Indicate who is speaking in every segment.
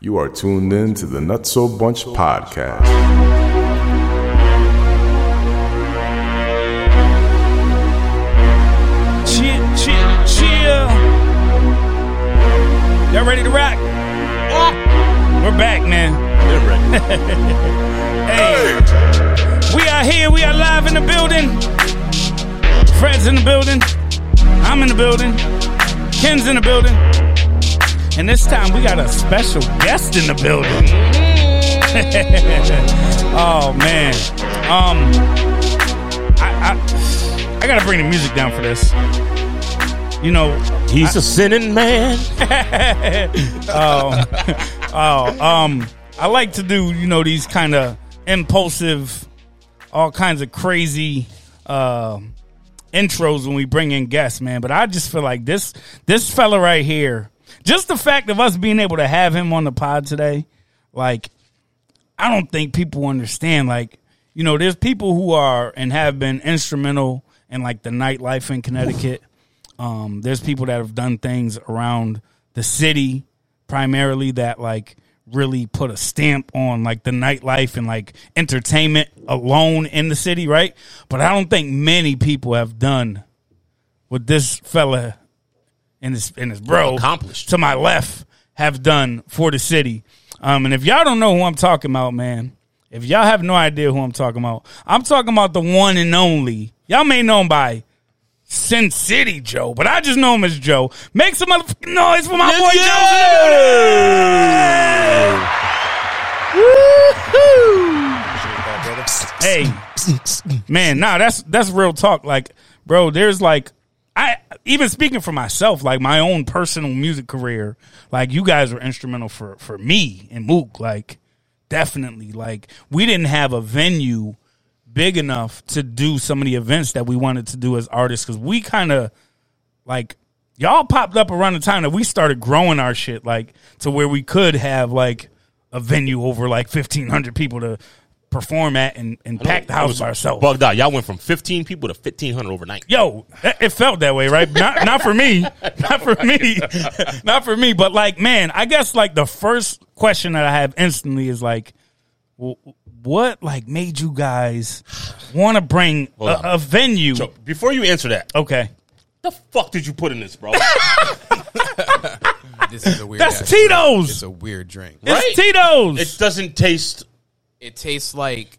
Speaker 1: You are tuned in to the Nutso Bunch podcast.
Speaker 2: Cheer, cheer, cheer. Y'all ready to rock? We're back, man. They're ready. hey, we are here. We are live in the building. Fred's in the building. I'm in the building. Ken's in the building. And this time we got a special guest in the building. oh, man. Um, I, I, I gotta bring the music down for this. You know,
Speaker 3: He's a sinning man.
Speaker 2: Oh, um, I like to do, you know, these kind of impulsive, all kinds of crazy uh, intros when we bring in guests, man. But I just feel like this this fella right here, just the fact of us being able to have him on the pod today, like I don't think people understand. Like, you know, there's people who are and have been instrumental in like the nightlife in Connecticut. Um, there's people that have done things around the city primarily that like really put a stamp on like the nightlife and like entertainment alone in the city, right? But I don't think many people have done what this fella and his and his bro
Speaker 3: Accomplished.
Speaker 2: to my left have done for the city. Um, and if y'all don't know who I'm talking about, man, if y'all have no idea who I'm talking about, I'm talking about the one and only. Y'all may know him by Sin City Joe, but I just know him as Joe. Make some motherfucking noise for my boy Joe. Hey, man, nah, that's that's real talk. Like, bro, there's like, I even speaking for myself, like my own personal music career, like you guys were instrumental for for me and Mook. Like, definitely, like we didn't have a venue big enough to do some of the events that we wanted to do as artists because we kind of like y'all popped up around the time that we started growing our shit like to where we could have like a venue over like 1500 people to perform at and, and pack the house by ourselves
Speaker 3: Bugged out. Oh. Y'all went from 15 people to 1,500 overnight.
Speaker 2: yo, it it felt that way, right? Not not for me, not for me, not for me. But like, man, I guess like the first question that I have instantly is like, w- what like made you guys want to bring a,
Speaker 3: on.
Speaker 2: a venue?
Speaker 3: So before you answer that,
Speaker 2: Okay,
Speaker 3: the fuck did you put in this, bro?
Speaker 4: This is a weird.
Speaker 2: That's
Speaker 4: ass
Speaker 2: Tito's!
Speaker 4: drink. It's a weird drink.
Speaker 2: it's
Speaker 3: Right?
Speaker 2: Tito's.
Speaker 3: it doesn't taste.
Speaker 4: It tastes like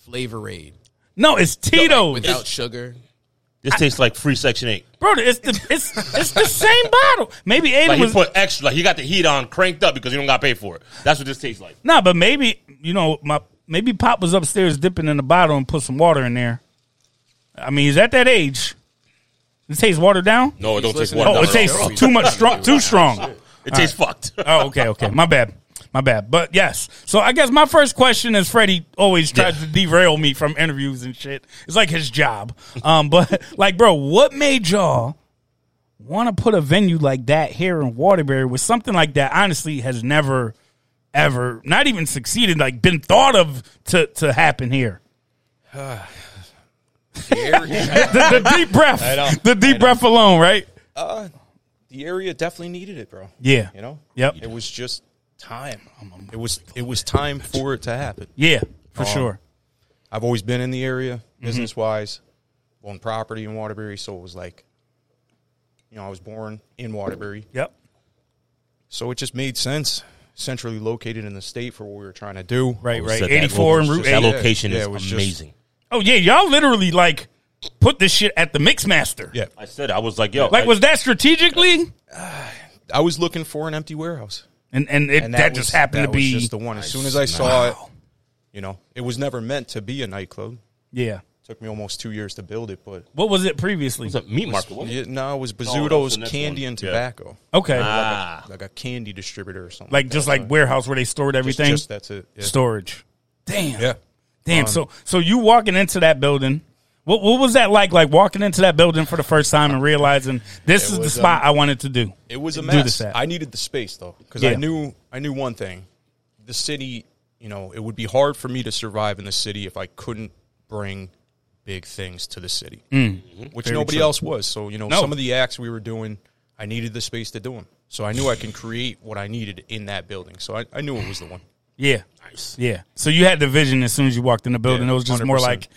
Speaker 4: Flavor Aid
Speaker 2: no, it's Tito's,
Speaker 4: without sugar.
Speaker 3: This tastes like free Section Eight.
Speaker 2: bro. It's the it's it's the same bottle. Maybe Aiden
Speaker 3: Like
Speaker 2: was
Speaker 3: he put extra. Like he got the heat on, cranked up because you don't got paid for it. That's what this tastes like.
Speaker 2: nah, but maybe you know my maybe Pop was upstairs dipping in the bottle and put some water in there. I mean, he's at that age. It tastes watered down.
Speaker 3: No, it don't taste
Speaker 4: listening
Speaker 3: water.
Speaker 4: to
Speaker 2: Oh, it
Speaker 4: No,
Speaker 2: tastes
Speaker 4: no,
Speaker 2: too much strong, too strong.
Speaker 3: It tastes fucked.
Speaker 2: Oh, okay, okay. My bad. My bad. But yes. So I guess my first question is Freddie always tries to derail me from interviews and shit. It's like his job. Um, but like, bro, what made y'all want to put a venue like that here in Waterbury with something like that honestly has never ever not even succeeded, like been thought of to to happen here.
Speaker 4: The area,
Speaker 2: The, the deep breath. The deep breath alone, right?
Speaker 5: the area definitely needed it, bro.
Speaker 2: Yeah.
Speaker 5: You know?
Speaker 2: Yep.
Speaker 5: It was just time. It was it was time for it to happen.
Speaker 2: Yeah, for
Speaker 5: Uh-huh.
Speaker 2: sure.
Speaker 5: I've always been in the area
Speaker 2: Mm-hmm.
Speaker 5: business wise, owned property in Waterbury, so it was like you know, I was born in Waterbury.
Speaker 2: Yep.
Speaker 5: So it just made sense. Centrally located in the state for what we were trying to do.
Speaker 2: Right, right.
Speaker 3: Said that
Speaker 2: 84 and
Speaker 3: lo-
Speaker 2: Route 8.
Speaker 3: That location
Speaker 5: Yeah, it was
Speaker 3: is
Speaker 5: just-
Speaker 3: amazing.
Speaker 2: Oh yeah, y'all literally like put this shit at the Mixmaster.
Speaker 5: Yeah.
Speaker 3: I said I was like, yo,
Speaker 2: Like was that strategically?
Speaker 5: I was looking for an empty warehouse.
Speaker 2: And and, it,
Speaker 5: And
Speaker 2: that,
Speaker 5: was-
Speaker 2: just happened
Speaker 5: that
Speaker 2: to be
Speaker 5: was just the one. As soon as I saw it, you know, it was never meant to be a nightclub.
Speaker 2: Yeah.
Speaker 5: took me almost two years to build it, but
Speaker 2: What was it previously?
Speaker 3: It's a meat market? wasn't it?
Speaker 5: Yeah, no, it was
Speaker 3: that's
Speaker 5: Bizzuto's
Speaker 3: Oh, the next
Speaker 5: Candy
Speaker 3: one.
Speaker 5: and
Speaker 3: Yeah.
Speaker 5: Tobacco,
Speaker 2: Okay.
Speaker 3: Ah,
Speaker 5: like a candy distributor or something.
Speaker 2: like just like warehouse where they stored
Speaker 5: uh, Just-
Speaker 2: everything.
Speaker 5: Just, that's it. Yeah.
Speaker 2: Storage. Damn.
Speaker 5: Yeah. Um,
Speaker 2: Damn. so so you walking into that building. What what was that like like walking into that building for the first time and realizing this is the
Speaker 5: was, um,
Speaker 2: spot I wanted to do?
Speaker 5: It was a
Speaker 2: Do this
Speaker 5: mess.
Speaker 2: at.
Speaker 5: I needed the space though, because
Speaker 2: Yeah.
Speaker 5: I knew I knew one thing: the city. You know, it would be hard for me to survive in the city if I couldn't bring big things to the city, which nobody else was. So you know,
Speaker 2: Mm. No.
Speaker 5: some of the acts we were doing I needed the space to do them. So I knew I can create what I needed in that building. So I, I knew it was the one.
Speaker 2: Yeah. Yeah. So you had the vision as soon as you walked in the building.
Speaker 5: Yeah,
Speaker 2: it was just more
Speaker 5: 100%.
Speaker 2: like,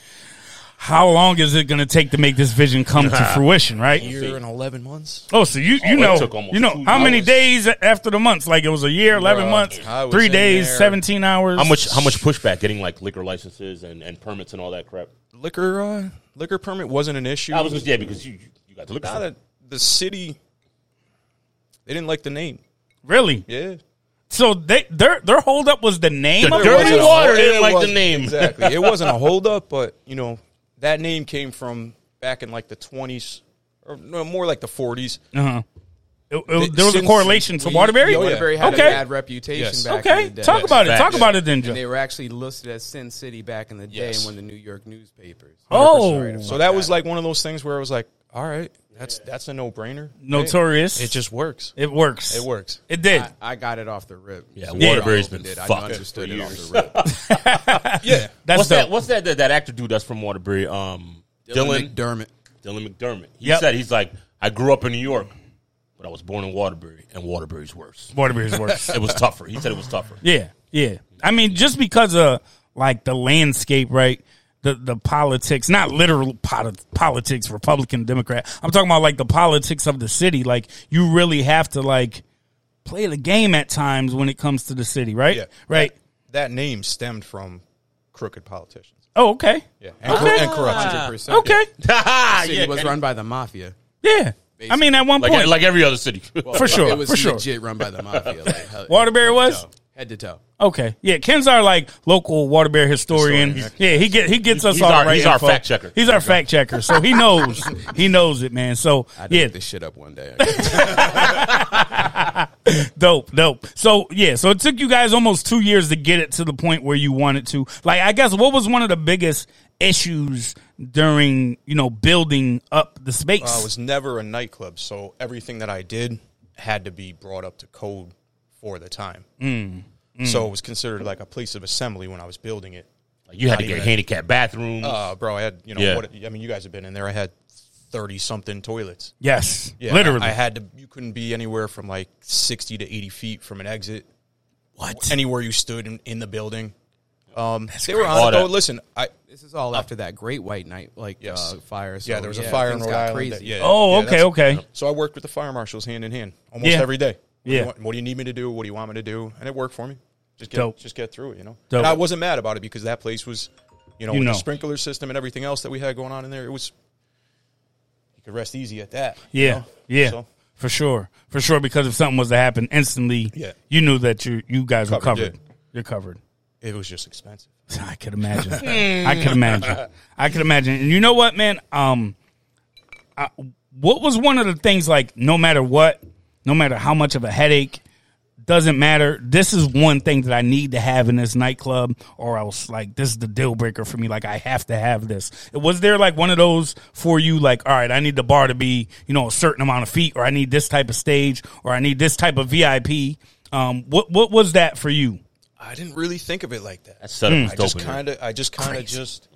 Speaker 2: how long is it going to take to make this vision come to fruition, right?
Speaker 5: Year and 11 months.
Speaker 2: Oh, so you you
Speaker 3: it
Speaker 2: know
Speaker 3: took almost
Speaker 2: you know
Speaker 3: two
Speaker 2: how many
Speaker 3: hours.
Speaker 2: days after the months? Like it was a year, eleven
Speaker 5: Bruh,
Speaker 2: months,
Speaker 5: I was
Speaker 2: three
Speaker 5: in
Speaker 2: days,
Speaker 5: there.
Speaker 2: seventeen hours.
Speaker 3: How much? How much pushback getting like liquor licenses and, and permits and all that crap?
Speaker 5: Liquor, uh, liquor permit wasn't an issue.
Speaker 3: I was just yeah because you you got the liquor.
Speaker 5: Now that the city, they didn't like the name.
Speaker 2: Really?
Speaker 5: Yeah.
Speaker 2: So they their their holdup was the name.
Speaker 3: The
Speaker 2: of
Speaker 3: dirty
Speaker 2: it?
Speaker 5: wasn't a
Speaker 3: water
Speaker 5: hold-
Speaker 3: didn't
Speaker 5: it
Speaker 3: like the
Speaker 5: wasn't-
Speaker 3: name.
Speaker 5: Exactly. It wasn't a holdup, but you know that name came from back in like the twenties, or no, more like the forties.
Speaker 2: Uh-huh. It- it- there was a
Speaker 5: Since
Speaker 2: correlation to
Speaker 4: We-
Speaker 2: Waterbury.
Speaker 5: Oh, yeah.
Speaker 4: Waterbury had
Speaker 2: Okay.
Speaker 4: a bad reputation
Speaker 5: Yes.
Speaker 4: back
Speaker 2: Okay,
Speaker 4: in the day.
Speaker 2: talk about it.
Speaker 5: Facts.
Speaker 2: Talk about it, then,
Speaker 4: And they
Speaker 2: Joe.
Speaker 4: were actually listed as Sin City back in the day
Speaker 5: Yes.
Speaker 4: in one of the New York newspapers.
Speaker 2: Oh,
Speaker 5: So that was like one of those things where I was like, all right, that's that's a no brainer.
Speaker 2: notorious.
Speaker 5: It just works.
Speaker 2: it works.
Speaker 5: It works.
Speaker 2: It did.
Speaker 4: I, I got it off the rip. Yeah,
Speaker 3: Waterbury's been
Speaker 4: I
Speaker 3: fucked
Speaker 4: understood
Speaker 3: for
Speaker 4: it off
Speaker 3: years.
Speaker 4: the rip.
Speaker 5: Yeah.
Speaker 2: That's
Speaker 3: what's
Speaker 2: dope.
Speaker 3: that? What's that, that? That actor dude that's from Waterbury. Um, Dylan.
Speaker 4: Dylan McDermott.
Speaker 3: Dylan McDermott. He
Speaker 2: Yep.
Speaker 3: said he's like I grew up in New York, but I was born in Waterbury, and Waterbury's worse.
Speaker 2: Waterbury's works.
Speaker 3: It was tougher. He said it was tougher.
Speaker 2: Yeah, yeah. I mean, just because of like the landscape, right? The the politics, not literal poli- politics, Republican, Democrat. I'm talking about like the politics of the city. Like you really have to like play the game at times when it comes to the city, right?
Speaker 5: Yeah.
Speaker 2: Right.
Speaker 5: That name stemmed from crooked politicians.
Speaker 2: Oh, okay.
Speaker 5: Yeah. And, cor- and corruption.
Speaker 4: 100%.
Speaker 2: Okay.
Speaker 3: yeah,
Speaker 2: Ah,
Speaker 4: The city was run by the mafia.
Speaker 2: Yeah. I mean, at one
Speaker 3: like
Speaker 2: point,
Speaker 3: like every other city.
Speaker 2: for sure,
Speaker 4: It was
Speaker 2: for sure.
Speaker 4: legit run by the mafia. Like, hell-
Speaker 2: Waterbury was?
Speaker 4: toe. head to toe.
Speaker 2: Okay, yeah, Ken's our like local Waterbury historian. Yeah, he get he gets us
Speaker 3: He's
Speaker 2: all the
Speaker 3: our-
Speaker 2: right.
Speaker 3: he's our
Speaker 2: info.
Speaker 3: fact checker.
Speaker 2: He's our fact checker, so he knows he knows it, man. So
Speaker 4: I did
Speaker 2: yeah,
Speaker 4: look this shit up one day.
Speaker 2: dope, dope. So yeah, so it took you guys almost two years to get it to the point where you wanted to. Like, I guess what was one of the biggest issues during you know building up the space?
Speaker 5: I was never a nightclub, so everything that I did had to be brought up to code for the time. So it was considered like a place of assembly when I was building it.
Speaker 3: Like, you had
Speaker 5: Not
Speaker 3: to get
Speaker 5: even-
Speaker 3: handicapped bathrooms.
Speaker 5: Uh, bro, I had you know
Speaker 3: Yeah.
Speaker 5: what I mean. You guys have been in there. I had thirty something toilets.
Speaker 2: yes,
Speaker 5: Yeah,
Speaker 2: literally.
Speaker 5: I, I had to. You couldn't be anywhere from like sixty to eighty feet from an exit. What? Anywhere you stood in, in the building. Um, they were
Speaker 3: All
Speaker 5: on. it, Though,
Speaker 3: that-
Speaker 5: listen, I
Speaker 4: This is all after that great white night, like
Speaker 5: Yes.
Speaker 4: uh, fire. So,
Speaker 5: yeah, there was a fire in
Speaker 4: things
Speaker 5: Rhode
Speaker 4: got
Speaker 5: Island.
Speaker 4: Crazy.
Speaker 5: that- yeah,
Speaker 2: oh,
Speaker 5: yeah,
Speaker 2: okay,
Speaker 5: that's-
Speaker 2: okay.
Speaker 5: So I worked with the fire marshals hand in hand almost
Speaker 2: Yeah.
Speaker 5: every day. What do you
Speaker 2: Yeah.
Speaker 5: want- what do you need me to do? What do you want me to do? And it worked for me. Just get
Speaker 2: Dope.
Speaker 5: just get through it, you know.
Speaker 2: Dope.
Speaker 5: And I wasn't mad about it because that place was, you know,
Speaker 2: You
Speaker 5: with
Speaker 2: know.
Speaker 5: the sprinkler system and everything else that we had going on in there. It was you could rest easy at that. you
Speaker 2: Yeah,
Speaker 5: know?
Speaker 2: yeah,
Speaker 5: So,
Speaker 2: for sure, for sure. Because if something was to happen instantly,
Speaker 5: Yeah.
Speaker 2: you knew that you you guys were
Speaker 5: Covered,
Speaker 2: covered.
Speaker 5: yeah.
Speaker 2: You're covered.
Speaker 5: it was just expensive.
Speaker 2: I could imagine. I could imagine. I could imagine. And you know what, man? Um, I, what was one of the things like? No matter what, no matter how much of a headache, doesn't matter. This is one thing that I need to have in this nightclub, or else like this is the deal breaker for me. Like I have to have this. Was there like one of those for you? Like, all right, I need the bar to be you know a certain amount of feet, or I need this type of stage, or I need this type of VIP. Um, what what was that for you?
Speaker 5: I didn't really think of it like that.
Speaker 2: mm.
Speaker 3: that setup was
Speaker 5: I
Speaker 3: dope.
Speaker 5: just
Speaker 3: in there.
Speaker 5: kind of, I just kind of just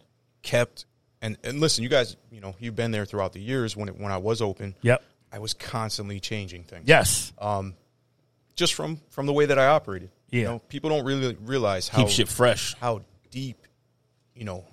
Speaker 5: kept and and listen, you guys, you know, you've been there throughout the years when it when I was open.
Speaker 2: Yep.
Speaker 5: I was constantly changing things.
Speaker 2: Yes.
Speaker 5: just from from the way that I operated.
Speaker 2: Yeah.
Speaker 5: You know, people don't really realize how
Speaker 3: keep shit fresh.
Speaker 5: how deep, you know.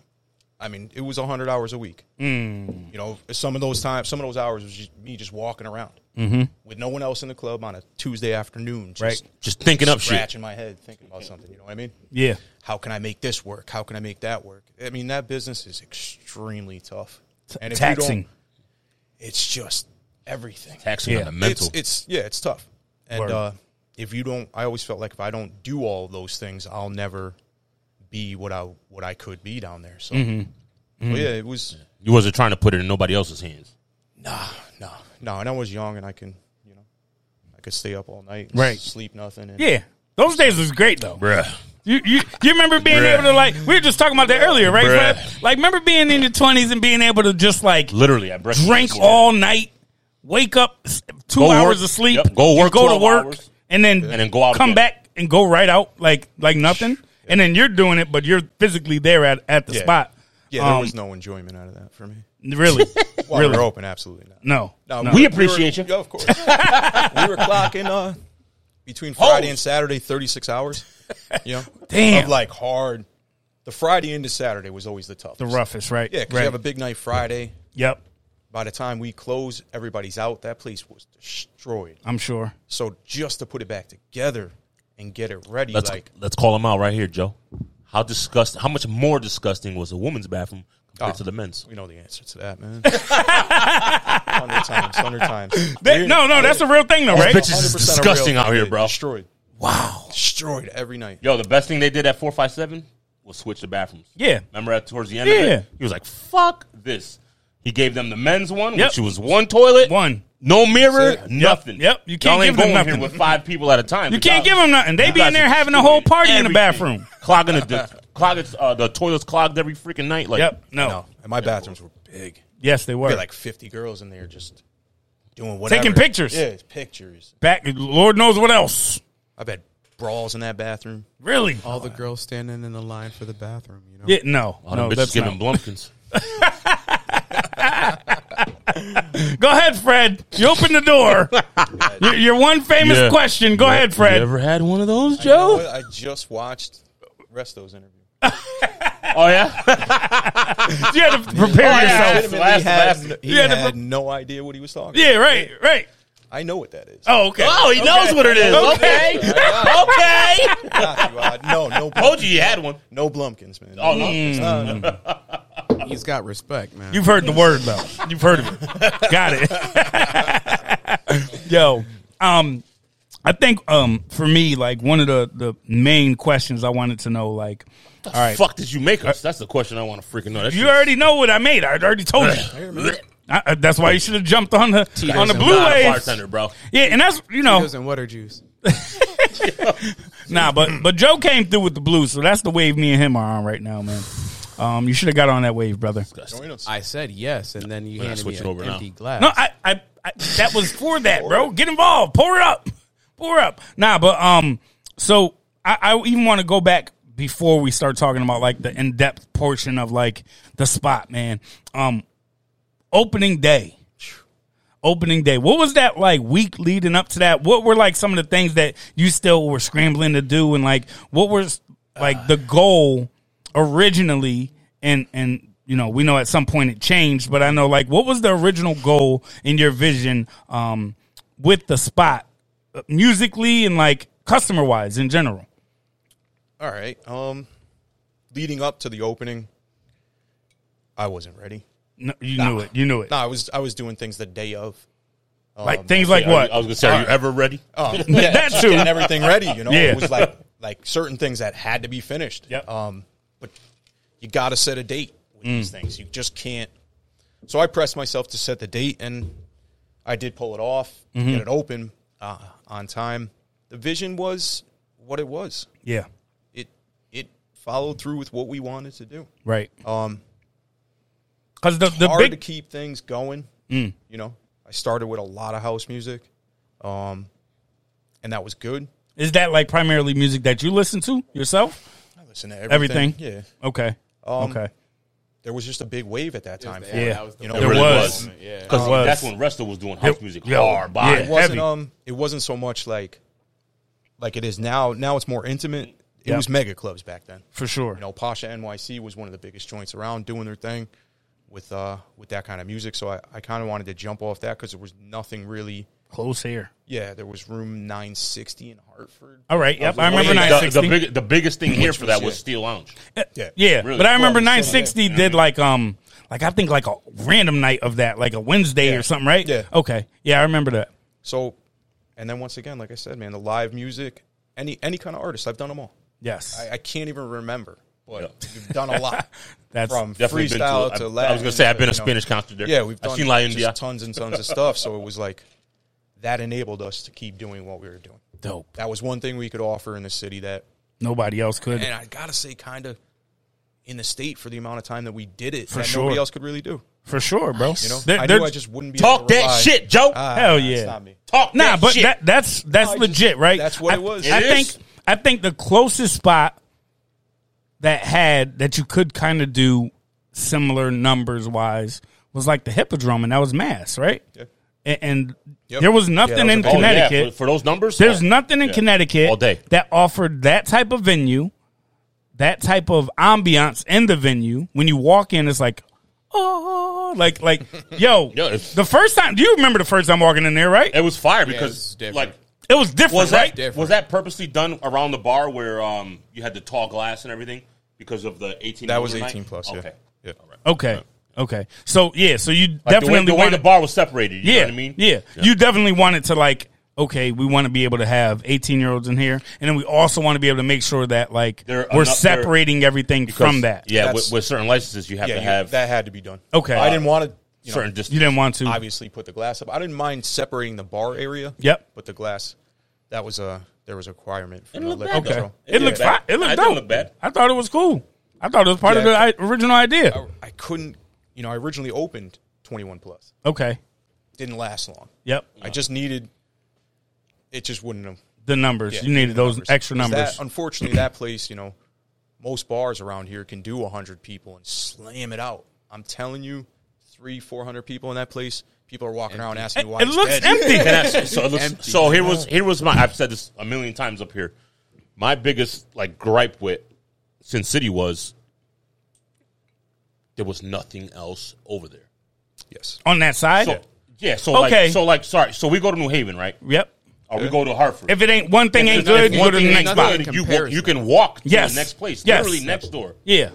Speaker 5: I mean, it was hundred hours a week. Mm. You know, some of those times, some of those hours was just me just walking around with no one else in the club on a Tuesday afternoon, just
Speaker 2: Right.
Speaker 3: Just thinking up shit.
Speaker 5: scratching my head, thinking about something. You know what I mean?
Speaker 2: yeah.
Speaker 5: How can I make this work? How can I make that work? I mean, that business is extremely tough and if you don't-
Speaker 2: Taxing.
Speaker 5: it's just everything.
Speaker 3: Taxing
Speaker 2: Yeah.
Speaker 3: on the mental.
Speaker 5: It's, it's yeah, it's tough.
Speaker 2: Word.
Speaker 5: And uh, if you don't, I always felt like if I don't do all of those things, I'll never be what I what I could be down there. So,
Speaker 2: Mm-hmm.
Speaker 5: Well, yeah, it was
Speaker 3: you wasn't trying to put it in nobody else's hands.
Speaker 5: nah, nah, nah. And I was young, and I can you know I could stay up all night, and
Speaker 2: Right.
Speaker 5: Sleep nothing. And
Speaker 2: Yeah. Those days was great though.
Speaker 3: Bruh.
Speaker 2: You, you you remember being
Speaker 3: Bruh.
Speaker 2: able to like we were just talking about that earlier, right?
Speaker 3: Bruh.
Speaker 2: Fred? Like remember being in your twenties and being able to just like
Speaker 3: Literally, I breakfast.
Speaker 2: drink
Speaker 3: Yeah.
Speaker 2: all night, wake up s- two
Speaker 3: Go
Speaker 2: hours
Speaker 3: work.
Speaker 2: of sleep,
Speaker 3: Yep. Go
Speaker 2: and
Speaker 3: work
Speaker 2: go to
Speaker 3: 12
Speaker 2: work,
Speaker 3: hours.
Speaker 2: and then
Speaker 3: And then go out
Speaker 2: come
Speaker 3: again.
Speaker 2: back and go right out like like nothing, and then you're doing it, but you're physically there at at the
Speaker 5: Yeah.
Speaker 2: spot.
Speaker 5: yeah. There
Speaker 2: Um,
Speaker 5: was no enjoyment out of that for me.
Speaker 2: Really,
Speaker 5: While we
Speaker 2: really,
Speaker 5: were open, absolutely not.
Speaker 2: no.
Speaker 5: No,
Speaker 2: no.
Speaker 5: were-
Speaker 3: We appreciate
Speaker 5: were-
Speaker 3: you.
Speaker 5: Yeah, of course. we were clocking uh, between Friday and Saturday, 36 hours. You know?
Speaker 2: Damn.
Speaker 5: Of like hard. The Friday into Saturday was always the toughest.
Speaker 2: the roughest, right?
Speaker 5: Yeah, because
Speaker 2: right.
Speaker 5: you have a big night Friday.
Speaker 2: yep.
Speaker 5: By the time we close, everybody's out. That place was destroyed.
Speaker 2: I'm sure.
Speaker 5: So just to put it back together and get it ready,
Speaker 3: Let's
Speaker 5: like
Speaker 3: let's call him out right here, Joe. How disgusting? How much more disgusting was a woman's bathroom compared
Speaker 5: Oh.
Speaker 3: to the men's?
Speaker 5: we know the answer to that, man. Hundred times, hundred times.
Speaker 2: That- no, no, that's a real thing, though, right?
Speaker 3: bitches is
Speaker 5: 100% a
Speaker 3: disgusting
Speaker 5: real
Speaker 3: out here,
Speaker 5: thing.
Speaker 3: bro.
Speaker 5: Destroyed,
Speaker 3: Wow.
Speaker 5: destroyed every night.
Speaker 3: Yo, the best thing they did at four five seven was switch the bathrooms.
Speaker 2: Yeah.
Speaker 3: Remember at towards the end of
Speaker 2: Yeah.
Speaker 3: it, he was like, "Fuck this." He gave them the men's one,
Speaker 2: Yep.
Speaker 3: which was one toilet,
Speaker 2: One.
Speaker 3: no mirror, nothing.
Speaker 2: Yep. You can't
Speaker 3: Y'all
Speaker 2: give
Speaker 3: ain't
Speaker 2: them
Speaker 3: going
Speaker 2: nothing.
Speaker 3: here with five people at a time.
Speaker 2: You can't
Speaker 3: Y'all-
Speaker 2: give them nothing. They
Speaker 3: you
Speaker 2: be in
Speaker 3: guys
Speaker 2: there
Speaker 3: are
Speaker 2: having a whole
Speaker 3: destroying
Speaker 2: party in the
Speaker 3: everything.
Speaker 2: bathroom.
Speaker 3: clogging the, the clogging uh, the toilets clogged every freaking night. Like,
Speaker 2: Yep. No.
Speaker 5: No, and my bathrooms were big.
Speaker 2: Yes, they
Speaker 5: We
Speaker 2: were.
Speaker 5: had like fifty girls in there just doing whatever,
Speaker 2: Taking pictures.
Speaker 5: Yeah, it's pictures.
Speaker 2: Back. Lord knows what else.
Speaker 5: I've had brawls in that bathroom.
Speaker 2: Really?
Speaker 4: All the girls standing in the line for the bathroom, you know?
Speaker 2: Yeah. No.
Speaker 3: all
Speaker 2: no.
Speaker 3: them bitches
Speaker 2: That's
Speaker 3: giving
Speaker 2: not.
Speaker 3: blumpkins.
Speaker 2: Go ahead, Fred. You open the door. your, your one famous
Speaker 3: Yeah.
Speaker 2: question. Go ahead, Fred.
Speaker 3: You ever had one of those,
Speaker 5: You know
Speaker 3: Joe?
Speaker 5: what? I just watched Resto's interview.
Speaker 3: Oh yeah,
Speaker 2: You had to prepare
Speaker 3: Oh, yeah.
Speaker 2: yourself.
Speaker 5: He
Speaker 3: last-
Speaker 5: had,
Speaker 3: last-
Speaker 5: he
Speaker 2: Yeah, the-
Speaker 5: had no idea what he was talking.
Speaker 2: Yeah. Right. Right.
Speaker 5: I know what that is.
Speaker 2: Oh. Okay.
Speaker 3: Oh, he knows what it is. Okay. Okay.
Speaker 5: Not you, uh, no, no,
Speaker 3: Told you you had one.
Speaker 5: no Blumpkins, man.
Speaker 3: Oh,
Speaker 2: Mm.
Speaker 3: no.
Speaker 4: He's got respect, man.
Speaker 2: You've heard the word though. You've heard of it. Got it. Yo, um, I think um for me, like one of the the main questions I wanted to know, like, all right,
Speaker 3: Fuck did you make us? That's the question I want to freaking know. That
Speaker 2: Uh, you
Speaker 3: shit's-
Speaker 2: already know what I made. I already told you. I, I- that's why you should have jumped on the on the
Speaker 4: doesn't
Speaker 2: blue
Speaker 3: Not a
Speaker 2: waves.
Speaker 3: bartender, bro.
Speaker 2: Yeah, and that's you know,
Speaker 4: Tito's and water juice.
Speaker 2: nah, but but Joe came through with the blues, so that's the wave me and him are on right now, man. Um, you should have got on that wave, brother.
Speaker 5: Join us.
Speaker 4: I said yes, and then you
Speaker 3: gonna
Speaker 4: handed me
Speaker 3: switch it
Speaker 4: an
Speaker 3: over now.
Speaker 4: empty glass.
Speaker 2: No, I, I, I that was for that, bro. Get involved. Pour it up. Pour it up. Nah, but um, so I, I even want to go back before we start talking about like the in depth portion of like the spot, man. Um, opening day. Opening day. What was that like week leading up to that? What were like some of the things that you still were scrambling to do, and like what was like the goal originally? And and you know we know at some point it changed, but I know like what was the original goal in your vision um, with the spot, uh, musically and like customer wise in general.
Speaker 5: All right. Um, leading up to the opening, I wasn't ready.
Speaker 2: No, you knew it. You knew it.
Speaker 5: No, I was. I was doing things the day of.
Speaker 2: like things like
Speaker 3: Yeah,
Speaker 2: what?
Speaker 3: I was gonna say, are you ever ready?
Speaker 5: Oh,
Speaker 2: That
Speaker 5: just
Speaker 2: too.
Speaker 5: Getting everything ready. You know,
Speaker 2: Yeah.
Speaker 5: it was like like certain things that had to be finished.
Speaker 2: Yep.
Speaker 5: Um, but you got to set a date with
Speaker 2: Mm.
Speaker 5: these things. You just can't. So I pressed myself to set the date, and I did pull it off,
Speaker 2: Mm-hmm.
Speaker 5: get it open uh, on time. The vision was what it was.
Speaker 2: yeah.
Speaker 5: It it followed through with what we wanted to do.
Speaker 2: Right.
Speaker 5: Um,
Speaker 2: Because the the
Speaker 5: hard to
Speaker 2: big Mm.
Speaker 5: keep things going. You know, I started with a lot of house music, um, and that was good.
Speaker 2: Is that like primarily music that you listen to yourself?
Speaker 5: I listen to
Speaker 2: Everything.
Speaker 5: everything. Yeah,
Speaker 2: Okay.
Speaker 5: Um,
Speaker 2: okay.
Speaker 5: there was just a big wave at that time.
Speaker 4: Yeah, that was the
Speaker 5: You know,
Speaker 2: there
Speaker 3: really
Speaker 2: was.
Speaker 3: was.
Speaker 4: Yeah.
Speaker 2: There was.
Speaker 3: That's when Resto was doing house music
Speaker 2: Yo,
Speaker 3: hard body.
Speaker 5: it
Speaker 2: yeah.
Speaker 5: wasn't
Speaker 2: heavy.
Speaker 5: um, it wasn't so much like like it is now. Now it's more intimate. It
Speaker 2: Yeah.
Speaker 5: was mega clubs back then.
Speaker 2: for sure.
Speaker 5: You know, Pasha NYC was one of the biggest joints around doing their thing with uh with that kind of music. So I, I kind of wanted to jump off that because there was nothing really.
Speaker 2: Close here.
Speaker 5: Yeah, there was room 960 in Hartford.
Speaker 3: Oh.
Speaker 2: All right. Yep. I
Speaker 3: I
Speaker 2: remember
Speaker 3: mean, the, the,
Speaker 2: 960.
Speaker 3: big, the biggest thing here for that was
Speaker 5: yeah.
Speaker 3: Steel Lounge.
Speaker 5: Yeah,
Speaker 2: yeah.
Speaker 3: really
Speaker 2: but I remember
Speaker 5: cool.
Speaker 2: 960 did like um like I think like a random night of that like a Wednesday
Speaker 5: Yeah.
Speaker 2: or something, right?
Speaker 5: Yeah.
Speaker 2: Okay. Yeah, I remember that.
Speaker 5: So, and then once again, like I said, man, the live music, any any kind of artist, I've done them all.
Speaker 2: Yes.
Speaker 5: I, I can't even remember, but
Speaker 3: Yeah.
Speaker 5: we've done a lot.
Speaker 2: That's
Speaker 5: from
Speaker 3: Definitely been to,
Speaker 5: freestyle
Speaker 3: I-
Speaker 5: to
Speaker 3: I,
Speaker 5: Latin.
Speaker 3: was gonna say I've been a
Speaker 5: you know.
Speaker 3: Spanish concert there.
Speaker 5: Yeah, we've
Speaker 3: I've
Speaker 5: done
Speaker 3: seen La
Speaker 5: just
Speaker 3: India.
Speaker 5: tons and tons of stuff. So it was like that enabled us to keep doing what we were doing.
Speaker 2: dope.
Speaker 5: That was one thing we could offer in the city that,
Speaker 2: Nobody else could.
Speaker 5: and I gotta say, kind of in the state for the amount of time that we did it that
Speaker 2: sure.
Speaker 5: nobody else could really do.
Speaker 2: for sure, bro.
Speaker 5: You know,
Speaker 2: They're-
Speaker 5: I
Speaker 2: they're-
Speaker 5: knew I just wouldn't be able
Speaker 3: Talk
Speaker 5: to
Speaker 3: that
Speaker 5: rely-
Speaker 3: shit, Joe.
Speaker 5: Ah,
Speaker 2: Hell
Speaker 5: nah,
Speaker 2: yeah.
Speaker 5: It's not me.
Speaker 3: Talk
Speaker 2: Uh, nah,
Speaker 3: that
Speaker 2: but
Speaker 3: shit.
Speaker 2: that that's that's
Speaker 5: I just-
Speaker 2: legit, right?
Speaker 5: that's what
Speaker 2: I-
Speaker 5: it was.
Speaker 2: I
Speaker 3: It
Speaker 2: think
Speaker 3: is.
Speaker 2: I think the closest spot that had that you could kind of do similar numbers wise was like the hippodrome, and that was mass, right?
Speaker 5: Yeah.
Speaker 2: And, and
Speaker 5: Yep.
Speaker 2: there was
Speaker 5: Yeah,
Speaker 2: nothing
Speaker 5: that was
Speaker 2: in
Speaker 5: a big- Oh, yeah,
Speaker 2: Connecticut.
Speaker 3: for, for those numbers.
Speaker 2: There's
Speaker 3: oh,
Speaker 2: nothing in
Speaker 3: yeah.
Speaker 2: Connecticut
Speaker 3: All day.
Speaker 2: that offered that type of venue, that type of ambiance in the venue. When you walk in, it's like, oh, like like yo.
Speaker 3: Yeah, it's-
Speaker 2: the first time, do you remember the first time walking in there? Right,
Speaker 3: It was fire
Speaker 4: it's
Speaker 3: because
Speaker 4: different.
Speaker 3: like
Speaker 2: it was different,
Speaker 3: was
Speaker 2: right?
Speaker 3: that was that purposely done around the bar where um you had the tall glass and everything because of the eighteen.
Speaker 5: That was
Speaker 3: night?
Speaker 5: 18 plus, yeah.
Speaker 3: Okay.
Speaker 5: Yeah.
Speaker 3: All right.
Speaker 2: Okay, okay. So yeah, so you
Speaker 3: Like
Speaker 2: definitely
Speaker 3: the way, the, way
Speaker 2: wanted,
Speaker 3: the bar was separated. You
Speaker 2: yeah,
Speaker 3: know what I mean?
Speaker 2: yeah, You definitely wanted to like, okay, we want to be able to have 18 year olds in here, and then we also want to be able to make sure that like
Speaker 3: They're
Speaker 2: we're
Speaker 3: enough- they're-
Speaker 2: separating everything from that.
Speaker 3: Yeah,
Speaker 5: That's-
Speaker 3: with, with certain licenses, you have
Speaker 5: yeah,
Speaker 3: to
Speaker 5: you-
Speaker 3: have
Speaker 5: that had to be done.
Speaker 2: Okay.
Speaker 5: I didn't want to. You know,
Speaker 3: certain distances.
Speaker 2: You didn't want to.
Speaker 5: obviously put the glass up. I didn't mind separating the bar area.
Speaker 2: Yep.
Speaker 5: But the glass, that was a there was a requirement for
Speaker 3: It
Speaker 5: the
Speaker 3: looked
Speaker 5: liquor
Speaker 3: bad,
Speaker 2: Okay.
Speaker 5: control.
Speaker 3: It
Speaker 2: It,
Speaker 3: didn't
Speaker 2: looked
Speaker 3: look bad.
Speaker 2: fine. It looked
Speaker 3: It
Speaker 2: dope.
Speaker 3: didn't look bad.
Speaker 2: I thought it was cool. I thought it was part of the
Speaker 5: Yeah.
Speaker 2: I, original idea.
Speaker 5: I couldn't. You know, I originally opened 21 plus.
Speaker 2: Okay.
Speaker 5: Didn't last long.
Speaker 2: Yep.
Speaker 5: I just needed. It just wouldn't have.
Speaker 2: The numbers.
Speaker 5: yeah,
Speaker 2: you needed those
Speaker 5: numbers.
Speaker 2: extra
Speaker 5: 'Cause that-
Speaker 2: numbers.
Speaker 5: unfortunately, that place, you know, most bars around here can do 100 people and slam it out. I'm telling you, three, 400 people in that place, people are walking around asking you why
Speaker 2: it
Speaker 5: it's
Speaker 2: looks
Speaker 5: dead.
Speaker 2: empty.
Speaker 3: And that's- so, it looks-
Speaker 4: Empty.
Speaker 3: so here was here was my I've said this a million times up here. My biggest like gripe with Sin City was there was nothing else over there.
Speaker 5: Yes.
Speaker 2: On that side?
Speaker 3: So yeah, so
Speaker 2: Okay.
Speaker 3: like so like sorry, so we go to New Haven, right?
Speaker 2: Yep.
Speaker 3: Or we go to Hartford.
Speaker 2: If it ain't one thing ain't
Speaker 3: If there's-
Speaker 2: good,
Speaker 3: if
Speaker 2: you
Speaker 3: one
Speaker 2: go to
Speaker 3: thing
Speaker 2: the
Speaker 3: ain't
Speaker 2: next
Speaker 3: good,
Speaker 2: spot.
Speaker 3: You, wa-
Speaker 4: Comparison.
Speaker 3: you can walk to
Speaker 2: Yes.
Speaker 3: the next place,
Speaker 2: Yes.
Speaker 3: literally next door.
Speaker 2: Yeah.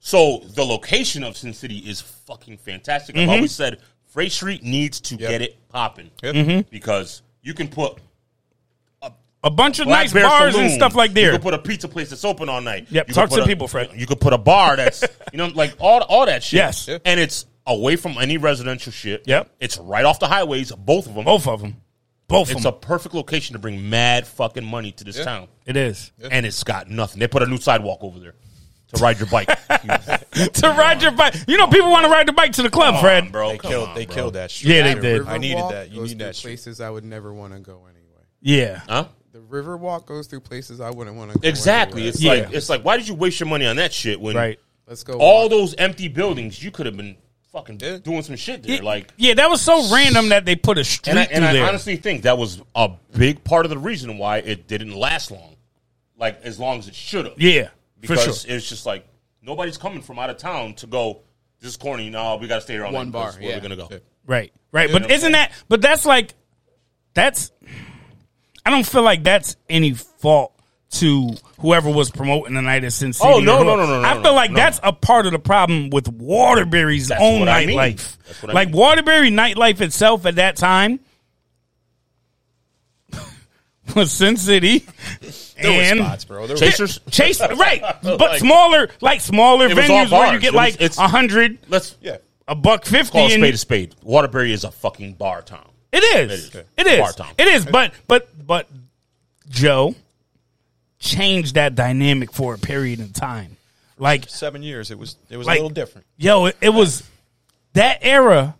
Speaker 3: So the location of Sin City is fucking fantastic. I've always said Freight Street needs to get it popping because you can put
Speaker 2: A bunch of
Speaker 3: Black
Speaker 2: nice
Speaker 3: Bear
Speaker 2: bars
Speaker 3: Saloon.
Speaker 2: and stuff like
Speaker 3: You
Speaker 2: there.
Speaker 3: could put a pizza place that's open all night.
Speaker 2: Yep,
Speaker 3: You
Speaker 2: talk
Speaker 3: could put
Speaker 2: to
Speaker 3: a-
Speaker 2: people, Fred.
Speaker 3: You could put a bar that's you know like all all that shit.
Speaker 2: Yes. Yeah.
Speaker 3: and it's away from any residential shit.
Speaker 2: Yep.
Speaker 3: it's right off the highways, both of them.
Speaker 2: Both of them. Both of
Speaker 3: It's a
Speaker 2: them.
Speaker 3: perfect location to bring mad fucking money to this town,
Speaker 2: it is.
Speaker 3: and it's got nothing. They put a new sidewalk over there to ride your bike,
Speaker 2: to ride your bike. You know, people want to ride the bike to the club, Fred.
Speaker 3: bro.
Speaker 5: They
Speaker 3: come
Speaker 5: killed.
Speaker 3: on,
Speaker 5: they
Speaker 3: bro.
Speaker 5: killed that. Shit.
Speaker 2: Yeah, they did.
Speaker 5: I needed
Speaker 4: Riverwalk
Speaker 5: that. You
Speaker 4: goes
Speaker 5: need
Speaker 4: through
Speaker 5: that shit.
Speaker 4: Places I would never want to go anyway.
Speaker 2: Yeah.
Speaker 3: Huh?
Speaker 4: The Riverwalk goes through places I wouldn't want to go.
Speaker 3: Exactly.
Speaker 4: anyway.
Speaker 3: It's
Speaker 2: Yeah.
Speaker 3: like it's like why did you waste your money on that shit when
Speaker 2: Right.
Speaker 4: Let's go.
Speaker 3: all
Speaker 4: walk.
Speaker 3: those empty buildings you could have been fucking
Speaker 5: Yeah.
Speaker 3: doing some shit there like.
Speaker 2: yeah, that was so random that they put a street
Speaker 3: and I, and
Speaker 2: through
Speaker 3: I
Speaker 2: there.
Speaker 3: honestly think that was a big part of the reason why it didn't last long, like as long as it should have.
Speaker 2: yeah. For
Speaker 3: because
Speaker 2: sure.
Speaker 3: it was just like nobody's coming from out of town to go. This is corny. No, we got to stay here all
Speaker 4: One
Speaker 3: night.
Speaker 4: bar,
Speaker 3: That's Where
Speaker 4: yeah.
Speaker 3: we gonna go?
Speaker 4: Yeah.
Speaker 2: Right, right. But
Speaker 3: know?
Speaker 2: isn't that? But that's like, that's. I don't feel like that's any fault to whoever was promoting the night at Sin City.
Speaker 3: Oh, no,
Speaker 2: or who-
Speaker 3: no, no, no, no,
Speaker 2: I
Speaker 3: no,
Speaker 2: feel like
Speaker 3: no.
Speaker 2: that's a part of the problem with Waterbury's
Speaker 3: That's
Speaker 2: own
Speaker 3: what I mean.
Speaker 2: nightlife.
Speaker 3: That's what I
Speaker 2: like
Speaker 3: mean.
Speaker 2: Waterbury nightlife itself at that time was Sin City and.
Speaker 5: spots, bro. There was-
Speaker 3: Chasers.
Speaker 2: Chase right, but
Speaker 3: Like-
Speaker 2: smaller, like smaller
Speaker 3: It was all
Speaker 2: venues where you
Speaker 3: bars.
Speaker 2: get
Speaker 3: It was-
Speaker 2: like
Speaker 3: it's-
Speaker 2: a hundred,
Speaker 3: Let's
Speaker 5: yeah.
Speaker 2: a buck fifty,
Speaker 3: call a
Speaker 2: and
Speaker 3: spade a spade. Waterbury is a fucking bar town.
Speaker 2: It is.
Speaker 3: It is.
Speaker 2: It is.
Speaker 3: Bar time.
Speaker 2: It is. But but but Joe changed that dynamic for a period in time. Like
Speaker 5: Seven years. It was. It was
Speaker 2: Like-
Speaker 5: a little different.
Speaker 2: yo, it, it was that era.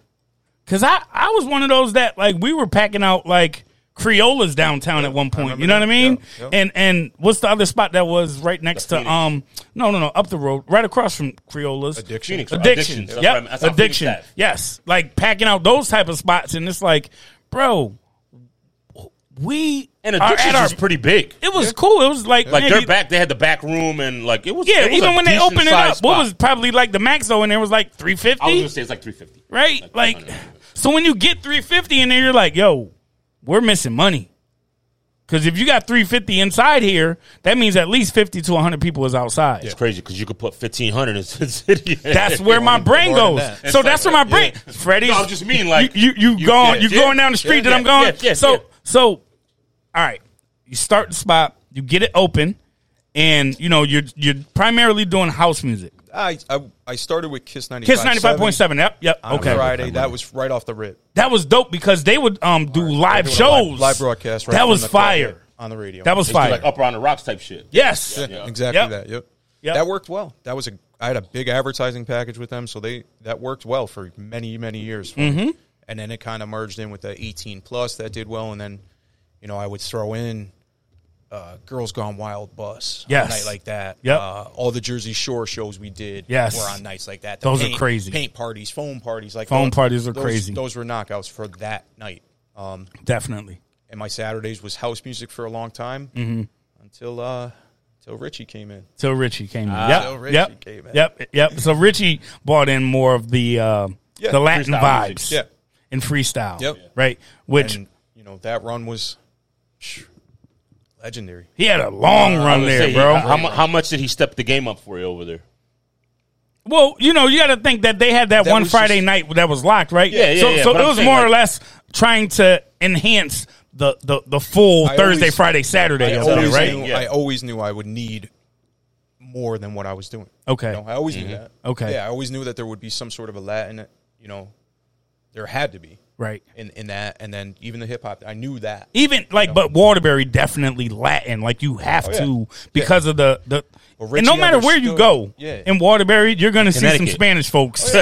Speaker 2: Cause I I was one of those that like we were packing out like Creolas downtown at one point. You know what I mean?
Speaker 5: Yeah, yeah.
Speaker 2: And and what's the other spot that was right next to
Speaker 3: Phoenix.
Speaker 2: um no no no up the road right across from Creolas
Speaker 5: Addiction.
Speaker 3: Phoenix
Speaker 2: addiction.
Speaker 3: That's
Speaker 2: Yep.
Speaker 3: what I mean. That's how Phoenix
Speaker 2: addiction.
Speaker 3: died.
Speaker 2: Yes. Like packing out those type of spots and it's like, bro, we
Speaker 3: And
Speaker 2: are
Speaker 3: addiction
Speaker 2: at our-
Speaker 3: is pretty big.
Speaker 2: it was cool. It was like,
Speaker 3: Like
Speaker 2: nigga,
Speaker 3: they're back. They had the back room and like it was.
Speaker 2: Yeah,
Speaker 3: it was
Speaker 2: even
Speaker 3: a
Speaker 2: when they opened it
Speaker 3: decent-sized
Speaker 2: up, what
Speaker 3: spot.
Speaker 2: was probably like the max though, and there was like three
Speaker 3: I was
Speaker 2: fifty,
Speaker 3: gonna say it's like three fifty.
Speaker 2: right? Like,
Speaker 3: like, I don't know.
Speaker 2: so when you get three fifty in there, you're like, yo, we're missing money. Because if you got three fifty inside here, that means at least fifty to hundred people is outside.
Speaker 3: It's crazy because you could put fifteen hundred in Sin City.
Speaker 2: That's where my brain
Speaker 5: more than
Speaker 2: goes.
Speaker 5: that.
Speaker 2: So
Speaker 3: It's
Speaker 2: that's
Speaker 3: like-
Speaker 2: where my brain. Freddie's.
Speaker 3: No, I just mean, like,
Speaker 2: you. You, you,
Speaker 3: you-
Speaker 2: going?
Speaker 3: yeah,
Speaker 2: you
Speaker 3: yeah,
Speaker 2: going down the street
Speaker 3: yeah,
Speaker 2: that I'm going.
Speaker 3: yeah, yeah,
Speaker 2: so
Speaker 3: yeah.
Speaker 2: so, all right. You start the spot. You get it open, and you know you're you're primarily doing house music.
Speaker 5: I I, I started with Kiss ninety.
Speaker 2: Kiss ninety five point seven. Yep. Yep.
Speaker 5: On
Speaker 2: Okay.
Speaker 5: Friday. That was right off the rip.
Speaker 2: That was dope because they would um do live
Speaker 5: Doing a live-
Speaker 2: shows,
Speaker 5: live, broadcast. Right
Speaker 2: that
Speaker 5: from
Speaker 2: was
Speaker 5: the club
Speaker 2: fire.
Speaker 5: on the radio.
Speaker 2: That was
Speaker 3: It's
Speaker 2: fire.
Speaker 3: like Upper on the Rocks type shit.
Speaker 2: yes.
Speaker 5: Yeah,
Speaker 3: Yeah.
Speaker 5: exactly
Speaker 2: Yep.
Speaker 5: that. Yep.
Speaker 2: Yep.
Speaker 5: That worked well. That was a I had a big advertising package with them, so they that worked well for many many years. for
Speaker 2: Mm-hmm.
Speaker 5: me. And then it kind of merged in with the 18 plus that did well, and then you know I would throw in uh, Girls Gone Wild bus. on
Speaker 2: Yes.
Speaker 5: a night like that.
Speaker 2: Yep.
Speaker 5: Uh, all the Jersey Shore shows we did.
Speaker 2: Yes.
Speaker 5: were on nights like that. The
Speaker 2: Those are crazy.
Speaker 5: Paint parties, foam parties, like
Speaker 2: Foam
Speaker 5: all-
Speaker 2: parties are
Speaker 5: those-
Speaker 2: crazy.
Speaker 5: Those were knockouts for that night. Um,
Speaker 2: Definitely.
Speaker 5: and my Saturdays was house music for a long time
Speaker 2: Mm-hmm.
Speaker 5: until uh, until Richie came in.
Speaker 2: Till Richie came in. yep.
Speaker 5: Ah, Till Richie
Speaker 2: yep.
Speaker 5: came in.
Speaker 2: Yep. Yep. So Richie brought in more of the uh,
Speaker 5: Yeah,
Speaker 2: the Latin
Speaker 3: freestyle music.
Speaker 2: vibes.
Speaker 5: Yeah.
Speaker 2: And freestyle.
Speaker 5: Yep.
Speaker 2: Right. Which
Speaker 5: And you know that run was phew, legendary.
Speaker 2: he had a long
Speaker 3: I'm
Speaker 2: run
Speaker 3: gonna
Speaker 2: there,
Speaker 3: say,
Speaker 2: bro.
Speaker 3: How, mu- how much did he step the game up for you over there?
Speaker 2: Well, you know, you got to think that they had that,
Speaker 5: That
Speaker 2: one
Speaker 5: was
Speaker 2: Friday
Speaker 5: just-
Speaker 2: night that was locked, right?
Speaker 3: Yeah, yeah,
Speaker 2: So,
Speaker 3: yeah,
Speaker 2: so
Speaker 3: but
Speaker 2: it
Speaker 3: I'm
Speaker 2: was
Speaker 3: saying,
Speaker 2: more or
Speaker 3: like-
Speaker 2: less trying to enhance the the, the full
Speaker 5: I
Speaker 2: Thursday,
Speaker 5: always-
Speaker 2: Friday, Saturday
Speaker 5: I
Speaker 2: of that,
Speaker 5: always
Speaker 2: right?
Speaker 5: Knew,
Speaker 3: Yeah.
Speaker 5: I always knew I would need more than what I was doing.
Speaker 2: Okay. Mm-hmm.
Speaker 5: You know, I always knew that.
Speaker 2: Okay.
Speaker 5: Yeah, I always knew that there would be some sort of a Latin. You know, there had to be
Speaker 2: Right.
Speaker 5: in in that, and then even the hip hop. I knew that.
Speaker 2: Even like, but Waterbury definitely Latin. Like you have
Speaker 5: Oh, yeah.
Speaker 2: to because of the the.
Speaker 5: Well,
Speaker 2: and no
Speaker 5: Richie
Speaker 2: matter where you
Speaker 5: understood.
Speaker 2: go
Speaker 5: Yeah. Oh,
Speaker 2: in Waterbury, you're going to see some
Speaker 3: Connecticut.
Speaker 2: Spanish folks.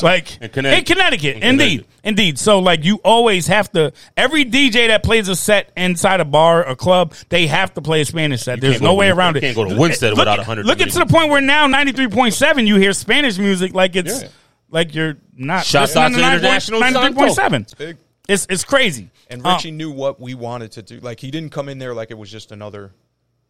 Speaker 2: like
Speaker 3: In
Speaker 2: in
Speaker 3: Connecticut.
Speaker 2: Connecticut,
Speaker 3: In
Speaker 2: indeed,
Speaker 3: Connecticut.
Speaker 2: indeed. So like you always have to. Every DJ that plays a set inside a bar or club, they have to play a Spanish set. There's
Speaker 3: can't go
Speaker 2: no
Speaker 3: to
Speaker 2: way
Speaker 3: Win-
Speaker 2: around
Speaker 3: you
Speaker 2: it.
Speaker 3: can't go to Winstead
Speaker 2: Look-
Speaker 3: without
Speaker 2: look-
Speaker 3: 100
Speaker 2: Look, it's to
Speaker 3: music.
Speaker 2: the point where now 93.7, you hear Spanish music like it's
Speaker 5: Yeah.
Speaker 2: like you're not.
Speaker 3: Shouts out to International
Speaker 2: 93.7.
Speaker 5: Big.
Speaker 2: It's it's crazy.
Speaker 5: And
Speaker 2: Um,
Speaker 5: Richie knew what we wanted to do. Like he didn't come in there like it was just another,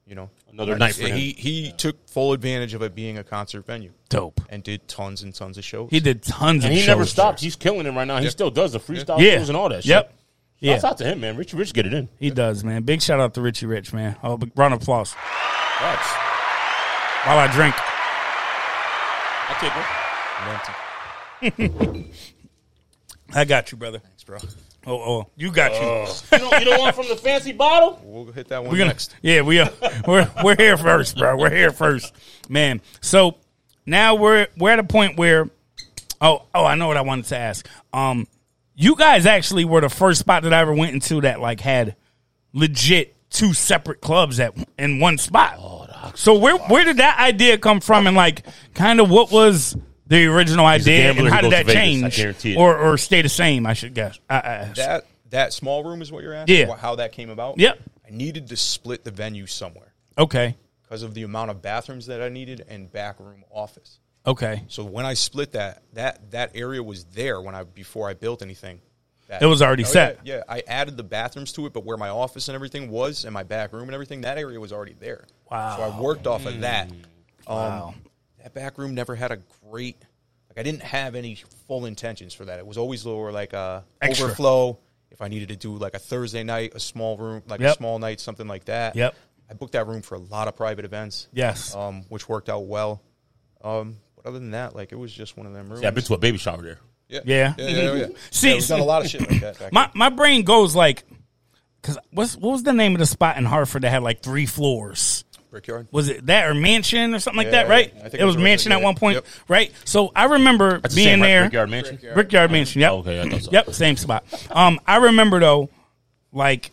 Speaker 5: you know,
Speaker 3: Another night for him.
Speaker 5: He he took full advantage of it being a concert venue
Speaker 2: dope.
Speaker 5: and did tons and tons of shows.
Speaker 2: He did tons
Speaker 3: And
Speaker 2: of
Speaker 3: he
Speaker 2: shows.
Speaker 3: never stops. He's killing it right now. He still does the freestyle
Speaker 2: Yeah.
Speaker 3: shows and all that.
Speaker 2: Yep.
Speaker 3: Shit. Shouts
Speaker 2: Yeah.
Speaker 3: out to him, man. Richie Rich get it in.
Speaker 2: He does, man. Big shout out to Richie Rich, man. Oh, big round of applause
Speaker 3: Facts.
Speaker 2: while I drink.
Speaker 3: I take one.
Speaker 2: I got you, brother. Thanks, bro. Oh, oh, you got you.
Speaker 3: You don't, you don't want from the fancy bottle?
Speaker 5: We'll hit that one
Speaker 2: We're gonna,
Speaker 5: next.
Speaker 2: yeah, we are. We're we're here first, bro. We're here first, man. So now we're we're at a point where, oh, oh, I know what I wanted to ask. Um, you guys actually were the first spot that I ever went into that like had legit two separate clubs at in one spot.
Speaker 3: Oh,
Speaker 2: so where where did that idea come from, and like kind of what was the original idea,
Speaker 3: gambler
Speaker 2: and how
Speaker 3: who
Speaker 2: did that
Speaker 3: goes to Vegas, I
Speaker 2: change,
Speaker 3: guarantee it.
Speaker 2: or or stay the same? I should guess. I, I ask.
Speaker 5: That that small room is what you're asking.
Speaker 2: Yeah.
Speaker 5: wh- How that came about?
Speaker 2: Yep.
Speaker 5: I needed to split the venue somewhere
Speaker 2: okay,
Speaker 5: because of the amount of bathrooms that I needed and back room office.
Speaker 2: okay,
Speaker 5: So when I split that that that area was there when I before I built anything. That-
Speaker 2: It was already
Speaker 5: Oh, yeah,
Speaker 2: set.
Speaker 5: Yeah, I added the bathrooms to it, but where my office and everything was, and my back room and everything, that area was already there.
Speaker 2: Wow.
Speaker 5: So I worked off of that. Um,
Speaker 2: Wow.
Speaker 5: That back room never had a great. Like I didn't have any full intentions for that. It was always lower, like uh,
Speaker 2: Extra.
Speaker 5: overflow. If I needed to do like a Thursday night, a small room, like a
Speaker 2: Yep.
Speaker 5: small night, something like that.
Speaker 2: Yep.
Speaker 5: I booked that room for a lot of private events.
Speaker 2: Yes.
Speaker 5: Um, which worked out well. Um, but other than that, like it was just one of them rooms.
Speaker 3: Yeah, I've been to a baby shower there.
Speaker 2: Yeah.
Speaker 5: Yeah, yeah, yeah.
Speaker 2: See,
Speaker 5: yeah, we've done a lot of shit like that. Back
Speaker 2: my my brain goes like, cause what's what was the name of the spot in Hartford that had like three floors?
Speaker 5: then. Brickyard.
Speaker 2: Was it that or mansion or something like
Speaker 5: Yeah,
Speaker 2: that? Right?
Speaker 5: I think
Speaker 2: it,
Speaker 5: it
Speaker 2: was
Speaker 5: was right
Speaker 2: mansion
Speaker 5: there,
Speaker 2: at one
Speaker 5: yeah.
Speaker 2: point,
Speaker 5: Yep.
Speaker 2: right? So I remember
Speaker 3: That's the
Speaker 2: being
Speaker 3: same, right?
Speaker 2: there,
Speaker 3: Brickyard Mansion.
Speaker 2: Brickyard mansion. Yep.
Speaker 3: Okay, I thought so.
Speaker 2: Yep. Same spot. Um, I remember though, like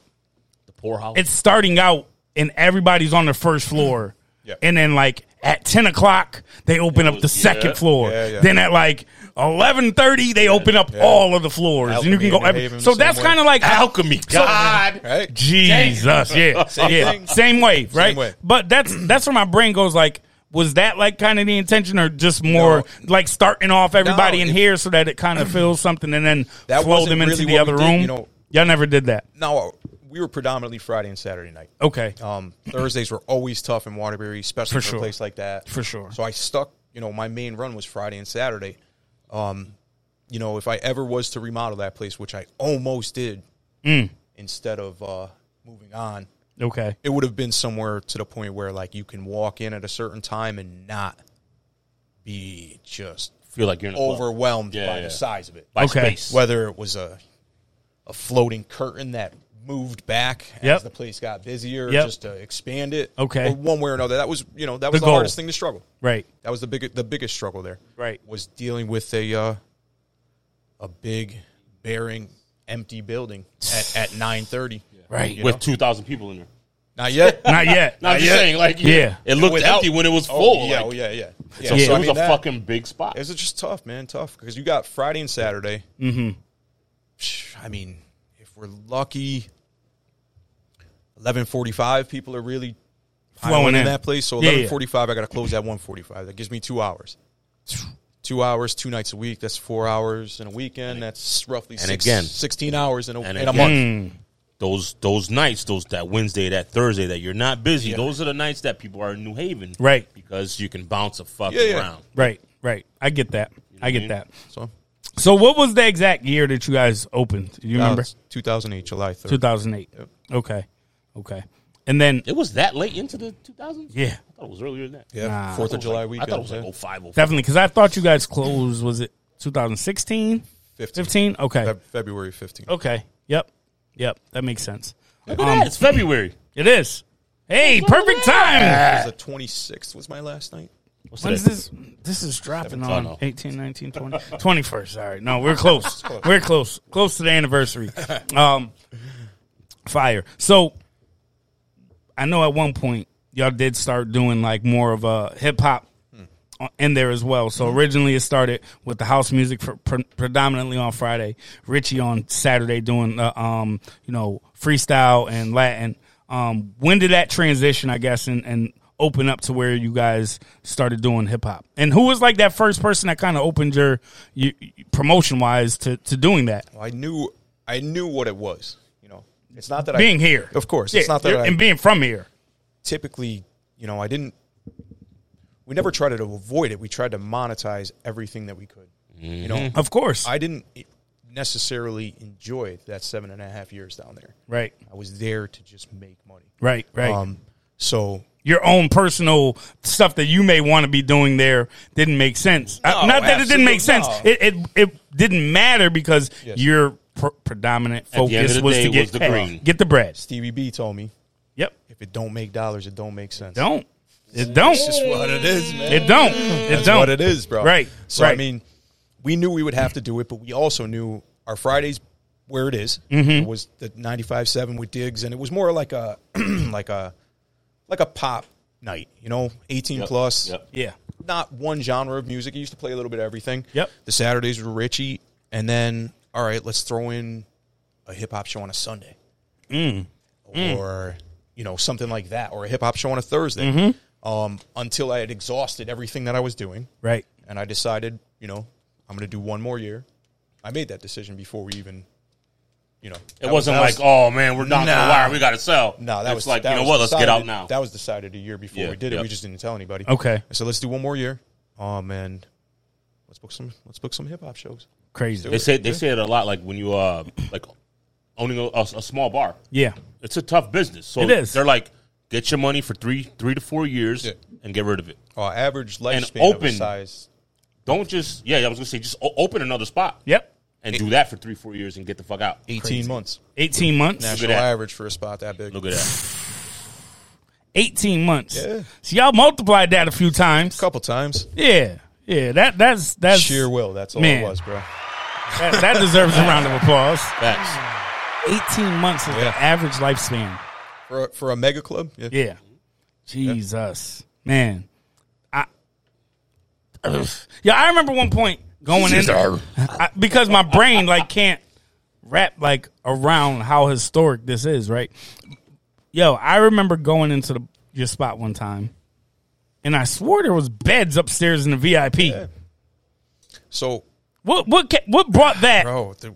Speaker 3: The poorhouse.
Speaker 2: it's starting out and everybody's on the first floor.
Speaker 5: Yeah.
Speaker 2: And then like at ten o'clock they open up the
Speaker 3: yeah.
Speaker 2: second floor.
Speaker 5: Yeah, yeah.
Speaker 2: Then at like eleven thirty they open up all of the floors, and you can
Speaker 5: Alchemy
Speaker 2: go.
Speaker 5: in New
Speaker 2: every-
Speaker 5: Haven,
Speaker 2: so
Speaker 5: same
Speaker 2: that's
Speaker 5: way.
Speaker 2: kind of like
Speaker 3: alchemy. God.
Speaker 5: Right?
Speaker 2: Jesus, yeah,
Speaker 5: Same
Speaker 2: yeah,
Speaker 5: thing.
Speaker 2: same way, right?
Speaker 5: way.
Speaker 2: But that's that's where my brain goes. Like, was that like kind of the intention, or just more like starting off everybody
Speaker 5: No,
Speaker 2: in
Speaker 5: it-
Speaker 2: here so that it kind of feels something, and then
Speaker 5: That
Speaker 2: flow
Speaker 5: wasn't
Speaker 2: them into
Speaker 5: really
Speaker 2: the
Speaker 5: what
Speaker 2: other
Speaker 5: we did,
Speaker 2: room?
Speaker 5: you know.
Speaker 2: all never did that.
Speaker 5: Now uh, we were predominantly Friday and Saturday night.
Speaker 2: Okay,
Speaker 5: Um, Thursdays were always tough in Waterbury, especially
Speaker 2: Oh. For
Speaker 5: for,
Speaker 2: sure.
Speaker 5: a place like that.
Speaker 2: For sure.
Speaker 5: So I stuck. You know, my main run was Friday and Saturday. Um, you know, if I ever was to remodel that place, which I almost did,
Speaker 2: Mm.
Speaker 5: instead of uh, moving on,
Speaker 2: okay,
Speaker 5: it would have been somewhere to the point where like you can walk in at a certain time and not be just
Speaker 3: feel like you're in a club.
Speaker 5: overwhelmed
Speaker 3: Yeah,
Speaker 5: by
Speaker 3: yeah.
Speaker 5: the size of it.
Speaker 3: By
Speaker 2: Okay.
Speaker 3: space.
Speaker 5: whether it was a a floating curtain that moved back
Speaker 2: Yep.
Speaker 5: as the place got busier
Speaker 2: Yep.
Speaker 5: just to expand it
Speaker 2: Okay.
Speaker 5: or one way or another that was you know that was the,
Speaker 2: goal.
Speaker 5: hardest thing to struggle
Speaker 2: right,
Speaker 5: that was the big the biggest struggle there
Speaker 2: Right.
Speaker 5: was dealing with a uh, a big bearing empty building at, at 930
Speaker 2: right.
Speaker 5: you
Speaker 3: With
Speaker 5: know?
Speaker 3: 2,000 people in there.
Speaker 5: not yet
Speaker 2: Not yet.
Speaker 3: No, I'm just
Speaker 5: yet.
Speaker 3: saying, like,
Speaker 2: Yeah.
Speaker 3: yeah, it looked
Speaker 5: Without-
Speaker 3: empty when it was full.
Speaker 5: oh, yeah,
Speaker 3: like,
Speaker 5: oh, yeah yeah
Speaker 3: So,
Speaker 5: yeah So,
Speaker 3: it
Speaker 5: I
Speaker 3: was
Speaker 5: mean,
Speaker 3: a
Speaker 5: that-
Speaker 3: fucking big spot.
Speaker 5: It's just tough, man. Tough because you got Friday and Saturday. Mm-hmm. I mean, if we're lucky, eleven forty five, people are really
Speaker 2: Flowing
Speaker 5: flowing in
Speaker 2: in.
Speaker 5: that place. So
Speaker 2: Yeah, yeah.
Speaker 5: eleven forty five, I got to close at one forty five. That gives me two hours. Two hours, two nights a week. That's four hours in a weekend. That's roughly
Speaker 3: And
Speaker 5: six,
Speaker 3: again.
Speaker 5: sixteen hours in a,
Speaker 3: And
Speaker 5: in a
Speaker 3: again.
Speaker 5: month.
Speaker 3: Those those nights, those that Wednesday, that Thursday, that you're not busy. Those are the nights that people are in New Haven,
Speaker 2: Right.
Speaker 3: Because you can bounce a fuck
Speaker 5: Yeah, yeah.
Speaker 3: around.
Speaker 2: Right, right. I get that. I get that.
Speaker 5: So
Speaker 2: So, what was the exact year that you guys opened? Do you Mm. remember?
Speaker 5: two thousand eight, July third.
Speaker 2: 2008. Okay, okay. And then,
Speaker 3: It was that late into the 2000s.
Speaker 2: yeah,
Speaker 3: I thought it was earlier than that.
Speaker 5: Yeah, Fourth of July
Speaker 3: I
Speaker 5: weekend.
Speaker 3: thought it was
Speaker 5: yeah.
Speaker 3: like 05, 05.
Speaker 2: definitely. Because I thought you guys closed, was it 2016?
Speaker 3: oh,
Speaker 5: 15.
Speaker 2: 15? Okay.
Speaker 5: Feb- February fifteenth.
Speaker 2: Okay. Yep. Yep. That makes sense.
Speaker 3: Look at
Speaker 5: um,
Speaker 3: that, It's February.
Speaker 2: It is. Hey, perfect time.
Speaker 5: The twenty sixth was my last night.
Speaker 3: What's
Speaker 2: When's
Speaker 3: today?
Speaker 2: this? This is dropping
Speaker 3: Oh,
Speaker 2: on
Speaker 3: no.
Speaker 2: 18, 19, 20. 21st. Sorry. No, we're close. We're close. Close to the anniversary. Um, fire. So I know at one point y'all did start doing like more of a hip hop on- uh, in there as well. So originally it started with the house music pr- pr- predominantly on Friday, Richie on Saturday doing the um, you know freestyle and Latin. Um, when did that transition, I guess, and, and open up to where you guys started doing hip hop? And who was like that first person that kind of opened your, you promotion wise to, to doing that?
Speaker 5: I knew I knew what it was. You know, it's not that I
Speaker 2: Being here,
Speaker 5: Of course, it's
Speaker 2: Yeah,
Speaker 5: not that I
Speaker 2: and being from here,
Speaker 5: typically, you know, I didn't. We never tried to avoid it. We tried to monetize everything that we could. You know,
Speaker 2: of course,
Speaker 5: I didn't necessarily enjoy that seven and a half years down there.
Speaker 2: right,
Speaker 5: I was there to just make money.
Speaker 2: right, right.
Speaker 5: Um, so
Speaker 2: your own personal stuff that you may want to be doing there didn't make sense. Uh,
Speaker 5: No,
Speaker 2: not that it didn't make sense.
Speaker 5: absolute-
Speaker 2: It, it it didn't matter because your pr- predominant
Speaker 3: the end of
Speaker 2: focus
Speaker 3: the
Speaker 2: was
Speaker 3: day,
Speaker 2: to
Speaker 3: it
Speaker 2: get
Speaker 3: was the
Speaker 2: hey,
Speaker 3: green.
Speaker 2: get the bread.
Speaker 5: Stevie B told me,
Speaker 2: Yep.
Speaker 5: if it don't make dollars, it don't make sense.
Speaker 2: Don't. It don't.
Speaker 5: That's what it is, man.
Speaker 2: It don't. It
Speaker 5: That's
Speaker 2: don't.
Speaker 5: what it is, bro.
Speaker 2: Right,
Speaker 5: So I
Speaker 2: right.
Speaker 5: mean, we knew we would have to do it, but we also knew our Fridays where it is.
Speaker 2: Mm-hmm.
Speaker 5: It was the ninety five seven with digs, and it was more like a like a like a pop night, you know, eighteen plus.
Speaker 3: Yep.
Speaker 2: Yeah.
Speaker 5: Not one genre of music. He used to play a little bit of everything.
Speaker 2: Yep.
Speaker 5: The Saturdays were Richie, and then all right, let's throw in a hip hop show on a Sunday,
Speaker 2: Mm.
Speaker 5: or you know something like that, or a hip hop show on a Thursday.
Speaker 2: Mm-hmm.
Speaker 5: Um, until I had exhausted everything that I was doing,
Speaker 2: Right.
Speaker 5: and I decided, you know, I'm going to do one more year. I made that decision before we even, you know,
Speaker 3: It wasn't like, oh man, we're not gonna
Speaker 5: Nah.
Speaker 3: wire. We gotta sell.
Speaker 5: no, that
Speaker 3: It's
Speaker 5: was
Speaker 3: like
Speaker 5: that
Speaker 3: you know
Speaker 5: was
Speaker 3: what? Let's get out
Speaker 5: decided-
Speaker 3: now.
Speaker 5: That was decided a year before
Speaker 3: Yeah,
Speaker 5: we did it.
Speaker 3: yeah.
Speaker 5: We just didn't tell anybody.
Speaker 2: Okay.
Speaker 5: I said, let's do one more year. Oh man, let's book some. Let's book some hip hop shows.
Speaker 2: Crazy.
Speaker 3: they say they say it a lot. Like when you uh like owning a, a, a small bar,
Speaker 2: Yeah.
Speaker 3: it's a tough business. So
Speaker 2: It is.
Speaker 3: They're like, get your money for three three to four years
Speaker 5: Yeah.
Speaker 3: and get rid of it.
Speaker 5: Our average lifespan of a
Speaker 3: open.
Speaker 5: size.
Speaker 3: Don't just yeah. I was gonna say just o- open another spot.
Speaker 2: Yep.
Speaker 3: And do that for three four years and get the fuck out.
Speaker 5: 18 months.
Speaker 2: 18 months.
Speaker 5: National
Speaker 3: that.
Speaker 5: average for a spot that big.
Speaker 3: Look at that.
Speaker 2: 18 months.
Speaker 5: Yeah.
Speaker 2: So y'all multiplied that a few times.
Speaker 5: couple times.
Speaker 2: Yeah. Yeah, that that's that's
Speaker 5: Sheer will. That's all
Speaker 2: Man.
Speaker 5: it was, bro.
Speaker 2: that, that deserves a round of applause.
Speaker 3: Facts.
Speaker 2: 18 months is
Speaker 5: Yeah.
Speaker 2: the average lifespan.
Speaker 5: For a, for a mega club, yeah.
Speaker 2: Yeah. Jesus. Man. I Ugh. Yeah, I remember one point going in I, because my brain like can't wrap like around how historic this is, right? Yo, I remember going into the your spot one time and I swore there was beds upstairs in the VIP.
Speaker 5: So,
Speaker 2: What what ca- what brought that?
Speaker 5: bro, the,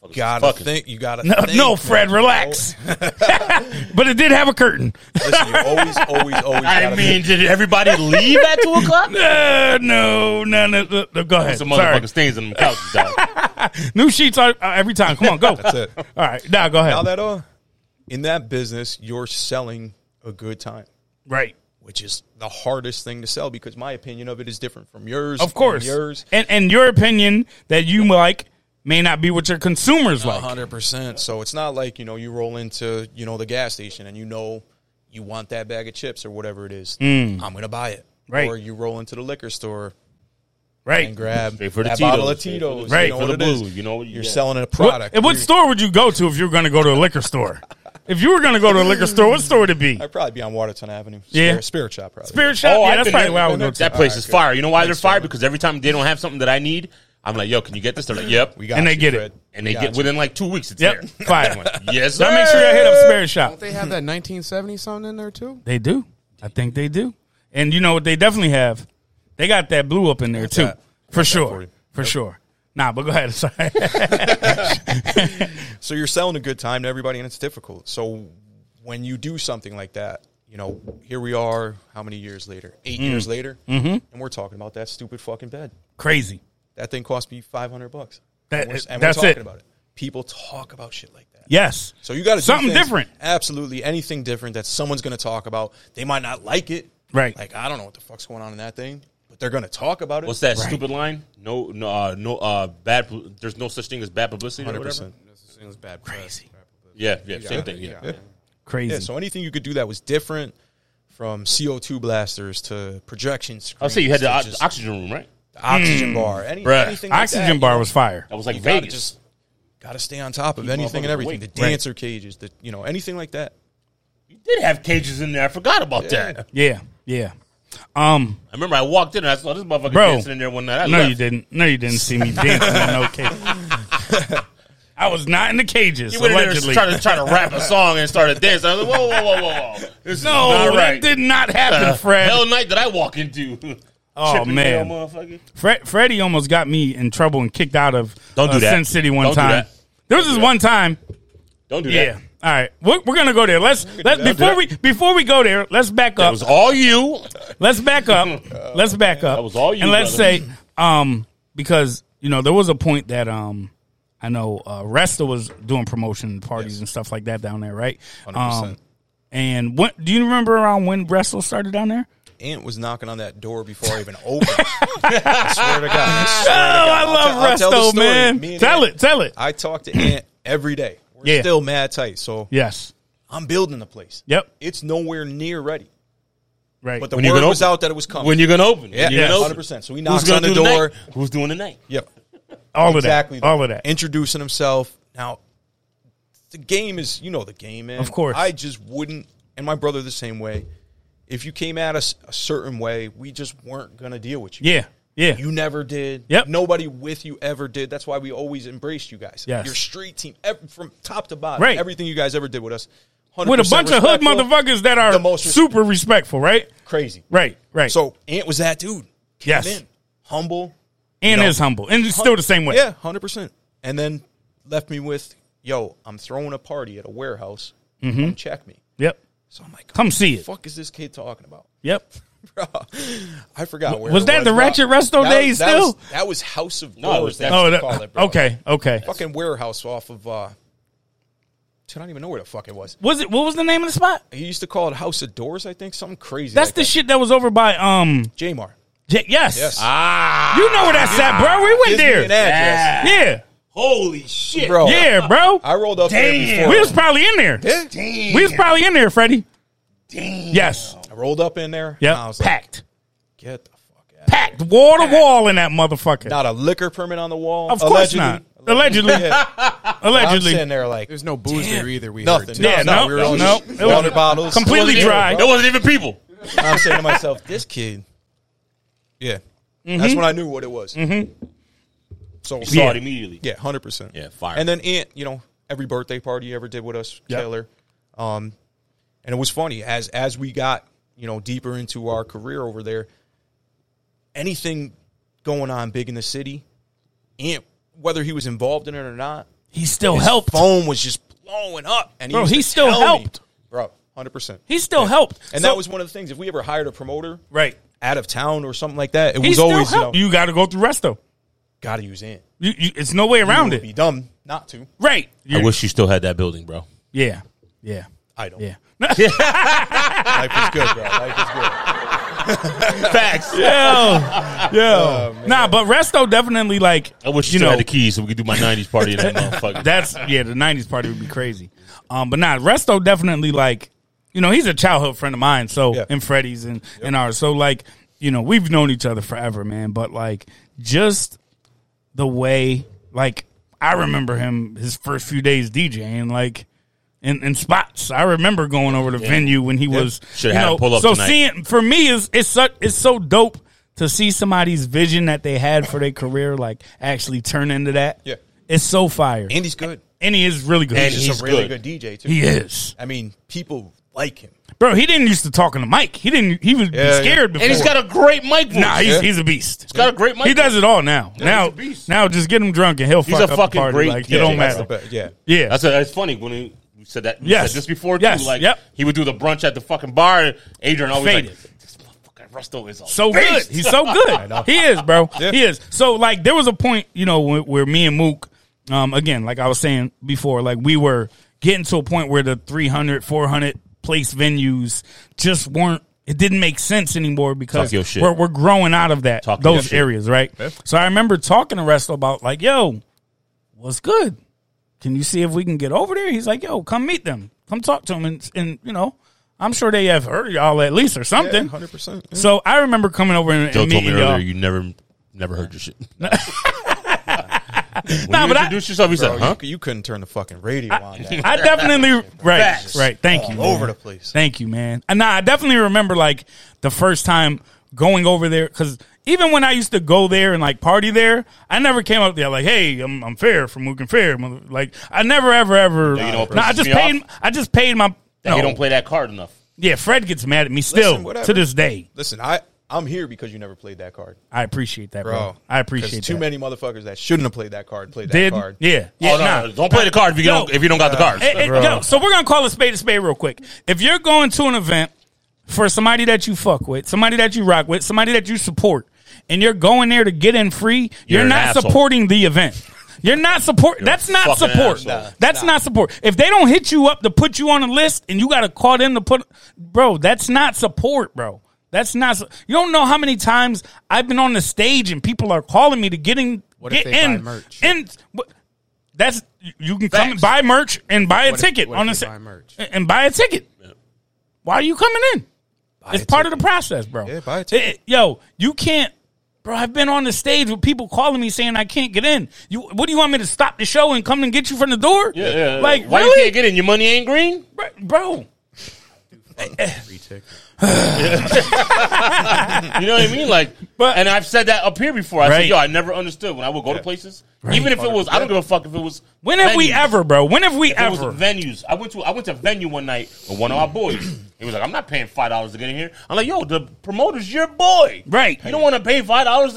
Speaker 3: Fucking-
Speaker 5: gotta
Speaker 3: fucking-
Speaker 5: think. You gotta.
Speaker 2: no,
Speaker 5: think,
Speaker 2: no,
Speaker 5: man.
Speaker 2: Fred,
Speaker 5: You
Speaker 2: relax. but it did have a curtain.
Speaker 5: Listen, you always, always, always.
Speaker 3: I
Speaker 5: gotta
Speaker 3: mean, did everybody leave at two o'clock?
Speaker 2: Uh, no, no, no, no, no, Go ahead.
Speaker 3: Some
Speaker 2: Sorry.
Speaker 3: motherfucking stains on them couches, dog. Oh,
Speaker 2: New sheets are, uh, every time. Come on, go. That's
Speaker 5: it.
Speaker 2: All right, now go ahead.
Speaker 5: Now that uh, in that business, you're selling a good time,
Speaker 2: right,
Speaker 5: which is the hardest thing to sell because my opinion of it is different from yours.
Speaker 2: of course.
Speaker 5: from yours.
Speaker 2: And and your opinion that you like may not be what your consumers
Speaker 5: A
Speaker 2: like.
Speaker 5: hundred percent. So it's not like you know you roll into you know the gas station and you know you want that bag of chips or whatever it is. I'm gonna buy it.
Speaker 2: Mm. Right.
Speaker 5: Or you roll into the liquor store
Speaker 2: Right.
Speaker 5: and grab
Speaker 3: Straight for the
Speaker 5: that bottle of
Speaker 3: Tito's, straight for the-
Speaker 2: Right. for
Speaker 5: Tito's. You know what
Speaker 3: the
Speaker 5: it is.
Speaker 3: booze, you know,
Speaker 5: you're
Speaker 3: yeah.
Speaker 5: selling a
Speaker 2: What,
Speaker 5: product.
Speaker 2: and what
Speaker 5: You're-
Speaker 2: store would you go to if you were going to go to a liquor store? if you were going to go to a liquor store, what store would it be?
Speaker 5: I'd probably be on Waterton Avenue.
Speaker 2: Yeah.
Speaker 5: Spirit, Spirit shop probably.
Speaker 2: Spirit shop. yeah,
Speaker 3: Oh, I've
Speaker 2: that's
Speaker 3: been
Speaker 2: probably
Speaker 3: there.
Speaker 2: where I
Speaker 5: I've
Speaker 2: would
Speaker 5: been
Speaker 2: go
Speaker 5: there.
Speaker 2: to.
Speaker 3: That place
Speaker 5: Alright,
Speaker 3: is
Speaker 5: good.
Speaker 3: fire. You know why they're fire? Because every time they don't have something that I need, I'm like, yo, can you get this? They're like, yep.
Speaker 5: We got
Speaker 2: And they
Speaker 5: you,
Speaker 2: get it.
Speaker 5: Fred.
Speaker 3: and they
Speaker 5: We got
Speaker 3: get
Speaker 5: you.
Speaker 3: within like two weeks. It's
Speaker 2: Yep,
Speaker 3: there.
Speaker 2: fire.
Speaker 3: yes, sir.
Speaker 2: So make sure y'all hit up Spirit Shop.
Speaker 4: Don't they have that 1970 something in there too?
Speaker 2: They do. I think they do. And you know what they definitely have? They got that blue up in there too.
Speaker 5: that.
Speaker 2: For
Speaker 5: for
Speaker 2: sure.
Speaker 5: you.
Speaker 2: For sure. Nah, but go ahead. Sorry.
Speaker 5: So you're selling a good time to everybody, and it's difficult. So when you do something like that, you know, here we are, how many years later? Eight
Speaker 2: Mm.
Speaker 5: years later,
Speaker 2: Mm-hmm.
Speaker 5: and we're talking about that stupid fucking bed.
Speaker 2: Crazy.
Speaker 5: That thing cost me five hundred bucks.
Speaker 2: That-
Speaker 5: and we're, and
Speaker 2: that's
Speaker 5: we're talking
Speaker 2: it.
Speaker 5: about it. People talk about shit like that.
Speaker 2: Yes.
Speaker 5: So you got to
Speaker 2: Something different.
Speaker 5: Absolutely, anything different that someone's going to talk about. They might not like it.
Speaker 2: Right.
Speaker 5: Like I don't know what the fuck's going on in that thing, but they're going to talk about it.
Speaker 3: What's that stupid line? No, no, uh, no. Uh, bad. pu- There's no such thing as bad publicity. Or
Speaker 5: Hundred
Speaker 3: whatever.
Speaker 5: percent.
Speaker 4: bad
Speaker 2: Crazy.
Speaker 3: Yeah, yeah, same thing. Yeah.
Speaker 2: Crazy.
Speaker 5: Yeah. So anything you could do that was different, from CO two blasters to projection screens.
Speaker 3: I'll say you had the
Speaker 5: to
Speaker 3: o-
Speaker 5: just
Speaker 3: oxygen room, right?
Speaker 5: the oxygen bar. Any,
Speaker 3: Bruh.
Speaker 5: anything like
Speaker 2: Oxygen
Speaker 5: that, you
Speaker 2: bar
Speaker 5: know,
Speaker 2: was fire.
Speaker 3: That was like
Speaker 5: you gotta
Speaker 3: Vegas.
Speaker 5: Just got to stay on top of anything
Speaker 3: motherfuckers
Speaker 5: and everything.
Speaker 3: awake.
Speaker 5: The dancer cages, the you know anything like that.
Speaker 3: you did have cages in there. I forgot about that.
Speaker 2: Yeah. Yeah. Um,
Speaker 3: I remember I walked in and I saw this motherfucker
Speaker 2: Bro.
Speaker 3: dancing in there one night. I
Speaker 2: no,
Speaker 3: left.
Speaker 2: you didn't. No, you didn't see me dancing in no cage. I was not in the cages.
Speaker 3: He went
Speaker 2: allegedly.
Speaker 3: in there trying to try to rap a song and started dancing. I was like, whoa, whoa, whoa, whoa, whoa! This is
Speaker 2: no,
Speaker 3: not
Speaker 2: that did not happen,
Speaker 3: Uh,
Speaker 2: Fred.
Speaker 3: Hell night that I walk into.
Speaker 2: Oh,
Speaker 3: Chippendale
Speaker 2: man.
Speaker 3: motherfucker.
Speaker 2: Fred, Freddie almost got me in trouble and kicked out of
Speaker 3: Don't do
Speaker 2: uh,
Speaker 3: that.
Speaker 2: Sin City one
Speaker 3: Don't do
Speaker 2: time.
Speaker 3: that.
Speaker 2: There was this one time.
Speaker 3: Don't do
Speaker 2: Yeah.
Speaker 3: that.
Speaker 2: All right. We're, we're gonna go there. Let's let before we before we go there. Let's back
Speaker 3: That
Speaker 2: up.
Speaker 3: was all you.
Speaker 2: Let's back up. Let's back up. That
Speaker 3: was all you,
Speaker 2: And let's
Speaker 3: brother.
Speaker 2: say, um, because you know there was a point that um, I know uh, Resta was doing promotion parties and stuff like that down there, right?
Speaker 5: 100%.
Speaker 2: Um, and when do you remember around when Wrestle started down there?
Speaker 5: Ant was knocking on that door before I even opened. I swear to God. I swear
Speaker 2: Oh, I love
Speaker 5: I'll tell the
Speaker 2: Resto,
Speaker 5: story. Me
Speaker 2: man.
Speaker 5: and
Speaker 2: Tell
Speaker 5: Ant-
Speaker 2: it, tell it.
Speaker 5: I talk to Ant every day. We're
Speaker 2: Yeah.
Speaker 5: still mad tight. So
Speaker 2: Yes.
Speaker 5: I'm building the place.
Speaker 2: Yep.
Speaker 5: It's nowhere near ready.
Speaker 2: Right.
Speaker 5: But the
Speaker 3: you
Speaker 5: word
Speaker 3: gonna
Speaker 5: was
Speaker 3: open?
Speaker 5: out that it was coming.
Speaker 3: When you gonna open?
Speaker 5: yeah,
Speaker 3: When you gonna open?
Speaker 5: 100%. So he
Speaker 3: Who's
Speaker 5: knocks
Speaker 3: gonna
Speaker 5: on
Speaker 3: do
Speaker 5: the
Speaker 3: the
Speaker 5: door.
Speaker 3: night? Who's doing the night?
Speaker 5: Yep.
Speaker 2: all
Speaker 5: Exactly.
Speaker 2: of that. All of that.
Speaker 5: Introducing himself. Now, the game is, you know, the game, man.
Speaker 2: Of course.
Speaker 5: I just wouldn't, and my brother the same way. If you came at us a certain way, we just weren't going to deal with you.
Speaker 2: yeah. Yeah.
Speaker 5: You never did.
Speaker 2: Yep.
Speaker 5: Nobody with you ever did. That's why we always embraced you guys.
Speaker 2: Yes.
Speaker 5: Your street team, ev- from top to bottom,
Speaker 2: Right.
Speaker 5: everything you guys ever did with us. 100%
Speaker 2: With a bunch of hood
Speaker 5: respectful,
Speaker 2: motherfuckers that are
Speaker 5: the most res-
Speaker 2: super respectful, right?
Speaker 5: crazy.
Speaker 2: Right. Right.
Speaker 5: So Ant was that dude. Came
Speaker 2: Yes.
Speaker 5: in, humble.
Speaker 2: and
Speaker 5: you know,
Speaker 2: is humble and it's still the same way.
Speaker 5: Yeah, hundred percent. And then left me with, yo, I'm throwing a party at a warehouse.
Speaker 2: Mm-hmm.
Speaker 5: Come check me.
Speaker 2: Yep.
Speaker 5: So I'm like,
Speaker 2: Come see
Speaker 5: The
Speaker 2: it.
Speaker 5: fuck is this kid talking about?
Speaker 2: Yep.
Speaker 5: Bro, I forgot where
Speaker 2: was
Speaker 5: it
Speaker 2: that the
Speaker 5: bro.
Speaker 2: Ratchet Resto
Speaker 5: That-
Speaker 2: days
Speaker 5: that was-
Speaker 2: still?
Speaker 5: that was House of
Speaker 3: No, it
Speaker 5: Doors.
Speaker 3: was
Speaker 5: that's
Speaker 3: that-
Speaker 5: what
Speaker 2: Oh,
Speaker 5: they
Speaker 2: that,
Speaker 5: call it, bro.
Speaker 2: okay, okay.
Speaker 5: fucking warehouse off of uh I don't even know where the fuck it was.
Speaker 2: Was it? What was the name of the spot?
Speaker 5: He used to call it House of Doors, I think, something crazy.
Speaker 2: That's
Speaker 5: like
Speaker 2: the
Speaker 5: that.
Speaker 2: shit that was over by um.
Speaker 5: Jmar.
Speaker 2: J- yes.
Speaker 5: Yes.
Speaker 2: Ah. You know where that's at, bro. We went
Speaker 5: Gives me an
Speaker 2: there.
Speaker 5: address.
Speaker 2: Yeah.
Speaker 3: Holy shit,
Speaker 5: Bro,
Speaker 2: Yeah, bro.
Speaker 5: I rolled up there before.
Speaker 2: we was probably in there.
Speaker 5: Yeah.
Speaker 3: Damn.
Speaker 2: We was probably in there, Freddie.
Speaker 3: Damn.
Speaker 2: Yes.
Speaker 5: I rolled up in there.
Speaker 2: Yep.
Speaker 5: and I was like,
Speaker 2: Packed.
Speaker 5: get the fuck out.
Speaker 2: Packed. Wall to wall in that motherfucker.
Speaker 5: Not a liquor permit on the wall.
Speaker 2: Of course
Speaker 5: allegedly.
Speaker 2: not. Allegedly.
Speaker 5: I'm
Speaker 2: Allegedly.
Speaker 5: sitting there like
Speaker 4: There's no booze there either. We
Speaker 5: nothing.
Speaker 4: heard.
Speaker 5: No,
Speaker 2: Yeah,
Speaker 5: no,
Speaker 2: no,
Speaker 5: we were all
Speaker 2: no.
Speaker 5: just
Speaker 2: It was
Speaker 5: water bottles.
Speaker 2: completely
Speaker 5: Wasn't
Speaker 2: dry.
Speaker 5: it,
Speaker 3: There wasn't even people.
Speaker 5: bro? I'm saying to myself, this kid.
Speaker 2: Mm-hmm.
Speaker 5: Yeah. That's when I knew what it was. Mm-hmm. So
Speaker 3: Saw
Speaker 2: Yeah.
Speaker 3: it immediately.
Speaker 5: Yeah, hundred percent.
Speaker 3: Yeah, fire.
Speaker 5: And then Ant, you know, every birthday party you ever did with us,
Speaker 2: Yep.
Speaker 5: Taylor. Um, and it was funny as as we got you know deeper into our career over there. Anything going on big in the city, Ant, whether he was involved in it or not,
Speaker 2: He still helped.
Speaker 5: phone was just blowing up. And he
Speaker 2: Bro,
Speaker 5: used
Speaker 2: he
Speaker 5: to
Speaker 2: still
Speaker 5: tell me-
Speaker 2: helped.
Speaker 5: bro, hundred percent.
Speaker 2: He still helped.
Speaker 5: And
Speaker 2: So-
Speaker 5: that was one of the things. If we ever hired a promoter
Speaker 2: right.
Speaker 5: out of town or something like that, it
Speaker 2: He
Speaker 5: was
Speaker 2: still
Speaker 5: always you, know,
Speaker 2: helped. You, got to go through resto.
Speaker 5: gotta use Ant.
Speaker 2: You, you, it's no way around
Speaker 5: It
Speaker 2: it.
Speaker 5: would be dumb not to.
Speaker 2: right.
Speaker 3: I
Speaker 2: You-
Speaker 3: wish you still had that building, bro.
Speaker 2: Yeah. Yeah.
Speaker 5: I don't.
Speaker 2: Yeah.
Speaker 5: Life is good, bro. Life is good.
Speaker 3: Facts.
Speaker 2: Yeah. Yeah. nah, but resto definitely like
Speaker 3: I wish you,
Speaker 2: you
Speaker 3: still
Speaker 2: know
Speaker 3: had the keys so we could do my '90s party in that motherfucker.
Speaker 2: that's yeah, the nineties party would be crazy. Um but nah, Resto definitely like you know, he's a childhood friend of mine, so
Speaker 5: Yeah.
Speaker 2: and Freddie's and, and ours. So like, you know, we've known each other forever, man. But like just the way like I remember him his first few days DJing, like in, in spots. I remember going over the venue when he was
Speaker 3: Shoulda
Speaker 2: you
Speaker 3: had him
Speaker 2: know,
Speaker 3: pull up
Speaker 2: So
Speaker 3: tonight.
Speaker 2: seeing for me is it's such it's so dope to see somebody's vision that they had for their career like actually turn into that.
Speaker 5: Yeah.
Speaker 2: It's so fire. And,
Speaker 5: Andy's good.
Speaker 2: he is really good.
Speaker 3: And
Speaker 5: He's,
Speaker 3: He's
Speaker 5: a really
Speaker 3: good.
Speaker 5: good. DJ too.
Speaker 2: he is.
Speaker 5: I mean, people like him.
Speaker 2: Bro, he didn't used to talk on the mic. He didn't he was
Speaker 5: Yeah,
Speaker 2: scared before.
Speaker 3: And he's got a great mic voice.
Speaker 2: Nah, he's,
Speaker 5: Yeah.
Speaker 2: he's a beast. He's
Speaker 3: got a great mic
Speaker 2: He does it all now. now,
Speaker 3: he's a beast.
Speaker 2: now, just get him drunk and he'll
Speaker 3: He's
Speaker 2: fuck
Speaker 3: a
Speaker 2: up
Speaker 3: fucking
Speaker 2: the party.
Speaker 3: great
Speaker 2: Like,
Speaker 3: DJ.
Speaker 2: it don't
Speaker 5: That's
Speaker 2: matter.
Speaker 5: the best. Yeah.
Speaker 2: Yeah,
Speaker 3: That's a, it's funny when he we said that. we
Speaker 2: Yes.
Speaker 3: said this before too.
Speaker 2: Yes.
Speaker 3: Like
Speaker 2: Yep.
Speaker 3: he would do the brunch at the fucking bar. And Adrian always
Speaker 2: Faded.
Speaker 3: like this motherfucker Rusto is a
Speaker 2: so good.
Speaker 3: beast."
Speaker 2: He's so good. he is, bro. He is. So like, there was a point, you know, where, where me and Mook, um, again, like I was saying before, like we were getting to a point where the 300, 400 place venues just weren't. It didn't make sense anymore because
Speaker 3: Talk your shit.
Speaker 2: we're we're growing out of that
Speaker 3: Talk your
Speaker 2: those
Speaker 3: shit.
Speaker 2: areas, right? So I remember talking to Wrestle about like, yo, what's good? Can you see if we can get over there? He's like, yo, come meet them, come talk to them, and, and you know, I'm sure they have heard of y'all at least or something.
Speaker 5: Hundred percent.
Speaker 2: So I remember coming over and,
Speaker 3: Joe
Speaker 2: and
Speaker 3: told me
Speaker 2: meeting
Speaker 3: earlier
Speaker 2: y'all.
Speaker 3: you never never heard your shit. when
Speaker 2: Nah,
Speaker 3: you
Speaker 2: but I-
Speaker 3: introduced yourself. He said, "Huh."
Speaker 5: You, you couldn't turn the fucking radio on. That.
Speaker 2: I definitely right,
Speaker 3: Facts.
Speaker 2: right. Thank you.
Speaker 5: All over
Speaker 2: man.
Speaker 5: the place.
Speaker 2: Thank you, man. And nah, I definitely remember like the first time going over there because even when I used to go there and like party there, I never came up there like, "Hey, I'm, I'm fair from Mook and Fair." mother- Like I never ever ever.
Speaker 3: you know what
Speaker 2: Nah, I
Speaker 3: pisses
Speaker 2: just
Speaker 3: me
Speaker 2: paid.
Speaker 3: off?
Speaker 2: I just paid my.
Speaker 3: That
Speaker 2: no.
Speaker 3: he don't play that card enough.
Speaker 2: Yeah, Fred gets mad at me still
Speaker 5: Listen, whatever.
Speaker 2: to this day.
Speaker 5: Listen, I I'm here because you never played that card,
Speaker 2: I appreciate that, bro.
Speaker 5: bro.
Speaker 2: I
Speaker 5: 'Cause
Speaker 2: appreciate
Speaker 5: Too
Speaker 2: that.
Speaker 5: many motherfuckers that shouldn't have played that card played that
Speaker 2: Did
Speaker 5: card.
Speaker 2: yeah, yeah
Speaker 3: oh, no,
Speaker 2: nah.
Speaker 3: no, don't play the card if you
Speaker 2: Yo.
Speaker 3: don't if you don't got the cards.
Speaker 2: Hey, hey, yo, so we're gonna call a spade a spade real quick. If you're going to an event for somebody that you fuck with, somebody that you rock with, somebody that you support, and you're going there to get in free, you're,
Speaker 3: You're an
Speaker 2: not
Speaker 3: asshole.
Speaker 2: supporting the event. You're not support. that's
Speaker 3: a
Speaker 2: not
Speaker 3: fucking
Speaker 2: support.
Speaker 3: asshole. Nah,
Speaker 2: that's not support. If they don't hit you up to put you on a list, and you got to call them to put, bro, that's not support, bro. That's not. su- You don't know how many times I've been on the stage and people are calling me to get in.
Speaker 4: What if
Speaker 2: get
Speaker 4: they buy
Speaker 2: in,
Speaker 4: merch?
Speaker 2: in- what- that's you can come and
Speaker 3: Facts.
Speaker 2: buy merch and buy a
Speaker 4: What if-
Speaker 2: ticket
Speaker 4: what
Speaker 2: on
Speaker 4: if
Speaker 2: the
Speaker 4: they
Speaker 2: sa-
Speaker 4: buy merch?
Speaker 2: and- and buy a ticket. Why are you coming in? it's part of the process, bro.
Speaker 5: Yeah, buy a ticket.
Speaker 2: Eh, eh, yo, you can't, bro. I've been on the stage with people calling me saying I can't get in. You, what do you want me to stop the show and come and get you from the door?
Speaker 3: Yeah, yeah, yeah.
Speaker 2: like
Speaker 3: why
Speaker 2: really,
Speaker 3: you can't get in? Your money ain't green.
Speaker 2: bro? bro.
Speaker 3: You know what I mean? Like,
Speaker 2: But-
Speaker 3: and I've said that up here before. I
Speaker 2: Right.
Speaker 3: said, "Yo, I never understood when I would go to places, even if it was I don't give a fuck if it was
Speaker 2: When have we
Speaker 3: venues.
Speaker 2: ever, bro? When have we
Speaker 3: It was
Speaker 2: ever?
Speaker 3: venues. I went to I went to a venue one night with one of my boys. He was like, "I'm not paying five dollars to get in here." I'm like, "Yo, the promoter's your boy,
Speaker 2: Right.
Speaker 3: You don't want to pay five dollars."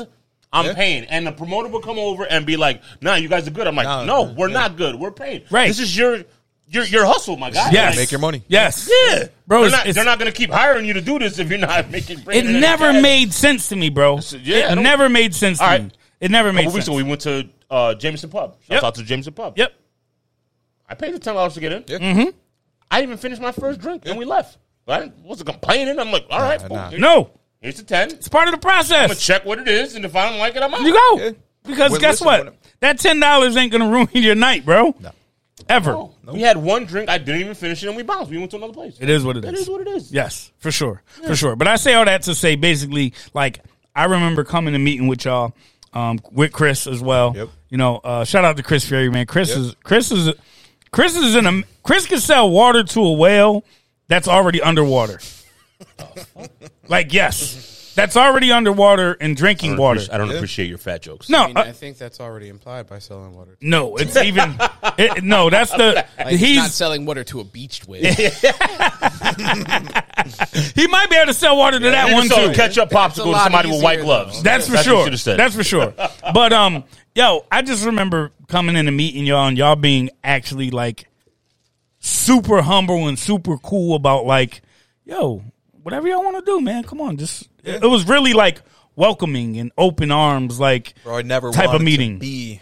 Speaker 3: I'm
Speaker 5: Yeah.
Speaker 3: paying, and the promoter will come over and be like, "Nah, you guys are good." I'm like,
Speaker 5: Nah,
Speaker 3: "No,
Speaker 5: nah,
Speaker 3: we're not good. We're paying.
Speaker 2: Right.
Speaker 3: This is your your your hustle, my guy.
Speaker 2: Yes.
Speaker 5: Make your money.
Speaker 2: Yes,
Speaker 3: Like, yeah,
Speaker 2: Bro,
Speaker 3: They're
Speaker 2: it's-
Speaker 3: not,
Speaker 2: it's-
Speaker 3: they're not going to keep hiring you to do this if you're not making.
Speaker 2: it
Speaker 3: bringing in any
Speaker 2: never
Speaker 3: cash.
Speaker 2: made sense to me, bro.
Speaker 3: yeah, I
Speaker 2: it
Speaker 3: don't-
Speaker 2: never made sense to
Speaker 3: All right.
Speaker 2: me. It never made
Speaker 3: couple weeks
Speaker 2: sense.
Speaker 3: ago, we went to uh, Jameson Pub. Shout
Speaker 2: Yep.
Speaker 3: out to Jameson Pub.
Speaker 2: Yep. Mm-hmm.
Speaker 3: I paid the ten dollars to get in.
Speaker 5: Yeah.
Speaker 3: I didn't even finished my first drink, and we left. I didn't- wasn't complaining. I'm like, all right,
Speaker 5: Nah,
Speaker 3: cool.
Speaker 5: nah.
Speaker 3: Here-
Speaker 2: No,
Speaker 3: here's the ten. I'm
Speaker 2: it's part of the process.
Speaker 3: gonna check what it is, and if I don't like it, I'm out.
Speaker 2: You go.
Speaker 5: Yeah.
Speaker 2: Because
Speaker 5: Well,
Speaker 2: guess
Speaker 5: listen,
Speaker 2: what?
Speaker 5: when it-
Speaker 2: that ten dollars ain't gonna ruin your night, bro.
Speaker 5: No.
Speaker 2: Ever.
Speaker 3: No. We had one drink. I didn't even finish it, and we bounced. We went to another place.
Speaker 2: It is what it
Speaker 3: That
Speaker 2: is.
Speaker 3: is what it is.
Speaker 2: Yes, for sure. For sure. But I say all that to say basically, like, I remember coming to meeting with y'all, um, with Chris as well.
Speaker 5: Yep.
Speaker 2: You know, uh, shout out to Chris Fury, man. Chris
Speaker 5: Yep.
Speaker 2: is Chris is Chris is in a Chris can sell water to a whale that's already underwater. like, yes. That's already underwater and drinking water.
Speaker 3: I don't appreciate your fat jokes.
Speaker 2: No,
Speaker 4: I mean,
Speaker 2: uh,
Speaker 4: I think that's already implied by selling water.
Speaker 2: no, it's even it, no. That's the
Speaker 6: Like, he's, not
Speaker 2: he's
Speaker 6: selling water to a beached whale.
Speaker 2: He might be able to sell water to that one
Speaker 3: One
Speaker 2: too.
Speaker 3: ketchup popsicle to
Speaker 6: lot
Speaker 3: somebody with
Speaker 6: easier,
Speaker 3: white
Speaker 6: though.
Speaker 3: gloves.
Speaker 2: That's for
Speaker 3: what you
Speaker 2: sure.
Speaker 3: should have said.
Speaker 2: That's for sure. But um, yo, I just remember coming in and meeting y'all and y'all being actually like super humble and super cool about like, yo, whatever y'all want to do, man. Come on, just it it was really like welcoming and open arms, like
Speaker 5: Bro, I never
Speaker 2: type
Speaker 5: wanted
Speaker 2: of meeting.
Speaker 5: To be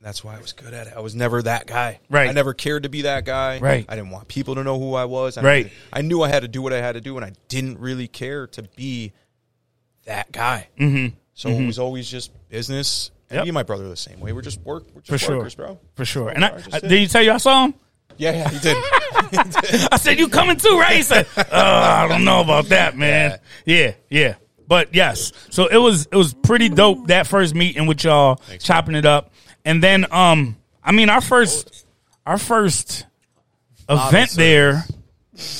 Speaker 5: that's why I was good at it. I was never that guy.
Speaker 2: Right.
Speaker 5: I never cared to be that guy.
Speaker 2: Right.
Speaker 5: I didn't want people to know who I was. I
Speaker 2: Right.
Speaker 5: I knew I had to do what I had to do, and I didn't really care to be that guy. Mm-hmm. So it was always just business. And
Speaker 2: Yep.
Speaker 5: me and my brother are the same way. We're just work. We're
Speaker 2: for
Speaker 5: just
Speaker 2: sure,
Speaker 5: workers, bro.
Speaker 2: for sure. And I,
Speaker 5: just
Speaker 2: I
Speaker 5: did.
Speaker 2: did you tell you I saw him?
Speaker 5: Yeah, yeah, he did.
Speaker 2: I said, "You coming too, right?" He said, "Uh, I don't know about that, man. Yeah, yeah, but yes. So it was it was pretty dope that first meeting with y'all, chopping it up, and then um, I mean our first our first event there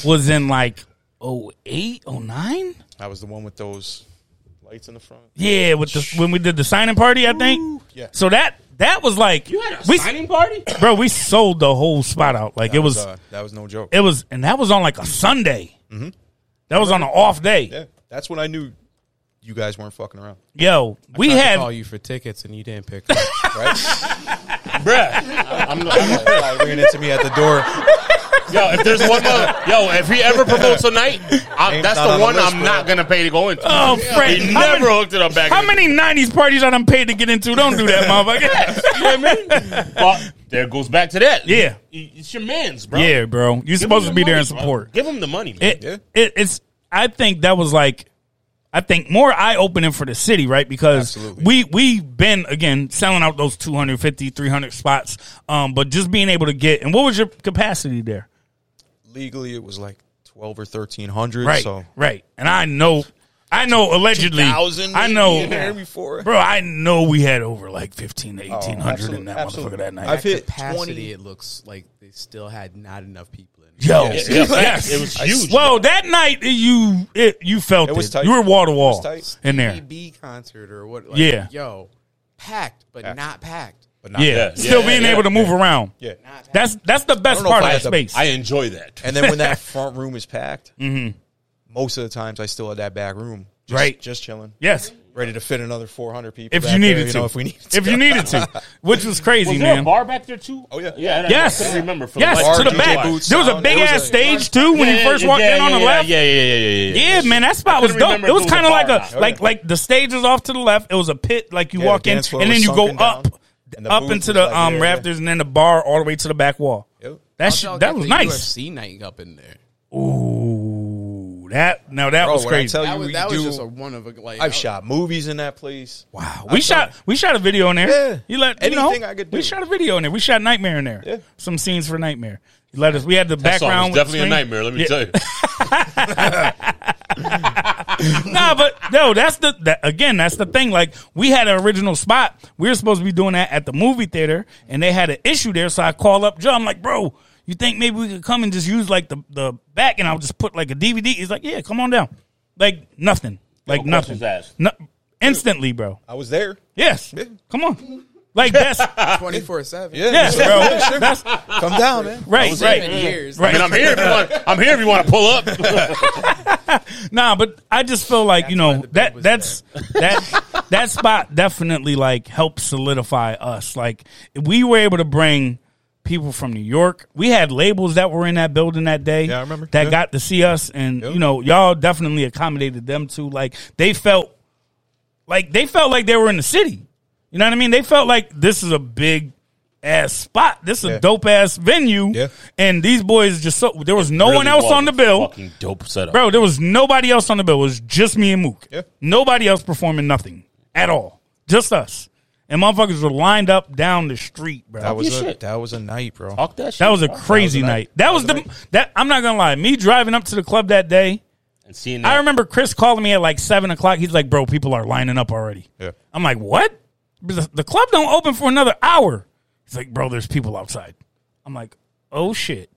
Speaker 2: was in like 08, 09?
Speaker 5: I was the one with those lights in the front.
Speaker 2: Yeah, with the when we did the signing party, I think.
Speaker 5: Yeah.
Speaker 2: So that that was like
Speaker 3: You had a
Speaker 2: we
Speaker 3: signing party?
Speaker 2: bro, we sold the whole spot out. Like it was,
Speaker 5: uh, that was no joke.
Speaker 2: it was, and that was on like a Sunday. That was on an off day.
Speaker 5: yeah, that's when I knew you guys weren't fucking around.
Speaker 2: Yo, we
Speaker 4: Tried to
Speaker 2: had
Speaker 4: call you for tickets and you didn't pick. up.
Speaker 3: Bruh.
Speaker 5: I'm, not- I'm like, "Guy ran into me at the door.
Speaker 3: Yo, if there's one more, yo, if he ever promotes a night, I,
Speaker 5: Name's
Speaker 3: that's
Speaker 5: not
Speaker 3: the
Speaker 5: on the
Speaker 3: one
Speaker 5: list,
Speaker 3: I'm
Speaker 5: bro.
Speaker 3: not gonna pay to go into.
Speaker 2: Oh, Fred,
Speaker 3: he
Speaker 2: how
Speaker 3: never
Speaker 2: many-
Speaker 3: hooked it up back.
Speaker 2: how
Speaker 3: in the
Speaker 2: many '90s parties I done paid to get into? Don't do that, motherfucker.
Speaker 3: day. Well, there goes back to that.
Speaker 2: Yeah.
Speaker 3: It- it's your man's, bro.
Speaker 2: yeah, bro, you're
Speaker 3: Give him
Speaker 2: supposed to
Speaker 3: the
Speaker 2: be there
Speaker 3: money,
Speaker 2: and
Speaker 3: bro.
Speaker 2: support.
Speaker 3: Give him the money, man.
Speaker 2: It, it, it's. I think that was like, I think more eye opening for the city, right? Because we we've been again selling out those 250, 300 spots, um, but just being able to get. And what was your capacity there?
Speaker 5: Legally, it was like twelve or thirteen hundred.
Speaker 2: Right,
Speaker 5: So
Speaker 2: right. And I know, I know. Allegedly,
Speaker 5: 2,000
Speaker 2: I know.
Speaker 5: maybe in there before.
Speaker 2: Bro, I know we had over like fifteen to eighteen hundred
Speaker 5: Oh, absolute-
Speaker 2: in that
Speaker 5: absolute.
Speaker 2: motherfucker that night.
Speaker 5: I've hit
Speaker 4: Capacity,
Speaker 5: twenty.
Speaker 4: it looks like they still had not enough people in.
Speaker 2: Yo,
Speaker 5: Yeah,
Speaker 2: yes,
Speaker 3: yeah, facts. It was huge,
Speaker 2: Well, that night you it, you felt it.
Speaker 5: It was tight.
Speaker 2: You were wall to
Speaker 5: It
Speaker 2: wall
Speaker 5: was tight.
Speaker 2: in there.
Speaker 4: EB concert or what? Like,
Speaker 2: Yeah.
Speaker 4: Yo, packed but not packed.
Speaker 5: But
Speaker 2: Yeah,
Speaker 3: Yeah,
Speaker 2: still
Speaker 3: yeah,
Speaker 2: being
Speaker 3: yeah,
Speaker 2: able to move around.
Speaker 5: Yeah.
Speaker 2: That's that's the best
Speaker 5: know if
Speaker 2: part of
Speaker 5: I
Speaker 2: that
Speaker 5: had the-
Speaker 2: space.
Speaker 3: I enjoy that.
Speaker 5: And then when that front room is packed, most of the times I still had that back room. Just,
Speaker 2: Mm-hmm. Right.
Speaker 5: Just chilling.
Speaker 2: yes,
Speaker 5: Ready to fit another 400 people.
Speaker 2: if
Speaker 5: back
Speaker 2: you
Speaker 5: there,
Speaker 2: needed to,
Speaker 5: know, if we needed to.
Speaker 2: if you needed to, which was crazy,
Speaker 3: Was there
Speaker 2: man.
Speaker 3: a bar back there too?
Speaker 5: Oh, yeah.
Speaker 3: yeah. I- I
Speaker 2: Yes,
Speaker 3: couldn't remember. For
Speaker 2: yes,
Speaker 3: the life
Speaker 5: bar,
Speaker 2: to
Speaker 3: of
Speaker 2: the
Speaker 3: me.
Speaker 2: back.
Speaker 5: booth
Speaker 2: there was a
Speaker 5: sound.
Speaker 2: big
Speaker 5: There was
Speaker 2: ass
Speaker 5: a-
Speaker 2: stage too when you
Speaker 3: Yeah,
Speaker 2: first
Speaker 3: yeah,
Speaker 2: walked in
Speaker 3: yeah,
Speaker 2: on the
Speaker 3: yeah,
Speaker 2: left.
Speaker 3: Yeah, yeah, yeah, yeah, yeah.
Speaker 2: Yeah, man, that spot was
Speaker 3: couldn't
Speaker 2: dope.
Speaker 3: remember
Speaker 2: It was
Speaker 3: if it was
Speaker 2: kind
Speaker 3: a
Speaker 2: of like
Speaker 3: bar or
Speaker 2: a
Speaker 3: not.
Speaker 2: like like the stage was off to the left. It was a pit like you
Speaker 5: Yeah,
Speaker 2: walk
Speaker 5: the
Speaker 2: in
Speaker 5: dance floor
Speaker 2: and then
Speaker 5: was
Speaker 2: you go
Speaker 5: sunken down,
Speaker 2: up
Speaker 5: and the
Speaker 2: up
Speaker 5: booth
Speaker 2: into
Speaker 5: was
Speaker 2: the
Speaker 5: like
Speaker 2: um
Speaker 5: there, yeah.
Speaker 2: rafters and then the bar all the way to the back wall.
Speaker 5: Yep.
Speaker 2: That
Speaker 4: I
Speaker 2: shit,
Speaker 4: felt
Speaker 2: that
Speaker 4: like
Speaker 2: was
Speaker 4: the
Speaker 2: nice.
Speaker 4: UFC night up in there.
Speaker 2: Ooh, that now that
Speaker 5: Bro,
Speaker 2: was
Speaker 5: when I
Speaker 2: crazy.
Speaker 5: tell
Speaker 4: That
Speaker 5: you
Speaker 4: was
Speaker 5: we
Speaker 4: that was
Speaker 5: do-
Speaker 4: just a one of a like.
Speaker 5: I've shot movies in that place.
Speaker 2: Wow, Ah, we shot we shot a video in there.
Speaker 5: Yeah.
Speaker 2: you let you
Speaker 5: Anything
Speaker 2: know,
Speaker 5: I could
Speaker 2: We
Speaker 5: do.
Speaker 2: shot a video in there. We shot Nightmare in there.
Speaker 5: Yeah.
Speaker 2: Some scenes for Nightmare. You let us. We had the
Speaker 3: That song
Speaker 2: background. with
Speaker 3: was definitely a
Speaker 2: screen.
Speaker 3: nightmare. Let me
Speaker 2: Yeah.
Speaker 3: tell you.
Speaker 2: nah, but no, that's the that, again, that's the thing. Like we had an original spot. We were supposed to be doing that at the movie theater, and they had an issue there. So I call up Joe. I'm like, bro, you think maybe we could come and just use like the the back, and I'll just put like a DVD. He's like, yeah, come on down. Like nothing. Like
Speaker 3: No
Speaker 2: nothing.
Speaker 3: questions asked.
Speaker 2: No, instantly, bro.
Speaker 5: I was there.
Speaker 2: Yes. Come on. Like that's
Speaker 4: twenty four seven.
Speaker 5: Yeah.
Speaker 2: yes, bro. That's
Speaker 5: Come down, man.
Speaker 2: right,
Speaker 4: Seven
Speaker 2: right.
Speaker 4: years.
Speaker 2: Right.
Speaker 3: And I'm here if you want. I'm here if you want to pull up.
Speaker 2: Nah, but I just feel like you know that that's that that spot definitely like helped solidify us. Like we were able to bring people from New York. We had labels that were in that building that day.
Speaker 5: Yeah, I remember.
Speaker 2: That
Speaker 5: Yeah.
Speaker 2: got to see us, and
Speaker 5: Yep.
Speaker 2: you know y'all definitely accommodated them too. Like they felt like they felt like they were in the city. You know what I mean? They felt like this is a big ass spot. This is
Speaker 5: Yeah.
Speaker 2: a dope ass venue.
Speaker 5: Yeah.
Speaker 2: And these boys just so there was no one else on the bill.
Speaker 3: Fucking dope setup,
Speaker 2: Bro, there was nobody else on the bill. It was just me and Mook.
Speaker 5: Yeah.
Speaker 2: Nobody else performing nothing at all. Just us. And motherfuckers were lined up down the street, bro.
Speaker 5: That was
Speaker 3: your
Speaker 5: a,
Speaker 3: shit.
Speaker 5: that was a night, bro.
Speaker 3: Fuck that shit.
Speaker 2: that was a
Speaker 3: bro.
Speaker 2: crazy night. That was the that I'm not gonna lie. Me driving up to the club that day,
Speaker 3: And seeing that.
Speaker 2: I remember Chris calling me at like seven o'clock. He's like, "Bro, people are lining up already."
Speaker 5: Yeah.
Speaker 2: I'm like, "What? The, the club don't open for another hour." He's like, "Bro, there's people outside." I'm like, "Oh shit."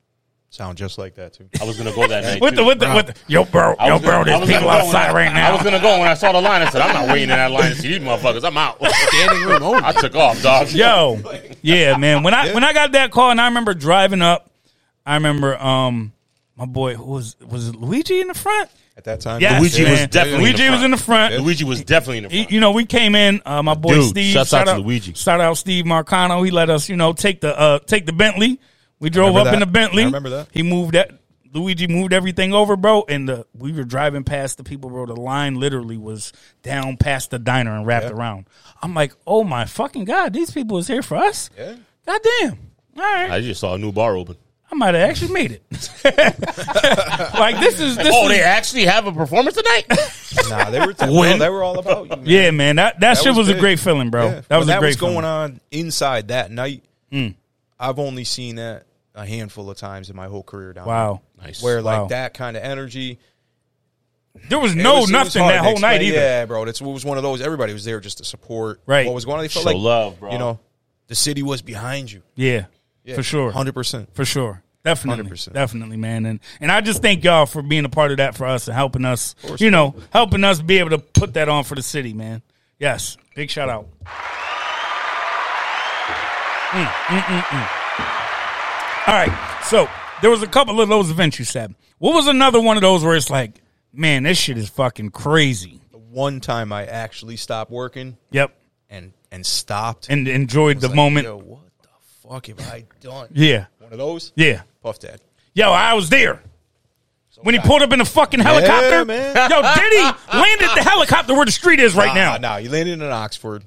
Speaker 5: Sound just like that too.
Speaker 3: I was gonna go that night.
Speaker 2: With the
Speaker 3: too.
Speaker 2: with the, with the yo bro
Speaker 3: I
Speaker 2: yo
Speaker 3: was
Speaker 2: bro,
Speaker 3: gonna-
Speaker 2: there's
Speaker 3: I was gonna
Speaker 2: people
Speaker 3: go when
Speaker 2: outside
Speaker 3: I-
Speaker 2: right
Speaker 3: I
Speaker 2: now.
Speaker 3: was gonna go when I saw the line. I said, "I'm not waiting in that line to see these motherfuckers. I'm out."
Speaker 4: Standing room only.
Speaker 3: I took off, dog.
Speaker 2: Yo, yeah, man. When I when I got that call, and I remember driving up, I remember um my boy who was was it Luigi in the front.
Speaker 5: At that time,
Speaker 2: Yes,
Speaker 3: Luigi
Speaker 2: man.
Speaker 3: was definitely in the
Speaker 2: Luigi was
Speaker 3: front.
Speaker 2: in the front.
Speaker 3: Luigi was definitely in the
Speaker 2: Y-
Speaker 3: front.
Speaker 2: You know, we came in. Uh, my boy
Speaker 3: Dude,
Speaker 2: Steve.
Speaker 3: shouts out to Luigi.
Speaker 2: Shout out Steve Marcano. He let us, you know, take the uh, take the Bentley. We drove
Speaker 5: remember
Speaker 2: up in the
Speaker 5: that.
Speaker 2: Bentley.
Speaker 5: I remember that.
Speaker 2: He moved that. Luigi moved everything over, bro, and the, we were driving past the people, bro. The line literally was down past the diner and wrapped around. I'm like, oh my fucking god, these people is here for us.
Speaker 5: Yeah.
Speaker 2: Goddamn. All right,
Speaker 3: I just saw a new bar open.
Speaker 2: I might have actually made it. like this is this
Speaker 3: Oh,
Speaker 2: is,
Speaker 3: they actually have a performance tonight.
Speaker 5: Nah, they were.
Speaker 3: When-
Speaker 5: Well, they were all about you. Man.
Speaker 2: yeah, man. That that, shit
Speaker 5: was
Speaker 2: was, a
Speaker 5: big.
Speaker 2: great feeling, bro.
Speaker 5: Yeah.
Speaker 2: That was
Speaker 5: When
Speaker 2: a
Speaker 5: that
Speaker 2: great Mm.
Speaker 5: was
Speaker 2: feeling.
Speaker 5: going on inside that night. I've only seen that a handful of times in my whole career down
Speaker 2: Wow.
Speaker 5: there.
Speaker 3: Nice.
Speaker 5: Where like
Speaker 2: Wow.
Speaker 5: that kind of energy.
Speaker 2: There was
Speaker 5: It
Speaker 2: no
Speaker 5: was- it was
Speaker 2: nothing
Speaker 5: hard
Speaker 2: that
Speaker 5: to
Speaker 2: whole night
Speaker 5: explain.
Speaker 2: either.
Speaker 5: Yeah, bro. That's it was one of those. Everybody was there just to support.
Speaker 2: Right.
Speaker 5: What was going on? They felt
Speaker 3: Show
Speaker 5: like
Speaker 3: love, bro.
Speaker 5: You know, the city was behind you.
Speaker 2: Yeah, for sure,
Speaker 5: Hundred percent.
Speaker 2: for sure. Definitely,
Speaker 5: 100%.
Speaker 2: definitely, man, and and I just thank y'all for being a part of that for us and helping us, you know, helping us be able to put that on for the city, man. Yes, big shout out. Mm, mm, mm, mm. All right, so there was a couple of those events you said. What was another one of those where it's like, man, this shit is fucking crazy.
Speaker 5: The one time I actually stopped working
Speaker 2: Yep,
Speaker 5: and and stopped
Speaker 2: and enjoyed the
Speaker 5: Like,
Speaker 2: moment.
Speaker 5: Yo, what the fuck have I done?
Speaker 2: Yeah,
Speaker 5: One of those?
Speaker 2: yeah.
Speaker 5: Puff Dad.
Speaker 2: Yo, I was there. When he pulled up in a fucking helicopter,
Speaker 5: man.
Speaker 2: yo, Diddy landed the helicopter where the street is right now.
Speaker 5: Nah, nah, you landed in Oxford.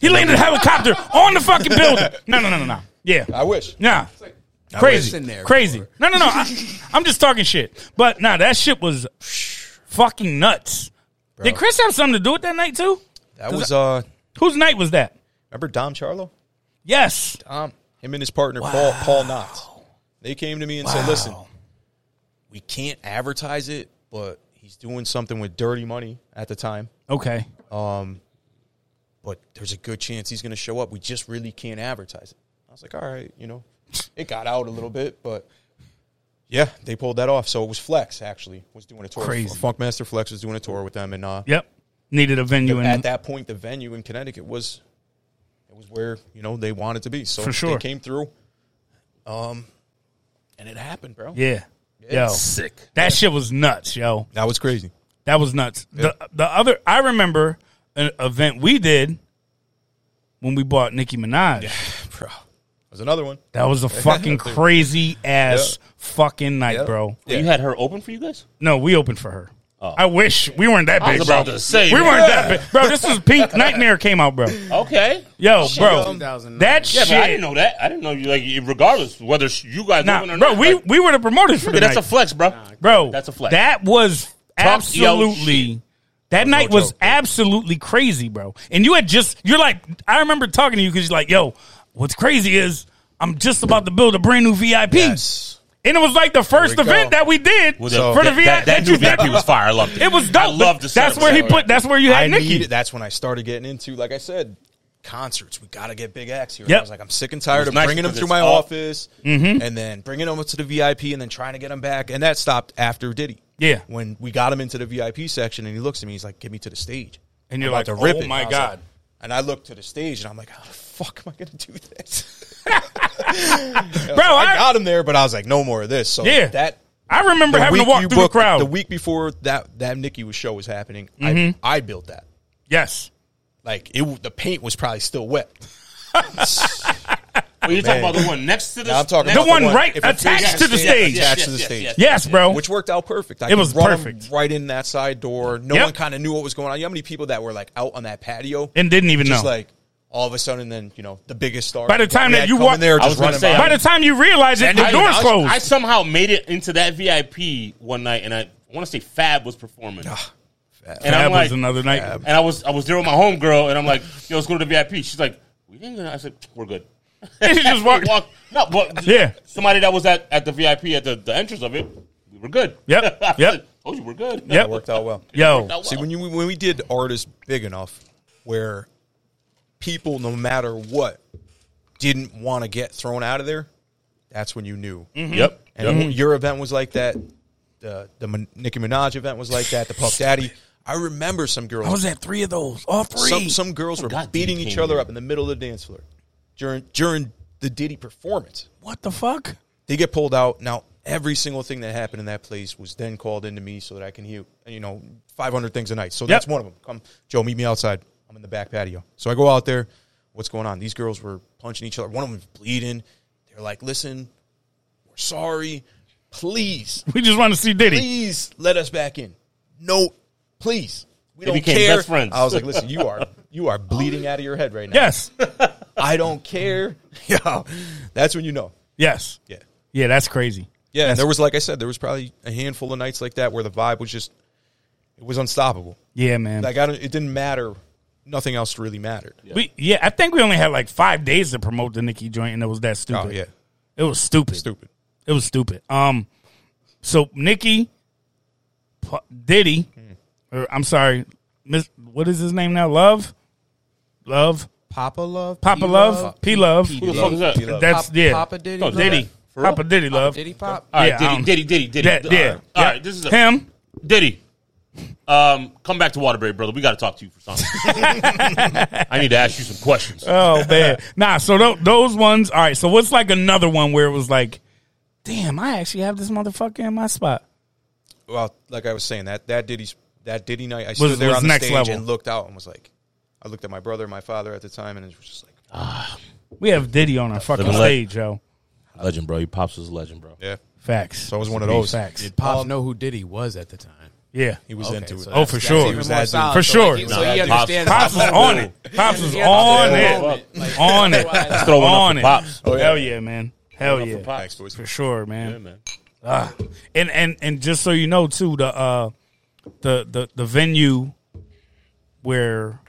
Speaker 2: He landed the helicopter on the fucking building. No, no, no, no, no. Yeah,
Speaker 5: I wish.
Speaker 2: nah,
Speaker 4: was
Speaker 2: crazy,
Speaker 4: in there
Speaker 2: crazy. No, no, no. I, I'm just talking shit. But nah, that shit was fucking nuts. Did Chris have something to do with that night too?
Speaker 5: That was uh
Speaker 2: Whose night was that?
Speaker 5: remember Dom Charlo?
Speaker 2: Yes.
Speaker 5: Dom. Him and his partner Paul Paul Knotts. They came to me and said, Listen, we can't advertise it, but he's doing something with dirty money at the time.
Speaker 2: Okay.
Speaker 5: But there's a good chance he's gonna show up. We just really can't advertise it. I was like, All right, you know. It got out a little bit, but yeah, they pulled that off. So it was Flex actually was doing a tour.
Speaker 2: Crazy.
Speaker 5: Funkmaster Flex was doing a tour with them, and uh,
Speaker 2: Yep. Needed a venue
Speaker 5: at
Speaker 2: and
Speaker 5: that point, the venue in Connecticut was it was where you know they wanted to be. So
Speaker 2: For sure.
Speaker 5: they came through, um, and it happened, bro.
Speaker 2: yeah. Yo,
Speaker 3: Sick.
Speaker 2: that shit was nuts, yo.
Speaker 5: That was crazy.
Speaker 2: That was nuts. The the other I remember an event we did when we bought Nicki Minaj.
Speaker 5: Bro, that was another one.
Speaker 2: That was a fucking crazy ass fucking night,
Speaker 5: Yeah.
Speaker 2: bro.
Speaker 5: Yeah.
Speaker 3: You had her open for you guys?
Speaker 2: No, we opened for her. I wish we weren't that big.
Speaker 3: Oh. I was about
Speaker 2: bro.
Speaker 3: to say,
Speaker 2: we
Speaker 3: yeah.
Speaker 2: weren't that big, bro. This was Pink Nightmare came out, bro.
Speaker 3: Okay.
Speaker 2: Yo, bro,
Speaker 4: 2009.
Speaker 2: that
Speaker 3: Yeah,
Speaker 2: shit.
Speaker 3: but I didn't know that. I didn't know you like regardless whether sh- you guys
Speaker 2: Nah,
Speaker 3: open or
Speaker 2: bro,
Speaker 3: not.
Speaker 2: we
Speaker 3: like,
Speaker 2: we were the promoters for the
Speaker 3: nigga, that's
Speaker 2: night.
Speaker 3: a flex, bro.
Speaker 2: bro.
Speaker 3: That's a flex.
Speaker 2: That was
Speaker 3: Trump's yo
Speaker 2: absolutely. That night was
Speaker 5: joke, bro.
Speaker 2: absolutely crazy, bro. And you had just you're like I remember talking to you because you're like, yo, what's crazy is I'm just about to build a brand new VIP,
Speaker 5: Yes.
Speaker 2: and it was like the first
Speaker 5: we
Speaker 2: event
Speaker 5: go.
Speaker 2: that we did
Speaker 3: Well,
Speaker 2: for the
Speaker 3: that,
Speaker 2: VIP.
Speaker 3: that, that
Speaker 2: you-
Speaker 3: new VIP was fire. I loved it.
Speaker 2: It was dope.
Speaker 3: I loved the
Speaker 2: That's
Speaker 3: setup.
Speaker 2: where he put. That's where you had
Speaker 5: I
Speaker 2: Nikki.
Speaker 5: needed. That's when I started getting into, like I said, concerts. We got to get Big X here. And
Speaker 2: Yep.
Speaker 5: I was like, I'm sick and tired
Speaker 3: was
Speaker 5: of
Speaker 3: nice
Speaker 5: bringing him
Speaker 3: because
Speaker 5: through
Speaker 3: it's
Speaker 5: my
Speaker 3: all-
Speaker 5: office
Speaker 2: Mm-hmm.
Speaker 5: and then bringing him to the VIP and then trying to get him back. And that stopped after Diddy.
Speaker 2: Yeah.
Speaker 5: When we got him into the VIP section and he looks at me, he's like, "Get me to the stage."
Speaker 2: And you're like,
Speaker 5: about to rip
Speaker 2: "Oh
Speaker 5: it."
Speaker 2: my
Speaker 5: And I was like-
Speaker 2: God.
Speaker 5: and I look to the stage and I'm like, "How the fuck am I going to do this?"
Speaker 2: bro.
Speaker 5: I,
Speaker 2: I,
Speaker 5: got him there, but I was like, "No more of this." So
Speaker 2: Yeah.
Speaker 5: that
Speaker 2: I remember having to
Speaker 5: week
Speaker 2: walk
Speaker 5: you
Speaker 2: through the
Speaker 5: booked-
Speaker 2: crowd.
Speaker 5: the week before that that Nikki was show was happening. I, I built that.
Speaker 2: yes,
Speaker 5: Like it, w- the paint was probably still wet.
Speaker 3: Well, you're talking
Speaker 5: Man.
Speaker 3: about the one next to the.
Speaker 5: Now I'm talking
Speaker 3: next
Speaker 2: the
Speaker 5: about
Speaker 2: one
Speaker 3: to
Speaker 5: one-
Speaker 2: right
Speaker 5: if it
Speaker 2: attached
Speaker 5: fits-
Speaker 2: to the
Speaker 5: yes,
Speaker 2: stage.
Speaker 5: yes, Attached to the stage.
Speaker 2: Yes, bro.
Speaker 5: which worked out perfect. I
Speaker 2: Oh. It
Speaker 5: could
Speaker 2: was
Speaker 5: run 'em
Speaker 2: perfect.
Speaker 5: right in that side door. No
Speaker 2: Yep.
Speaker 5: one kind of knew what was going on. You know how many people that were like out on that patio
Speaker 2: And didn't even
Speaker 5: just
Speaker 2: know.
Speaker 5: like all of a sudden, then you know the biggest star.
Speaker 2: By the
Speaker 5: that
Speaker 2: time
Speaker 5: we
Speaker 2: that
Speaker 5: had
Speaker 2: you
Speaker 5: coming
Speaker 2: walk-
Speaker 5: there,
Speaker 2: I
Speaker 5: just
Speaker 3: was gonna
Speaker 5: running
Speaker 3: say,
Speaker 5: by.
Speaker 2: By the time you realize it, the
Speaker 3: I-
Speaker 2: doors
Speaker 3: I-
Speaker 2: closed.
Speaker 3: I somehow made it into that VIP one night, and I, want to say Fab was performing.
Speaker 2: Ah,
Speaker 3: and
Speaker 2: that
Speaker 3: I'm like,
Speaker 2: was another night.
Speaker 3: and I was I was there with my homegirl, and I'm like, "Yo, let's go to the VIP." She's like, "We didn't." Go. I said, "We're good."
Speaker 2: He just walked.
Speaker 3: Walk- no, but
Speaker 2: Yeah.
Speaker 3: somebody that was at, at the VIP at the, the entrance of it, we were good.
Speaker 2: Yep,
Speaker 3: I
Speaker 2: yep.
Speaker 3: said, Told you we're good.
Speaker 2: Yep.
Speaker 5: It worked out well.
Speaker 2: Yo,
Speaker 3: That was-
Speaker 5: See, when you when we did artists big enough, where people, no matter what, didn't want to get thrown out of there, that's when you knew.
Speaker 2: Mm.
Speaker 3: Yep.
Speaker 5: And your event was like that. The the Min- Nicki Minaj event was like that. The Puff Daddy. I remember some girls.
Speaker 2: I was at three of those. All three.
Speaker 5: Some some girls were
Speaker 3: Oh, God,
Speaker 5: beating
Speaker 3: Diddy
Speaker 5: each
Speaker 3: came
Speaker 5: other
Speaker 3: here.
Speaker 5: up in the middle of the dance floor during during the Diddy performance.
Speaker 2: what the fuck?
Speaker 5: They get pulled out. Now every single thing that happened in that place was then called into me so that I can hear you know five hundred things a night. So that's one of them. Come, Joe, meet me outside. I'm in the back patio. So I go out there. What's going on? These girls were punching each other. One of them was bleeding. They're like, "Listen, we're sorry. Please,
Speaker 2: We just want to see Diddy.
Speaker 5: please let us back in. No, please. We
Speaker 3: They
Speaker 5: don't
Speaker 3: became
Speaker 5: care.
Speaker 3: best friends.
Speaker 5: I was like, listen, you are you are bleeding out of your head right now.
Speaker 2: Yes,
Speaker 5: I don't care. yeah, that's when you know.
Speaker 2: yes,
Speaker 5: Yeah,
Speaker 2: yeah. That's crazy.
Speaker 5: yeah. and there was, like I said, there was probably a handful of nights like that where the vibe was just it was unstoppable.
Speaker 2: Yeah, man.
Speaker 5: Like I don't, it didn't matter. Nothing else really mattered.
Speaker 2: we yeah. I think we only had like five days to promote the Nikki joint, and it was that stupid.
Speaker 5: Oh yeah,
Speaker 2: it was stupid.
Speaker 5: stupid.
Speaker 2: It was stupid. Um, so Nikki, P- Diddy,
Speaker 3: Hmm.
Speaker 2: or I'm sorry, Miss, what is his name now? Love, Love,
Speaker 4: Papa Love,
Speaker 2: Papa Love, P Love.
Speaker 3: Who the fuck is that?
Speaker 5: P-Love.
Speaker 2: That's yeah, Oh,
Speaker 4: Papa Diddy,
Speaker 3: No,
Speaker 4: Love.
Speaker 2: Diddy.
Speaker 3: For
Speaker 2: Papa Diddy love.
Speaker 4: Diddy pop.
Speaker 3: All right,
Speaker 2: Yeah,
Speaker 3: Diddy,
Speaker 2: um,
Speaker 3: Diddy, Diddy, Diddy.
Speaker 2: Yeah,
Speaker 3: All
Speaker 2: yeah.
Speaker 3: right, all right, this is a
Speaker 2: him.
Speaker 3: Diddy. Um, come back to Waterbury, brother. We got to talk to you for something. I need to ask you some questions.
Speaker 2: Oh man, nah. So tho- those ones. All right. So what's like another one where it was like, damn, I actually have this motherfucker in my spot.
Speaker 5: well, like I was saying, that that Diddy's that Diddy night, I stood
Speaker 2: Was-
Speaker 5: there
Speaker 2: was
Speaker 5: on the
Speaker 2: next
Speaker 5: stage
Speaker 2: level.
Speaker 5: and looked out and was like, I looked at my brother, and my father at the time, and it was just like,
Speaker 2: We have Diddy on our fucking
Speaker 3: Living life.
Speaker 2: stage, yo.
Speaker 3: Legend, bro. Your pops was a legend, bro.
Speaker 5: yeah,
Speaker 2: Facts.
Speaker 5: so it was one of those.
Speaker 2: facts.
Speaker 4: Pops know who Diddy was at the time.
Speaker 2: Yeah.
Speaker 5: He was uh, into it.
Speaker 4: so
Speaker 2: Oh, for
Speaker 4: that's- that's
Speaker 2: sure.
Speaker 4: even
Speaker 5: For
Speaker 4: more solid.
Speaker 2: For
Speaker 4: So,
Speaker 2: sure.
Speaker 4: like, you-
Speaker 2: No,
Speaker 4: so you
Speaker 3: that- Pops-
Speaker 4: understand
Speaker 2: Pops was on it. Pops was on it.
Speaker 4: Like,
Speaker 2: On it.
Speaker 4: Let's
Speaker 3: throw one up
Speaker 2: on
Speaker 3: for
Speaker 2: it.
Speaker 3: Pops. Oh, yeah.
Speaker 2: Hell yeah, man. Hell yeah.
Speaker 5: Thanks, boys.
Speaker 2: For sure, man.
Speaker 3: Yeah, man.
Speaker 2: Ah. And and and just so you know too, the uh the the the venue where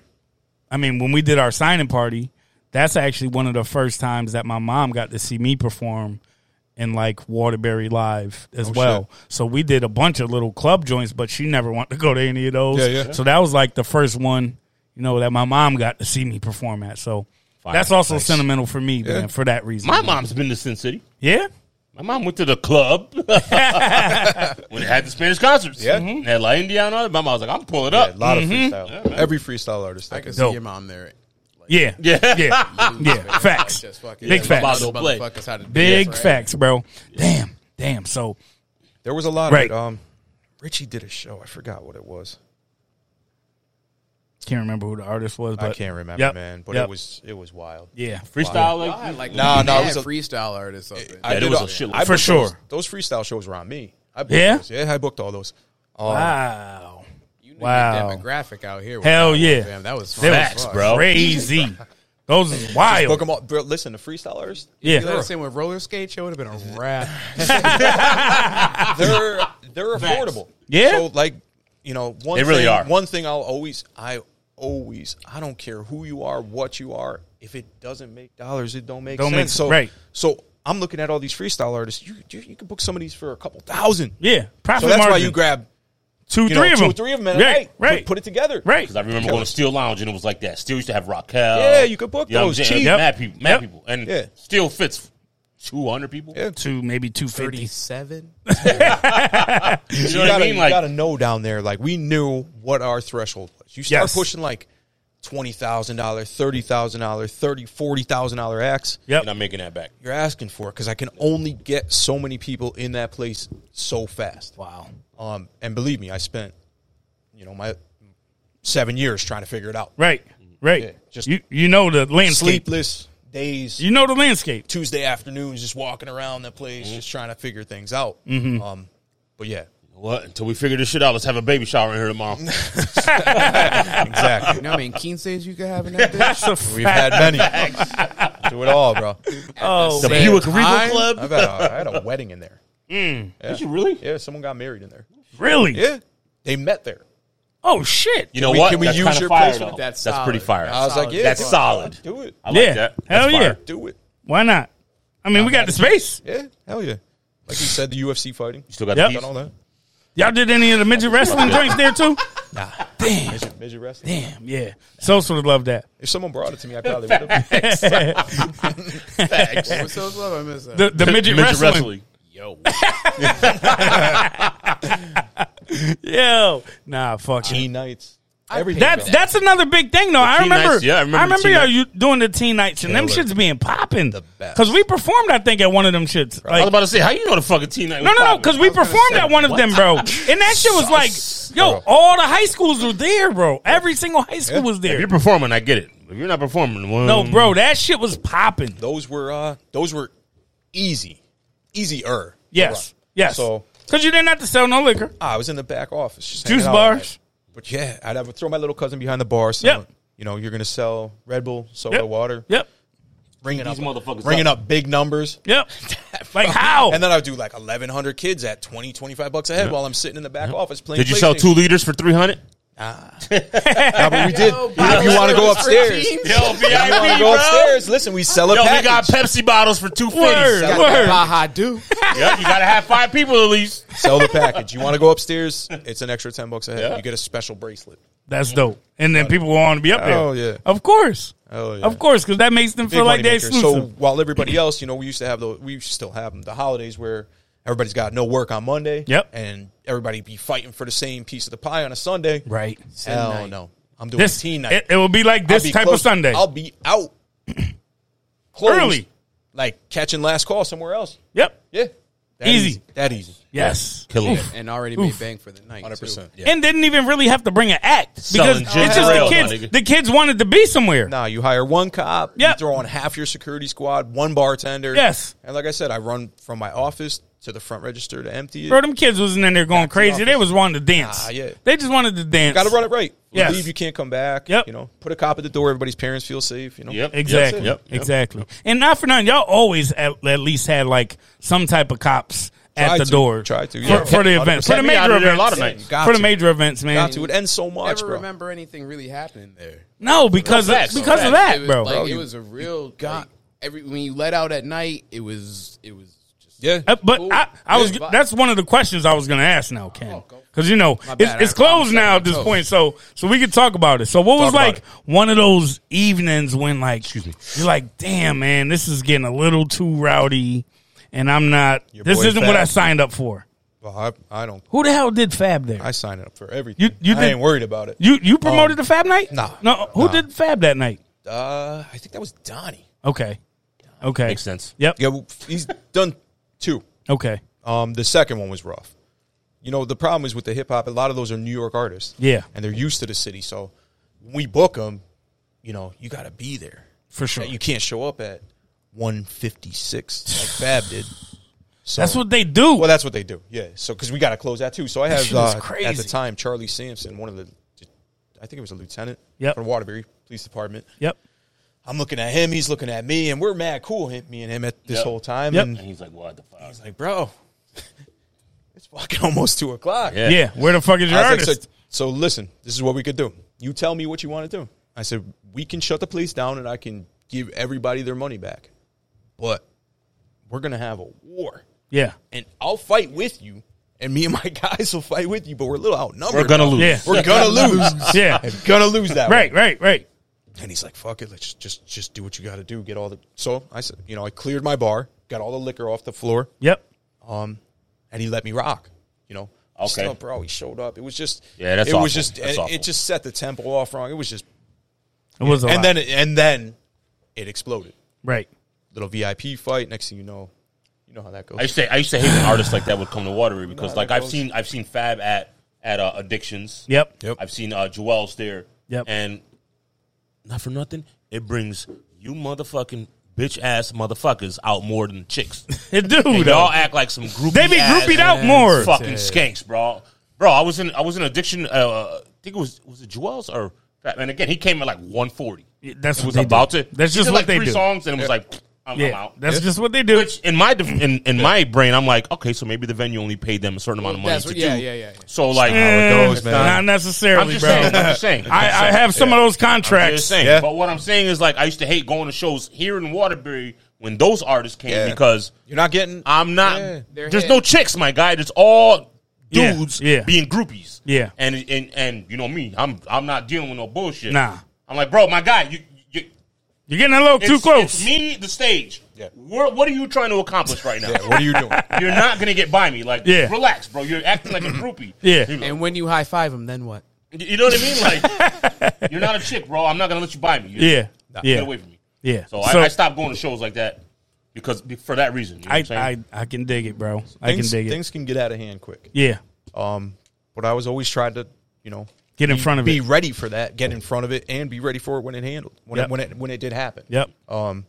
Speaker 2: I mean when we did our signing party, that's actually one of the first times that my mom got to see me perform in like Waterbury Live as well. So we did a bunch of little club joints, but she never wanted to go to any of those.
Speaker 5: Yeah, yeah.
Speaker 2: So that was like the first one, you know, that my mom got to see me perform at. So that's also sentimental for me, man, for that reason.
Speaker 3: My mom's been to Sin City.
Speaker 2: yeah?
Speaker 3: My mom went to the club when they had the Spanish concerts.
Speaker 5: Yeah.
Speaker 3: Mhm. Had La Indiana. My mom was like, I'm pulling
Speaker 5: Yeah,
Speaker 3: up.
Speaker 5: a
Speaker 2: Mm-hmm.
Speaker 5: lot of freestyle. Every freestyle artist. I
Speaker 4: I can
Speaker 5: guess.
Speaker 4: see
Speaker 2: Dope.
Speaker 4: your mom there.
Speaker 2: Yeah. Yeah. Yeah. yeah. Facts.
Speaker 4: Just fucking
Speaker 2: Big
Speaker 4: telling
Speaker 2: facts.
Speaker 4: those
Speaker 3: Don't play.
Speaker 4: motherfuckers how to do
Speaker 2: Big
Speaker 4: this, right?
Speaker 2: facts, bro. Damn. Damn. So
Speaker 5: There was a lot
Speaker 2: Right.
Speaker 5: of it. Um, Richie did a show. I forgot what it was.
Speaker 2: can't remember who the artist was, but
Speaker 5: I can't remember,
Speaker 2: Yep.
Speaker 5: man. But
Speaker 2: Yep.
Speaker 5: it was it was wild.
Speaker 2: Yeah.
Speaker 3: Freestyle,
Speaker 4: I
Speaker 3: like,
Speaker 4: like
Speaker 5: Nah, nah,
Speaker 4: nah,
Speaker 5: it was a-
Speaker 4: freestyle artists. up in-
Speaker 5: I
Speaker 3: Yeah, there
Speaker 5: did
Speaker 3: was
Speaker 5: all-
Speaker 3: a shitload.
Speaker 5: I booked
Speaker 2: For sure.
Speaker 5: Those, those freestyle shows were on me. I booked
Speaker 2: Yeah?
Speaker 5: those. yeah, I booked all those. Um,
Speaker 2: Wow.
Speaker 4: You know
Speaker 2: Wow.
Speaker 4: your demographic out here. was-
Speaker 2: Hell yeah.
Speaker 4: Damn, that was
Speaker 2: That
Speaker 4: fun.
Speaker 2: was
Speaker 3: Facts, bro.
Speaker 2: Crazy. Those is
Speaker 5: Book
Speaker 2: wild.
Speaker 5: them all. Bro, listen, the freestyle artists,
Speaker 2: Yeah.
Speaker 4: You know what I'm saying? With roller skates, it would have been a wrap.
Speaker 5: they're they're affordable.
Speaker 2: Yeah.
Speaker 5: So like, you know, one
Speaker 3: They really
Speaker 5: thing,
Speaker 3: are.
Speaker 5: One thing I'll always I always I don't care who you are, what you are. If it doesn't make dollars, it don't make
Speaker 2: Don't
Speaker 5: sense.
Speaker 2: make-
Speaker 5: so
Speaker 2: right.
Speaker 5: So I'm looking at all these freestyle artists. You you, you can book some of these for a couple thousand.
Speaker 2: Yeah. Profit
Speaker 5: So that's
Speaker 2: margin.
Speaker 5: why you grab
Speaker 2: two,
Speaker 5: you know,
Speaker 2: three of
Speaker 5: two
Speaker 2: them.
Speaker 5: or three of them. And
Speaker 2: Right.
Speaker 5: hey,
Speaker 2: Right.
Speaker 5: Put, put it together.
Speaker 2: right.
Speaker 3: Because I remember going to Steel Lounge and it was like that. Steel used to have Raquel.
Speaker 5: Yeah, you could book
Speaker 3: You know what
Speaker 5: those
Speaker 3: I'm saying?
Speaker 5: cheap.
Speaker 2: Yep.
Speaker 3: Mad people. Mad
Speaker 2: Yep.
Speaker 3: people. And
Speaker 5: Yeah.
Speaker 3: Steel fits 200 people.
Speaker 5: Yeah.
Speaker 2: Two, maybe two fifty.
Speaker 4: Thirty-seven.
Speaker 3: You know
Speaker 5: you
Speaker 3: what I
Speaker 5: gotta,
Speaker 3: mean?
Speaker 5: you
Speaker 3: Like,
Speaker 5: gotta know down there. Like we knew what our threshold was. You start
Speaker 2: Yes.
Speaker 5: pushing like twenty thousand dollar, thirty thousand dollar, thirty, forty thousand dollar acts.
Speaker 3: you're
Speaker 2: Yep.
Speaker 3: not making that back.
Speaker 5: You're asking for because I can only get so many people in that place so fast.
Speaker 2: Wow.
Speaker 5: Um, and believe me, I spent you know my seven years trying to figure it out.
Speaker 2: Right. Right.
Speaker 5: Mm-hmm. Yeah, just-
Speaker 2: you you know the landscape.
Speaker 5: Sleepless days.
Speaker 2: You know the landscape.
Speaker 5: Tuesday afternoons, just walking around that place, just trying to figure things out. Um, but yeah,
Speaker 3: What? Until we figure this shit out, let's have a baby shower in here tomorrow.
Speaker 5: exactly.
Speaker 4: You know how many quinces you could have in that bitch?
Speaker 2: That's a
Speaker 5: We've had many. Do it all, bro.
Speaker 2: oh,
Speaker 3: the
Speaker 2: man.
Speaker 3: Buick Regal
Speaker 4: time?
Speaker 3: Club.
Speaker 5: I've had a, I had a wedding in there.
Speaker 3: Did you really?
Speaker 5: Yeah, someone got married in there.
Speaker 2: really?
Speaker 5: Yeah, they met there.
Speaker 2: Oh shit.
Speaker 3: You know
Speaker 5: we-
Speaker 3: what?
Speaker 5: can we
Speaker 3: That's
Speaker 5: use
Speaker 3: kinda
Speaker 5: your
Speaker 3: fire,
Speaker 5: place for
Speaker 3: though.
Speaker 5: that?
Speaker 3: That's,
Speaker 4: That's
Speaker 3: pretty
Speaker 4: solid.
Speaker 3: fire.
Speaker 5: I was like, yeah,
Speaker 3: That's
Speaker 5: fuck,
Speaker 3: solid.
Speaker 5: Do it.
Speaker 3: I like
Speaker 2: yeah.
Speaker 3: that. That's
Speaker 2: Hell
Speaker 3: fire.
Speaker 2: yeah.
Speaker 5: Do it.
Speaker 2: Why not? I mean, we got the space.
Speaker 5: Yeah, hell yeah. Like you said, the UFC fighting.
Speaker 3: You still got
Speaker 2: Yep.
Speaker 3: the
Speaker 5: Done all
Speaker 3: keys?
Speaker 5: that.
Speaker 2: Y'all did any of the midget wrestling joints there too?
Speaker 5: Midget wrestling.
Speaker 2: Damn, yeah. Souls would love that.
Speaker 5: If someone brought it to me, I probably would have.
Speaker 4: What's so love? I miss that.
Speaker 2: The, the midget, wrestling.
Speaker 4: Yo,
Speaker 2: Yo, nah, fuck it.
Speaker 5: Teen nights. Everything.
Speaker 2: That's
Speaker 5: bro.
Speaker 2: that's another big thing though. I
Speaker 3: teen
Speaker 2: remember,
Speaker 3: nights, yeah, I remember the teen
Speaker 2: y'all
Speaker 3: nights.
Speaker 2: you doing the teen nights and them
Speaker 5: Killer.
Speaker 2: shits being popping.
Speaker 5: best.
Speaker 2: Because we performed, I think, at one of them shits.
Speaker 3: I was
Speaker 2: Like,
Speaker 3: about to say, how you know the fucking team?
Speaker 2: no, no, no, because we
Speaker 4: gonna
Speaker 2: performed
Speaker 4: say,
Speaker 2: at one of them, bro. And that shit was like, yo, all the high schools were there, bro. Every single high school was
Speaker 3: if
Speaker 2: there.
Speaker 3: you're performing, I get it. If you're not performing, well,
Speaker 2: No, bro, that shit was popping.
Speaker 5: Those were uh, those were easy, easier.
Speaker 2: Yes, yes.
Speaker 5: So- ah,
Speaker 2: Because you didn't have to sell no liquor.
Speaker 5: I was in the back office, just
Speaker 2: Juice
Speaker 5: hanging out all night.
Speaker 2: bars.
Speaker 5: But yeah, I'd have throw my little cousin behind the bar. So
Speaker 2: Yep.
Speaker 5: You know, you're gonna sell Red Bull, soda,
Speaker 2: Yep.
Speaker 5: water.
Speaker 2: Yep,
Speaker 5: Bring it
Speaker 3: These motherfuckers
Speaker 5: Bringing
Speaker 3: up.
Speaker 5: up big numbers.
Speaker 2: yep. like how?
Speaker 5: And then I would do like 1,100 kids at 20, 25 bucks a head while I'm sitting in the back office playing.
Speaker 3: Did you sell
Speaker 5: PlayStation.
Speaker 3: two liters for 300?
Speaker 5: Nah, but we did. if you want to go upstairs, if
Speaker 3: Yo,
Speaker 5: you want to
Speaker 3: VIP,
Speaker 5: go upstairs, listen, we sell a
Speaker 3: Yo, we
Speaker 5: package.
Speaker 3: got Pepsi bottles for 250.
Speaker 2: Word.
Speaker 4: Baja do.
Speaker 3: yep, you got to have five people at least.
Speaker 5: sell the package. You want to go upstairs? It's an extra 10 bucks a head.
Speaker 3: Yeah.
Speaker 5: You get a special bracelet.
Speaker 2: That's dope. And then people want to be up there.
Speaker 5: Oh, yeah.
Speaker 2: Of course.
Speaker 5: Oh, yeah.
Speaker 2: Of course, because that makes them
Speaker 5: Big
Speaker 2: feel like they're
Speaker 5: moneymaker. So
Speaker 2: exclusive.
Speaker 5: while everybody else, you know, we used to have the we still have them the holidays where everybody's got no work on Monday.
Speaker 2: Yep.
Speaker 5: And everybody be fighting for the same piece of the pie on a Sunday.
Speaker 2: right.
Speaker 5: Hell no. I'm doing
Speaker 2: This
Speaker 5: teen night.
Speaker 2: it, it will be like
Speaker 5: I'll
Speaker 2: this
Speaker 5: be
Speaker 2: type
Speaker 5: close-
Speaker 2: of Sunday.
Speaker 5: I'll be out closed,
Speaker 2: Early.
Speaker 5: like catching last call somewhere else.
Speaker 2: yep.
Speaker 5: Yeah. That
Speaker 2: Easy.
Speaker 5: That easy.
Speaker 2: Yes.
Speaker 3: Killing it.
Speaker 4: and already made bang for the night. too.
Speaker 5: 100%. Yeah.
Speaker 2: And didn't even really have to bring an act because
Speaker 3: Selling
Speaker 2: it's
Speaker 3: ginger
Speaker 2: just
Speaker 3: ale,
Speaker 2: the
Speaker 3: my
Speaker 2: kids.
Speaker 3: nigga.
Speaker 2: The kids wanted to be somewhere.
Speaker 5: Nah, you hire one cop, you
Speaker 2: Yep.
Speaker 5: throw on half your security squad, one bartender.
Speaker 2: Yes.
Speaker 5: And like I said, I run from my office to the front register to empty it.
Speaker 2: Bro, them kids wasn't in there going crazy. They was wanting to dance.
Speaker 5: Nah, yeah.
Speaker 2: They just wanted to dance.
Speaker 5: Got to run it right. You
Speaker 2: Yes.
Speaker 5: Leave, you can't come back.
Speaker 2: Yep.
Speaker 5: You know, put a cop at the door. Everybody's parents feel safe. You know,
Speaker 3: Yep.
Speaker 2: Exactly.
Speaker 3: Yep. yep.
Speaker 2: Exactly. And not for nothing, y'all always at, at least had like some type of cops at
Speaker 5: Tried
Speaker 2: the
Speaker 5: to.
Speaker 2: door.
Speaker 5: Tried to,
Speaker 2: For,
Speaker 5: yeah.
Speaker 2: for the events. For the
Speaker 3: Yeah, I
Speaker 2: major events.
Speaker 3: did that a lot of nights.
Speaker 5: Got
Speaker 2: for the
Speaker 5: to.
Speaker 2: major events, man.
Speaker 5: Got to. It ends so much,
Speaker 4: Never
Speaker 5: bro.
Speaker 4: remember anything really happening there.
Speaker 2: No, because
Speaker 3: Facts.
Speaker 2: because of that,
Speaker 3: Facts.
Speaker 4: it was
Speaker 2: bro.
Speaker 4: Like,
Speaker 5: Bro,
Speaker 4: it
Speaker 5: you-
Speaker 4: was a real like, every when you let out at night, it was it was just
Speaker 5: Yeah.
Speaker 2: Uh, but
Speaker 4: Cool.
Speaker 2: I, I was
Speaker 4: Good vibe.
Speaker 2: that's one of the questions I was going to ask now, Ken,
Speaker 4: go.
Speaker 2: because you know
Speaker 4: bad.
Speaker 2: it's, it's
Speaker 4: I- I'm
Speaker 2: closed now at this
Speaker 4: second
Speaker 2: point, so so we could talk about it. So what was
Speaker 5: Talk about
Speaker 2: like
Speaker 5: it.
Speaker 2: one of those evenings when like Excuse me. you're like, damn man, this is getting a little too rowdy, and I'm not.
Speaker 5: Your
Speaker 2: this
Speaker 5: boy
Speaker 2: isn't what
Speaker 5: Fab.
Speaker 2: I signed up for.
Speaker 5: Well, I, I don't.
Speaker 2: Who the hell did Fab there?
Speaker 5: I sign up for everything.
Speaker 2: You- you
Speaker 5: I
Speaker 2: did-
Speaker 5: ain't worried about it.
Speaker 2: you you promoted
Speaker 5: Um,
Speaker 2: the Fab night?
Speaker 5: nah.
Speaker 2: no. Who
Speaker 5: Nah.
Speaker 2: did Fab that night?
Speaker 5: Uh, I think that was Donnie.
Speaker 2: Okay, okay,
Speaker 3: Makes sense.
Speaker 2: Yep.
Speaker 5: Yeah, well, he's done two.
Speaker 2: Okay.
Speaker 5: Um, the second one was rough. You know, the problem is with the hip hop. A lot of those are New York artists.
Speaker 2: Yeah.
Speaker 5: and they're used to the city. So when we book them, you know, you got to be there
Speaker 2: For sure.
Speaker 5: You can't show up at one fifty six like Fab did. So,
Speaker 2: That's what they do.
Speaker 5: Well, that's what they do. Yeah. So because we got to close that too. So I have
Speaker 2: shit is
Speaker 5: uh, at
Speaker 2: crazy.
Speaker 5: the time Charlie Sampson, one of the, I think it was a lieutenant
Speaker 2: Yep.
Speaker 5: from Waterbury Police Department.
Speaker 2: yep.
Speaker 5: I'm looking at him. He's looking at me, and we're mad cool. him- Me and him at this
Speaker 3: Yep.
Speaker 5: whole time.
Speaker 2: Yep.
Speaker 5: And
Speaker 3: And he's like, what the fuck?
Speaker 5: he's like, bro, it's fucking almost two o'clock.
Speaker 3: Yeah.
Speaker 2: Yeah. Where the fuck is your
Speaker 5: I was
Speaker 2: artist?
Speaker 5: like, so, so listen, this is what we could do. You tell me what you want to do. I said we can shut the place down, and I can give everybody their money back. But we're gonna have a war,
Speaker 2: yeah.
Speaker 5: and I'll fight with you, and me and my guys will fight with you. But we're a little outnumbered.
Speaker 3: We're gonna
Speaker 5: now.
Speaker 3: lose.
Speaker 2: Yeah.
Speaker 5: We're gonna lose.
Speaker 2: Yeah.
Speaker 5: gonna lose that. one.
Speaker 2: Right, right, right.
Speaker 5: And he's like, "Fuck it, let's just just, just do what you got to do. Get all the." So I said, you know, I cleared my bar, got all the liquor off the floor,
Speaker 2: Yep.
Speaker 5: um, and he let me rock. You know,
Speaker 3: Okay.
Speaker 5: Still, bro, he showed up. It was just,
Speaker 3: Yeah, that's
Speaker 5: it
Speaker 3: awful.
Speaker 5: was just,
Speaker 3: That's
Speaker 5: it,
Speaker 3: awful.
Speaker 5: it just set the tempo off wrong. It was just,
Speaker 2: It was a
Speaker 5: and
Speaker 2: lot.
Speaker 5: then, and then, it exploded.
Speaker 2: right.
Speaker 5: Little VIP fight. Next thing you know, you know how that goes.
Speaker 3: I used to I used to hate when artists like that would come to Waterbury because
Speaker 5: that
Speaker 3: like I've
Speaker 5: goes.
Speaker 3: seen I've seen Fab at at uh, Addictions.
Speaker 2: Yep.
Speaker 5: Yep.
Speaker 3: I've seen uh, Joel's there.
Speaker 2: Yep.
Speaker 3: And not for nothing, it brings you motherfucking bitch ass motherfuckers out more than chicks.
Speaker 2: It do
Speaker 3: And
Speaker 2: though.
Speaker 3: y'all act like some groupie.
Speaker 2: They be
Speaker 3: ass
Speaker 2: groupied out more.
Speaker 3: Fucking skanks, bro. Bro, I was in I was in Addiction. Uh, I think it was was it Joel's or Fab. And again, he came at like 140.
Speaker 2: Yeah, That's
Speaker 3: It
Speaker 2: what
Speaker 3: was
Speaker 2: they
Speaker 3: about
Speaker 2: do.
Speaker 3: to.
Speaker 2: That's
Speaker 3: he
Speaker 2: just
Speaker 3: did,
Speaker 2: what
Speaker 3: like
Speaker 2: they
Speaker 3: three
Speaker 2: do.
Speaker 3: songs, and it was like I'm, I'm
Speaker 2: yeah.
Speaker 3: out.
Speaker 2: That's just what they do.
Speaker 3: Which in my def- in, in my brain, I'm like, okay, so maybe the venue only paid them a certain amount of money
Speaker 4: That's
Speaker 3: to
Speaker 4: what-
Speaker 3: do.
Speaker 4: yeah, yeah, yeah, yeah.
Speaker 3: So like,
Speaker 4: Mm.
Speaker 2: Eh,
Speaker 5: goes, man.
Speaker 2: Not
Speaker 3: I'm
Speaker 2: necessarily,
Speaker 3: just
Speaker 2: bro.
Speaker 3: saying. I'm just saying.
Speaker 2: I, I have some of those
Speaker 3: I'm
Speaker 2: contracts.
Speaker 3: just saying.
Speaker 5: Yeah.
Speaker 3: But what I'm saying is like, I used to hate going to shows here in Waterbury when those artists came
Speaker 5: Yeah.
Speaker 3: because
Speaker 5: You're not getting.
Speaker 3: I'm not.
Speaker 5: Yeah.
Speaker 4: They're
Speaker 3: there's
Speaker 4: hit.
Speaker 3: no chicks, my guy. It's all
Speaker 2: Yeah,
Speaker 3: dudes
Speaker 2: yeah.
Speaker 3: being groupies.
Speaker 2: Yeah.
Speaker 3: and and and you know me, I'm I'm not dealing with no bullshit.
Speaker 2: Nah.
Speaker 3: I'm like, bro, my guy, you. you
Speaker 2: You're getting a little too
Speaker 3: it's-
Speaker 2: close.
Speaker 3: It's me, the stage.
Speaker 5: Yeah.
Speaker 3: What, what are you trying to accomplish right now?
Speaker 5: What are you doing?
Speaker 3: You're not gonna get by me. Like,
Speaker 2: Yeah.
Speaker 3: relax, bro. You're acting like a groupie.
Speaker 2: Yeah.
Speaker 3: You know,
Speaker 4: And when you high five him, then what?
Speaker 3: you know what I mean? Like, you're not a chick, bro. I'm not gonna let you buy me. You-
Speaker 2: Yeah.
Speaker 3: Get
Speaker 2: Yeah.
Speaker 3: away from me.
Speaker 2: Yeah.
Speaker 3: So, I, I stopped going to shows like that because for that reason. You know
Speaker 2: I,
Speaker 3: what I'm saying?
Speaker 2: I, I can dig it, bro. I can
Speaker 5: Things,
Speaker 2: dig it.
Speaker 5: things can get out of hand quick.
Speaker 2: Yeah.
Speaker 5: Um, but I was always trying to, you know,
Speaker 2: Get in
Speaker 5: be-
Speaker 2: front of
Speaker 5: be
Speaker 2: it.
Speaker 5: ready for that, get in front of it, and be ready for it when it handled, when
Speaker 2: Yep.
Speaker 5: it, when it when it did happen.
Speaker 2: Yep.
Speaker 5: Um,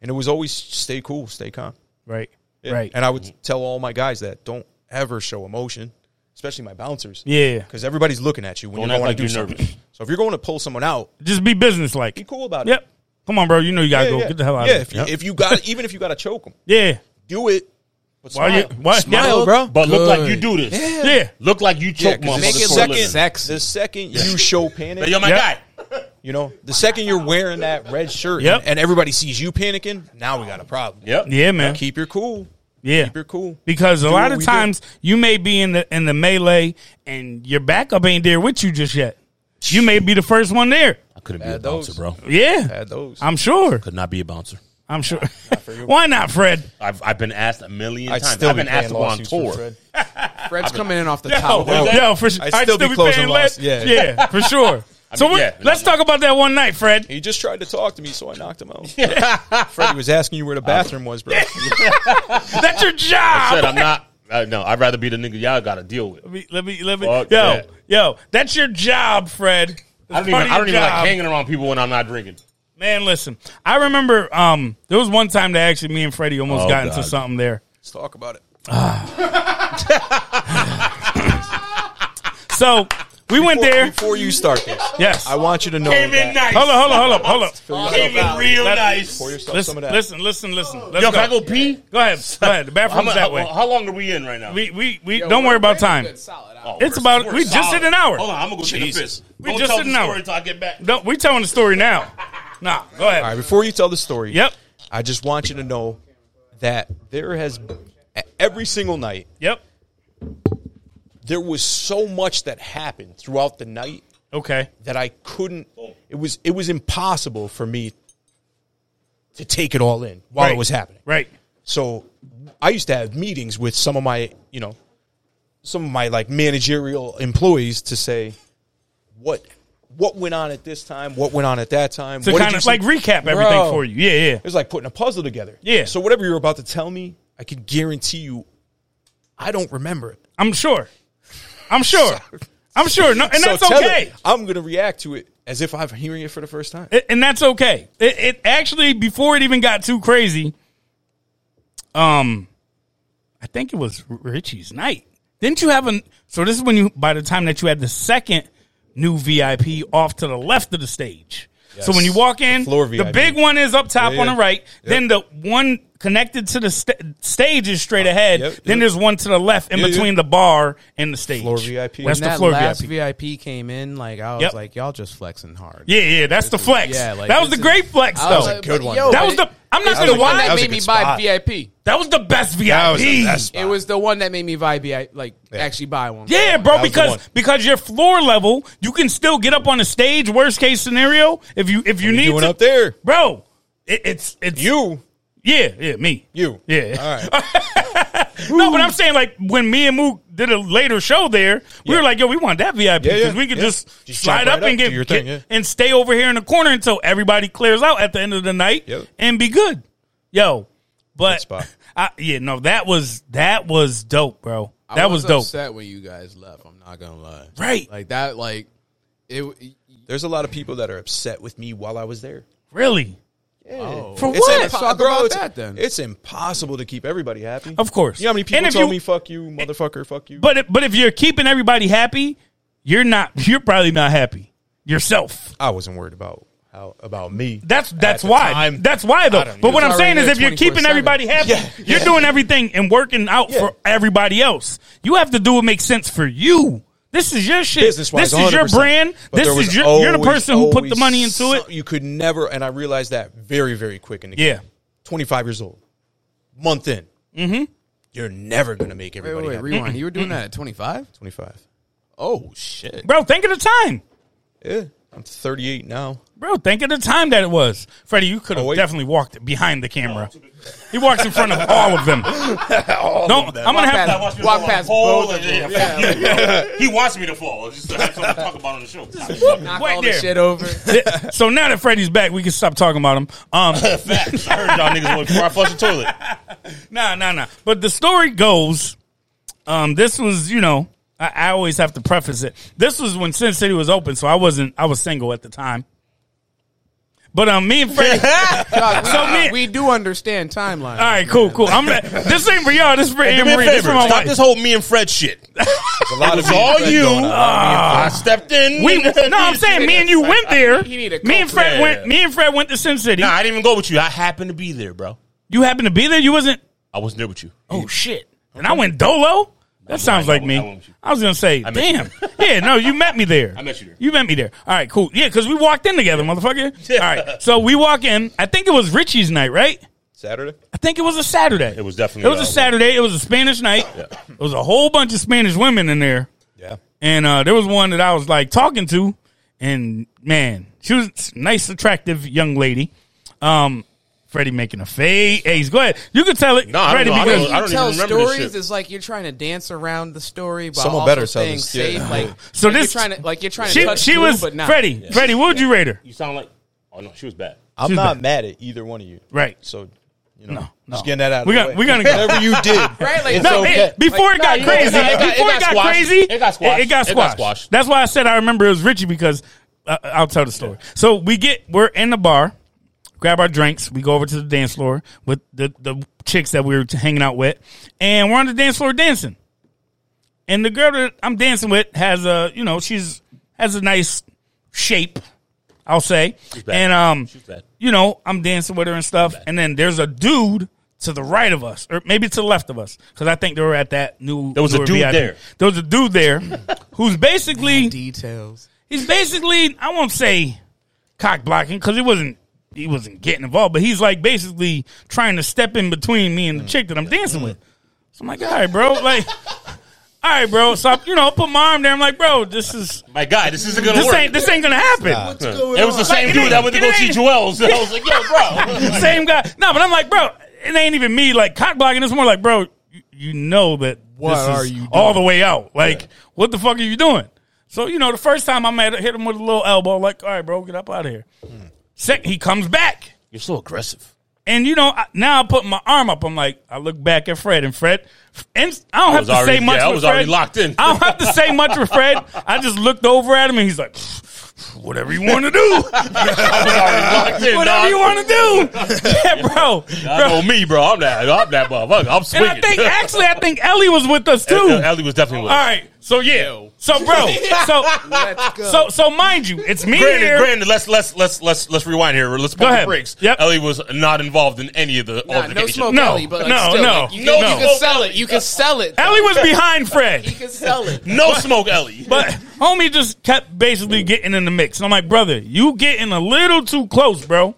Speaker 5: and it was always stay cool, stay calm.
Speaker 2: Right.
Speaker 5: Yeah.
Speaker 2: Right.
Speaker 5: And I would tell all my guys that don't ever show emotion, especially my bouncers.
Speaker 2: Yeah.
Speaker 5: Because everybody's looking at you when
Speaker 3: Don't
Speaker 5: you're
Speaker 3: act
Speaker 5: going
Speaker 3: like
Speaker 5: to do
Speaker 3: you're
Speaker 5: something.
Speaker 3: nervous.
Speaker 5: So if you're going to pull someone out,
Speaker 2: Just be business like.
Speaker 5: be cool about it.
Speaker 2: Yep. Come on, bro. You know you gotta
Speaker 5: Yeah,
Speaker 2: go.
Speaker 5: yeah.
Speaker 2: Get the hell out
Speaker 5: yeah,
Speaker 2: of
Speaker 5: if
Speaker 2: here.
Speaker 5: you, if you got even if you got to choke them,
Speaker 2: yeah.
Speaker 5: do it. But
Speaker 2: Why
Speaker 5: smile,
Speaker 2: you- why-
Speaker 5: smile,
Speaker 2: yeah.
Speaker 5: bro.
Speaker 3: But look like you
Speaker 4: Good.
Speaker 3: do this.
Speaker 2: Yeah. Yeah.
Speaker 3: Look like you choke
Speaker 5: Yeah, 'cause
Speaker 3: motherfuckers
Speaker 5: the
Speaker 3: for a
Speaker 5: second-
Speaker 3: living.
Speaker 4: Sex.
Speaker 5: The second you show panic,
Speaker 3: Yo, my
Speaker 2: Yep.
Speaker 3: guy.
Speaker 5: You know, the second you're wearing that red shirt
Speaker 2: Yep.
Speaker 5: and everybody sees you panicking, now we got a problem.
Speaker 3: Yep.
Speaker 2: man.
Speaker 5: Keep your cool.
Speaker 2: Yeah.
Speaker 5: Keep your cool.
Speaker 2: Because a
Speaker 5: Do
Speaker 2: lot
Speaker 5: what
Speaker 2: of
Speaker 5: we do.
Speaker 2: times you may be in the in the melee and your backup ain't there with you just yet. You may be the first one there.
Speaker 3: I couldn't be
Speaker 5: Add
Speaker 3: a bouncer,
Speaker 5: those.
Speaker 3: bro.
Speaker 2: Yeah,
Speaker 5: Had those.
Speaker 2: I'm sure.
Speaker 3: Could not be a bouncer.
Speaker 2: I'm sure. Why not, Fred?
Speaker 3: I've I've been asked a 1000000
Speaker 5: I'd
Speaker 3: times.
Speaker 5: still
Speaker 3: I've
Speaker 5: be
Speaker 3: been asked to go
Speaker 5: paying
Speaker 3: on
Speaker 5: lawsuits for
Speaker 3: tour.
Speaker 5: Fred.
Speaker 4: Fred's coming in off the
Speaker 2: No,
Speaker 3: Oh,
Speaker 4: top. Well,
Speaker 2: no, for sure.
Speaker 5: I'd still be closing lots.
Speaker 2: Yeah.
Speaker 5: Yeah.
Speaker 2: yeah, for sure. so
Speaker 3: mean,
Speaker 2: we
Speaker 3: yeah.
Speaker 2: let's talk about that one night, Fred.
Speaker 5: He just tried to talk to me, so I knocked him out. Freddie was asking you where the bathroom was, bro.
Speaker 2: That's your job.
Speaker 3: Said I'm not. Uh, no, I'd rather be the nigga y'all got to deal with.
Speaker 2: let me, let me, let me.
Speaker 3: Fuck
Speaker 2: yo,
Speaker 3: that.
Speaker 2: yo, that's your job, Fred.
Speaker 3: I don't
Speaker 2: That's part of
Speaker 3: even. I
Speaker 2: your
Speaker 3: don't even like
Speaker 2: job.
Speaker 3: hanging around people when I'm not drinking.
Speaker 2: Man, listen, I remember um, there was one time that actually me and Freddie almost
Speaker 3: Oh,
Speaker 2: got into
Speaker 3: God.
Speaker 2: something there.
Speaker 5: Let's talk about it.
Speaker 2: So we went
Speaker 5: Before,
Speaker 2: there.
Speaker 5: before you start this,
Speaker 2: Yes.
Speaker 5: I want you to know.
Speaker 3: Came in nice.
Speaker 5: that-
Speaker 2: Hold up, hold up, hold up, hold up.
Speaker 3: Came in real
Speaker 2: Let-
Speaker 3: nice.
Speaker 5: Pour yourself some
Speaker 2: Listen,
Speaker 5: of that.
Speaker 2: listen, listen, listen. Let's go.
Speaker 3: Yo, can I go pee?
Speaker 2: Go ahead, go ahead. The
Speaker 3: How,
Speaker 2: bathroom's
Speaker 3: mu-
Speaker 2: that
Speaker 3: how,
Speaker 2: way.
Speaker 3: how long are we in right now?
Speaker 2: We we we don't worry about time.
Speaker 3: Oh,
Speaker 2: It's
Speaker 3: we're-
Speaker 2: about-
Speaker 3: we're
Speaker 2: we just
Speaker 3: solid.
Speaker 2: in an hour.
Speaker 3: Hold on, I'm gonna go take a
Speaker 2: Jesus.
Speaker 3: piss.
Speaker 2: We
Speaker 3: Don't
Speaker 2: just
Speaker 3: tell
Speaker 2: in
Speaker 3: the
Speaker 2: an hour.
Speaker 3: story until I get back.
Speaker 2: No, we telling the story now. Nah, go ahead.
Speaker 5: All right, before you tell the story,
Speaker 2: Yep.
Speaker 5: I just want you to know that there has every single night
Speaker 2: Yep.
Speaker 5: there was so much that happened throughout the night
Speaker 2: Okay.
Speaker 5: that I couldn't. It was it was impossible for me to take it all in while
Speaker 2: Right.
Speaker 5: it was happening.
Speaker 2: Right.
Speaker 5: So I used to have meetings with some of my, you know, some of my like managerial employees to say what what went on at this time, what went on at that time.
Speaker 2: To
Speaker 5: what did
Speaker 2: kind
Speaker 5: you
Speaker 2: of
Speaker 5: see-
Speaker 2: like recap everything
Speaker 5: Bro,
Speaker 2: for you. Yeah, yeah.
Speaker 5: It was like putting a puzzle together.
Speaker 2: Yeah.
Speaker 5: So whatever you're about to tell me, I can guarantee you, I don't remember it.
Speaker 2: I'm sure. I'm sure. I'm sure. No, and
Speaker 5: So
Speaker 2: that's
Speaker 5: tell it-
Speaker 2: okay.
Speaker 5: I'm gonna react to it as if I'm hearing it for the first time.
Speaker 2: It- and that's okay. It, it actually before it even got too crazy, um, I think it was Richie's night. Didn't you have a? So this is when you by the time that you had the second new VIP off to the left of the stage. So when you walk in,
Speaker 5: floor
Speaker 2: the,
Speaker 5: VIP.
Speaker 2: big one is up top
Speaker 5: Yeah,
Speaker 2: on the
Speaker 5: yeah.
Speaker 2: right. Then the one connected to the st- stage is straight ahead.
Speaker 5: yep,
Speaker 2: then
Speaker 5: yep.
Speaker 2: there's one to the left in
Speaker 5: Yeah, yeah.
Speaker 2: between the bar and the stage.
Speaker 5: Floor VIP.
Speaker 2: That's
Speaker 5: When
Speaker 2: the
Speaker 4: that
Speaker 2: floor
Speaker 4: last
Speaker 2: VIP.
Speaker 4: VIP. came in, like I was
Speaker 2: Yep.
Speaker 4: like, y'all just flexing hard.
Speaker 2: Yeah, yeah, that's the flex.
Speaker 4: yeah, like,
Speaker 2: that was the
Speaker 4: this is-
Speaker 2: great flex,
Speaker 4: I
Speaker 2: though.
Speaker 4: was like,
Speaker 5: good
Speaker 4: but
Speaker 5: one.
Speaker 2: That was the- I'm not
Speaker 4: it's
Speaker 2: gonna
Speaker 4: the one
Speaker 2: lie. That
Speaker 4: that
Speaker 5: was a
Speaker 4: made me
Speaker 5: good
Speaker 4: buy
Speaker 5: spot.
Speaker 4: VIP.
Speaker 2: That was the best VIP.
Speaker 5: was the best.
Speaker 4: It was the one that made me buy VIP, like
Speaker 5: Yeah.
Speaker 4: actually buy one.
Speaker 2: Yeah, bro,
Speaker 5: That was the one.
Speaker 2: because because your floor level, you can still get up on the stage. Worst case scenario, if you if you need
Speaker 5: doing
Speaker 2: to,
Speaker 5: up there?
Speaker 2: bro. It, it's it's
Speaker 5: You,
Speaker 2: Yeah, yeah, me.
Speaker 5: you,
Speaker 2: Yeah.
Speaker 5: All right,
Speaker 2: No, but I'm saying like when me and Mook did a later show there, we were like, yo, we want that VIP
Speaker 5: Yeah,
Speaker 2: because
Speaker 5: yeah,
Speaker 2: we could
Speaker 5: yeah.
Speaker 2: just,
Speaker 5: Just
Speaker 2: slide
Speaker 5: jump right
Speaker 2: up and
Speaker 5: up,
Speaker 2: get,
Speaker 5: do your thing,
Speaker 2: get-
Speaker 5: yeah.
Speaker 2: and stay over here in the corner until everybody clears out at the end of the night
Speaker 5: Yep.
Speaker 2: and be good. Yo, but
Speaker 5: spot.
Speaker 2: I, yeah, no, that was that was dope, bro.
Speaker 4: I
Speaker 2: That was, dope.
Speaker 4: Upset when you guys left. I'm not gonna lie.
Speaker 2: Right.
Speaker 4: Like that. Like it.
Speaker 5: there's a lot of people that are upset with me while I was there.
Speaker 2: Really? For
Speaker 5: It's
Speaker 2: what?
Speaker 5: impo-
Speaker 4: Let's talk
Speaker 5: bro,
Speaker 4: about
Speaker 5: it's-
Speaker 4: that then.
Speaker 5: It's impossible to keep everybody happy.
Speaker 2: Of course.
Speaker 5: You know how many
Speaker 2: And
Speaker 5: people
Speaker 2: if
Speaker 5: told
Speaker 2: you-
Speaker 5: me "fuck you, motherfucker, fuck you"?
Speaker 2: But if- but if you're keeping everybody happy, you're not. You're probably not happy yourself.
Speaker 5: I wasn't worried about how about me.
Speaker 2: That's
Speaker 5: at
Speaker 2: that's
Speaker 5: the
Speaker 2: why.
Speaker 5: time.
Speaker 2: That's why though. But what
Speaker 4: It's
Speaker 2: I'm saying
Speaker 4: already
Speaker 2: is,
Speaker 4: there
Speaker 2: if you're keeping
Speaker 4: 24/7.
Speaker 2: everybody happy,
Speaker 5: Yeah.
Speaker 2: you're doing everything and working out for everybody else. You have to do what makes sense for you. This is your shit. This
Speaker 5: Business-wise,
Speaker 2: is your
Speaker 5: 100%.
Speaker 2: brand.
Speaker 5: But
Speaker 2: This
Speaker 5: there was
Speaker 2: is your. You're the
Speaker 5: always,
Speaker 2: person who put the
Speaker 5: always
Speaker 2: money into
Speaker 5: some-
Speaker 2: it.
Speaker 5: You could never, and I realized that very, very quick. In the
Speaker 2: Yeah.
Speaker 5: 25 years old, month in, mm-hmm. you're never gonna make
Speaker 4: Wait,
Speaker 5: everybody
Speaker 4: wait, wait,
Speaker 5: happy.
Speaker 4: rewind. You were doing that at 25.
Speaker 5: 25.
Speaker 4: Oh shit.
Speaker 2: Bro, think of the time.
Speaker 5: Yeah, I'm 38 now.
Speaker 2: Bro, think of the time that it was. Freddie, you could have
Speaker 5: Oh, wait.
Speaker 2: definitely walked behind the camera. He walks in front of all of them. Don't, I'm gonna have
Speaker 4: Walk
Speaker 2: to,
Speaker 4: past-
Speaker 3: Watch me
Speaker 4: Walk
Speaker 3: fall
Speaker 4: past
Speaker 3: on the
Speaker 4: both of
Speaker 3: pole. Yeah,
Speaker 4: them. Yeah.
Speaker 3: fuck you, bro. He wants me to fall. It's Just to have something to talk about on the show.
Speaker 4: Knock
Speaker 2: Wait
Speaker 4: all
Speaker 2: there.
Speaker 4: this shit over.
Speaker 2: so now that Freddie's back, we can stop talking about him. Um,
Speaker 3: Facts. I heard y'all niggas went before I flush the toilet.
Speaker 2: Nah, nah, nah. But the story goes, um, this was, you know, I, I always have to preface it. This was when Sin City was open, so I wasn't, I was single at the time. But um, me and Freddie.
Speaker 4: Dog, we,
Speaker 2: So me-
Speaker 4: we do understand timeline.
Speaker 2: all right, cool, cool. I'm. not- This ain't for y'all. This is for
Speaker 3: Do
Speaker 2: Anne
Speaker 3: me a
Speaker 2: Marie. This is
Speaker 3: favor.
Speaker 2: for my
Speaker 3: Stop
Speaker 2: wife.
Speaker 3: this whole me and Fred shit.
Speaker 5: There's a lot
Speaker 3: It's
Speaker 5: me and
Speaker 3: all
Speaker 5: Fred
Speaker 3: you. Ah.
Speaker 5: going on.
Speaker 3: I stepped in.
Speaker 2: we, no, I'm saying me and you went there.
Speaker 4: He need a
Speaker 2: Me and Fred
Speaker 3: Yeah.
Speaker 2: went. Me and Fred went to Sin City.
Speaker 3: Nah, I didn't even go with you. I happened to be there, bro.
Speaker 2: You happened to be there. You wasn't.
Speaker 3: I wasn't there with you.
Speaker 2: Oh shit! And I went dolo. That sounds
Speaker 3: why I
Speaker 2: like
Speaker 3: went- I
Speaker 2: me.
Speaker 3: went with you.
Speaker 2: I was gonna say,
Speaker 3: met you
Speaker 2: damn. yeah, no, you met me there. I
Speaker 3: met you there.
Speaker 2: You met me there. All right, cool. Yeah, because we walked in together, motherfucker. All
Speaker 3: Yeah.
Speaker 2: right, so we walk in. I think it was Richie's night, right?
Speaker 5: Saturday.
Speaker 2: I think it was a Saturday.
Speaker 3: It was definitely,
Speaker 2: It was a
Speaker 3: uh,
Speaker 2: Saturday. It was a Spanish night. It was a whole bunch of Spanish women in there,
Speaker 5: Yeah.
Speaker 2: and uh, there was one that I was like talking to, and man, she was a nice, attractive young lady. Um, Freddie making a face. Ace, go ahead. You can tell it,
Speaker 3: No, I don't
Speaker 2: Freddie.
Speaker 3: know. I
Speaker 2: because
Speaker 3: don't- I
Speaker 6: you tell
Speaker 3: even remember this
Speaker 6: stories,
Speaker 3: shit.
Speaker 6: it's like you're trying to dance around the story, but
Speaker 5: Someone
Speaker 6: also
Speaker 5: better tell
Speaker 6: staying
Speaker 5: this, yeah.
Speaker 6: safe. Like,
Speaker 2: So
Speaker 6: like
Speaker 2: this-
Speaker 6: you're trying to like you're trying to
Speaker 2: she,
Speaker 6: touch
Speaker 2: she
Speaker 6: glue,
Speaker 2: was
Speaker 6: but not.
Speaker 2: Freddie. Freddie, what would you rate her?
Speaker 3: You sound like oh no, she was bad.
Speaker 5: I'm
Speaker 2: She's
Speaker 5: not
Speaker 2: bad.
Speaker 5: mad at either one of you.
Speaker 2: Right.
Speaker 5: So, you know,
Speaker 2: no.
Speaker 5: just getting that out
Speaker 2: We
Speaker 5: of
Speaker 2: got-
Speaker 5: the way.
Speaker 2: we gotta go.
Speaker 5: Whatever you did.
Speaker 6: Right, like
Speaker 5: it's
Speaker 2: No,
Speaker 5: okay.
Speaker 2: it, before it got
Speaker 3: Like, nah, you-
Speaker 2: crazy,
Speaker 3: it got- it
Speaker 2: before it
Speaker 3: got
Speaker 2: got
Speaker 3: squashed.
Speaker 2: crazy,
Speaker 3: It got squashed.
Speaker 2: It got
Speaker 3: It got
Speaker 2: squashed.
Speaker 3: squashed.
Speaker 2: That's why I said I remember it was Richie because uh, I'll tell the story. So we get we're in the bar, grab our drinks, we go over to the dance floor with the the chicks that we were hanging out with, and we're on the dance floor dancing. And the girl that I'm dancing with has a you know she's has a nice shape, I'll say,
Speaker 3: bad.
Speaker 2: and um
Speaker 3: She's bad.
Speaker 2: you know, I'm dancing with her and stuff. And then there's a dude to the right of us, or maybe to the left of us, because I think they were at that new.
Speaker 3: There was a
Speaker 2: newer
Speaker 3: dude
Speaker 2: VIP.
Speaker 3: there.
Speaker 2: There was a dude there who's basically,
Speaker 6: details.
Speaker 2: he's basically, I won't say cock blocking because he wasn't, he wasn't getting involved, but he's like basically trying to step in between me and the chick that I'm dancing with. So I'm like, all right, bro, like. All right, bro. So I, you know, put my arm there. I'm like, bro, this is
Speaker 3: My God, this isn't gonna
Speaker 2: this
Speaker 3: work.
Speaker 2: ain't this ain't gonna happen.
Speaker 3: it was the same
Speaker 2: Like, it
Speaker 3: dude that
Speaker 2: ain't-
Speaker 3: went to
Speaker 2: it
Speaker 3: go see
Speaker 2: ain't-
Speaker 3: Joel's. And I was like, yo, bro. Like,
Speaker 2: Same guy. No, but I'm like, bro, it ain't even me like cock blocking. It's more like, bro, you, you know that
Speaker 4: What
Speaker 2: this is
Speaker 4: are you
Speaker 2: all the
Speaker 4: doing?
Speaker 2: way out. Like, what the fuck are you doing? So you know, the first time I met, hit him with a little elbow. Like, all right, bro, get up out of here.
Speaker 3: Hmm.
Speaker 2: Second, he comes back,
Speaker 3: You're so aggressive.
Speaker 2: and you know, I, now I put my arm up. I'm like, I look back at Fred, and Fred, and I don't have
Speaker 3: was
Speaker 2: to
Speaker 3: already-
Speaker 2: say much.
Speaker 3: yeah, I
Speaker 2: with
Speaker 3: was already
Speaker 2: Fred.
Speaker 3: locked in.
Speaker 2: I don't have to say much with Fred. I just looked over at him, and he's like, whatever you want to do. whatever you want to do. Yeah, bro.
Speaker 3: I
Speaker 2: bro.
Speaker 3: know me, bro. I'm that. I'm that motherfucker. I'm
Speaker 2: And
Speaker 3: swinging.
Speaker 2: I think actually, I think Ellie was with us too.
Speaker 3: Uh,
Speaker 2: All
Speaker 3: Ellie was definitely with. us.
Speaker 2: right. So yeah. So bro. So so so mind you, it's me
Speaker 3: Granted,
Speaker 2: here.
Speaker 3: granted, let's let's let's let's let's rewind here. Let's pump
Speaker 2: ahead.
Speaker 3: the brakes.
Speaker 2: Yep.
Speaker 3: Ellie was not involved in any of the
Speaker 6: Nah, no
Speaker 3: altercation.
Speaker 6: smoke,
Speaker 2: No,
Speaker 6: Ellie, but like,
Speaker 2: no,
Speaker 6: still,
Speaker 2: no,
Speaker 6: like, you,
Speaker 3: no
Speaker 6: can, you
Speaker 3: smoke,
Speaker 6: can sell it. You can sell it.
Speaker 2: Ellie was behind
Speaker 6: You
Speaker 2: Fred,
Speaker 6: can sell it.
Speaker 3: No smoke, E. Ellie.
Speaker 2: but homie just kept basically getting in the mix. And I'm like, brother, you getting a little too close, bro.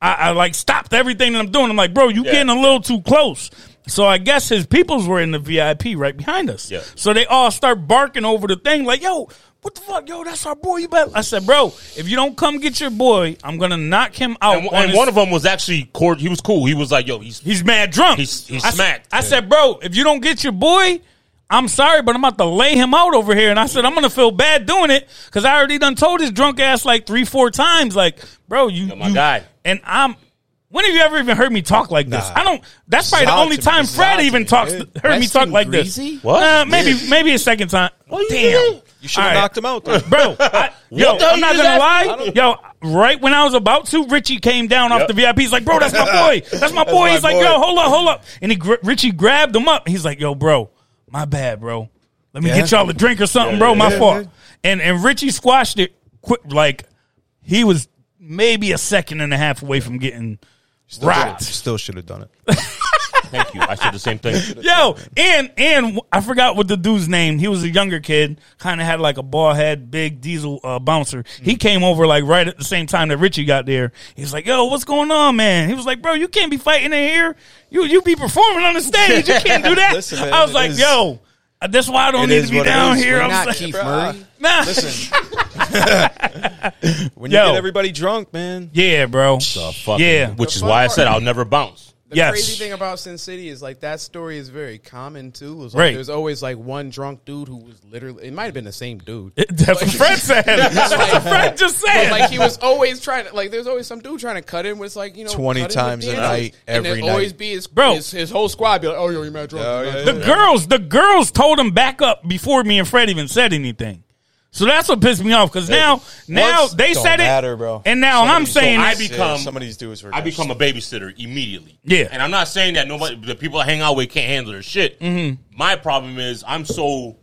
Speaker 2: I, I like stopped everything that I'm doing. I'm like, bro, you
Speaker 3: Yeah.
Speaker 2: getting a little too close. So I guess his peoples were in the VIP right behind us.
Speaker 3: Yeah.
Speaker 2: So they all start barking over the thing, like, yo, what the fuck, yo, that's our boy. You bet. I said, bro, if you don't come get your boy, I'm gonna knock him out.
Speaker 3: and
Speaker 2: on
Speaker 3: and
Speaker 2: his-
Speaker 3: one of them was actually cord. He was cool. He was like, yo, he's
Speaker 2: he's mad drunk.
Speaker 3: He's- he's
Speaker 2: I said-
Speaker 3: smacked.
Speaker 2: I said, bro, if you don't get your boy. I'm sorry, but I'm about to lay him out over here. And I said, I'm going to feel bad doing it because I already done told his drunk ass like three, four times. Like, bro, you.
Speaker 3: my
Speaker 2: you-
Speaker 3: guy.
Speaker 2: And I'm. When have you ever even heard me talk like this?
Speaker 5: Nah.
Speaker 2: I don't. That's probably the
Speaker 5: Shout out
Speaker 2: only
Speaker 5: to me.
Speaker 2: time
Speaker 5: Shout out
Speaker 2: Fred
Speaker 5: to
Speaker 2: even
Speaker 5: me,
Speaker 2: talks.
Speaker 5: dude.
Speaker 2: Heard me
Speaker 4: That's
Speaker 2: talk
Speaker 4: too
Speaker 2: like
Speaker 4: greasy?
Speaker 2: this. Uh, maybe maybe a second time. Damn.
Speaker 5: You should have
Speaker 2: All right.
Speaker 5: knocked him out. Though.
Speaker 2: Bro, I, yo,
Speaker 3: the-
Speaker 2: I'm not
Speaker 3: you
Speaker 2: gonna
Speaker 3: just asked-
Speaker 2: lie. Yo, right when I was about to, Richie came down off
Speaker 3: Yep.
Speaker 2: the VIP. He's like, bro, that's my boy. That's my boy.
Speaker 5: my
Speaker 2: He's like,
Speaker 5: boy.
Speaker 2: yo, hold up, hold up. And he gr- Richie grabbed him up. He's like, yo, bro, my bad, bro. Let me get y'all a drink or something, bro. My fault. And and Richie squashed it quick. Like he was maybe a second and a half away from getting rocked.
Speaker 5: Still should have done it.
Speaker 3: Thank you. I said the same thing.
Speaker 2: Yo, and and I forgot what the dude's name. He was a younger kid, kind of had like a bald head, big diesel uh, bouncer.
Speaker 5: Mm.
Speaker 2: He came over like right at the same time that Richie got there. He was like, "Yo, what's going on, man?" He was like, "Bro, you can't be fighting in here. You you be performing on the stage. You can't do that."
Speaker 5: Listen, man,
Speaker 2: I was
Speaker 5: it
Speaker 2: like,
Speaker 5: is-
Speaker 2: "Yo, that's why I don't
Speaker 5: it
Speaker 2: need
Speaker 5: is
Speaker 2: to be
Speaker 5: what it
Speaker 2: down
Speaker 5: is.
Speaker 2: here."
Speaker 5: We're
Speaker 2: I'm
Speaker 4: Not
Speaker 2: like,
Speaker 4: Keith Murray.
Speaker 2: nah.
Speaker 5: Listen. when you
Speaker 2: Yo.
Speaker 5: get everybody drunk, man.
Speaker 2: Yeah, bro. Yeah.
Speaker 3: Which is why I said I'll never bounce.
Speaker 6: The
Speaker 2: Yes.
Speaker 6: crazy thing about Sin City is like that story is very common too. It was like,
Speaker 2: Right.
Speaker 6: There's always like one drunk dude who was literally. It might have been the same dude.
Speaker 2: That's what Fred said. That's what Fred just said.
Speaker 6: But, like he was always trying to like there's always some dude trying to cut in with like you know
Speaker 5: 20
Speaker 6: cut in with
Speaker 5: times a
Speaker 6: dancers,
Speaker 5: night,
Speaker 6: and
Speaker 5: every
Speaker 6: there'd always
Speaker 5: night.
Speaker 6: be his
Speaker 2: Bro.
Speaker 6: his, his whole squad be like oh yo you mad drunk
Speaker 5: Yeah,
Speaker 6: you mad
Speaker 5: yeah,
Speaker 6: drunk."
Speaker 2: The girls, the girls told him back up before me and Fred even said anything. So that's what pissed me off because now, now
Speaker 5: Once-
Speaker 2: they
Speaker 5: don't
Speaker 2: said
Speaker 5: matter,
Speaker 2: it,
Speaker 5: bro.
Speaker 2: and now
Speaker 5: Somebody-
Speaker 2: I'm saying
Speaker 3: so I
Speaker 2: it.
Speaker 3: be-
Speaker 5: Yeah,
Speaker 3: Become-
Speaker 5: some of these dudes were.
Speaker 3: I become a babysitter immediately.
Speaker 2: Yeah.
Speaker 3: And I'm not saying that nobody, the people I hang out with can't handle their shit.
Speaker 2: Mm-hmm.
Speaker 3: My problem is I'm so,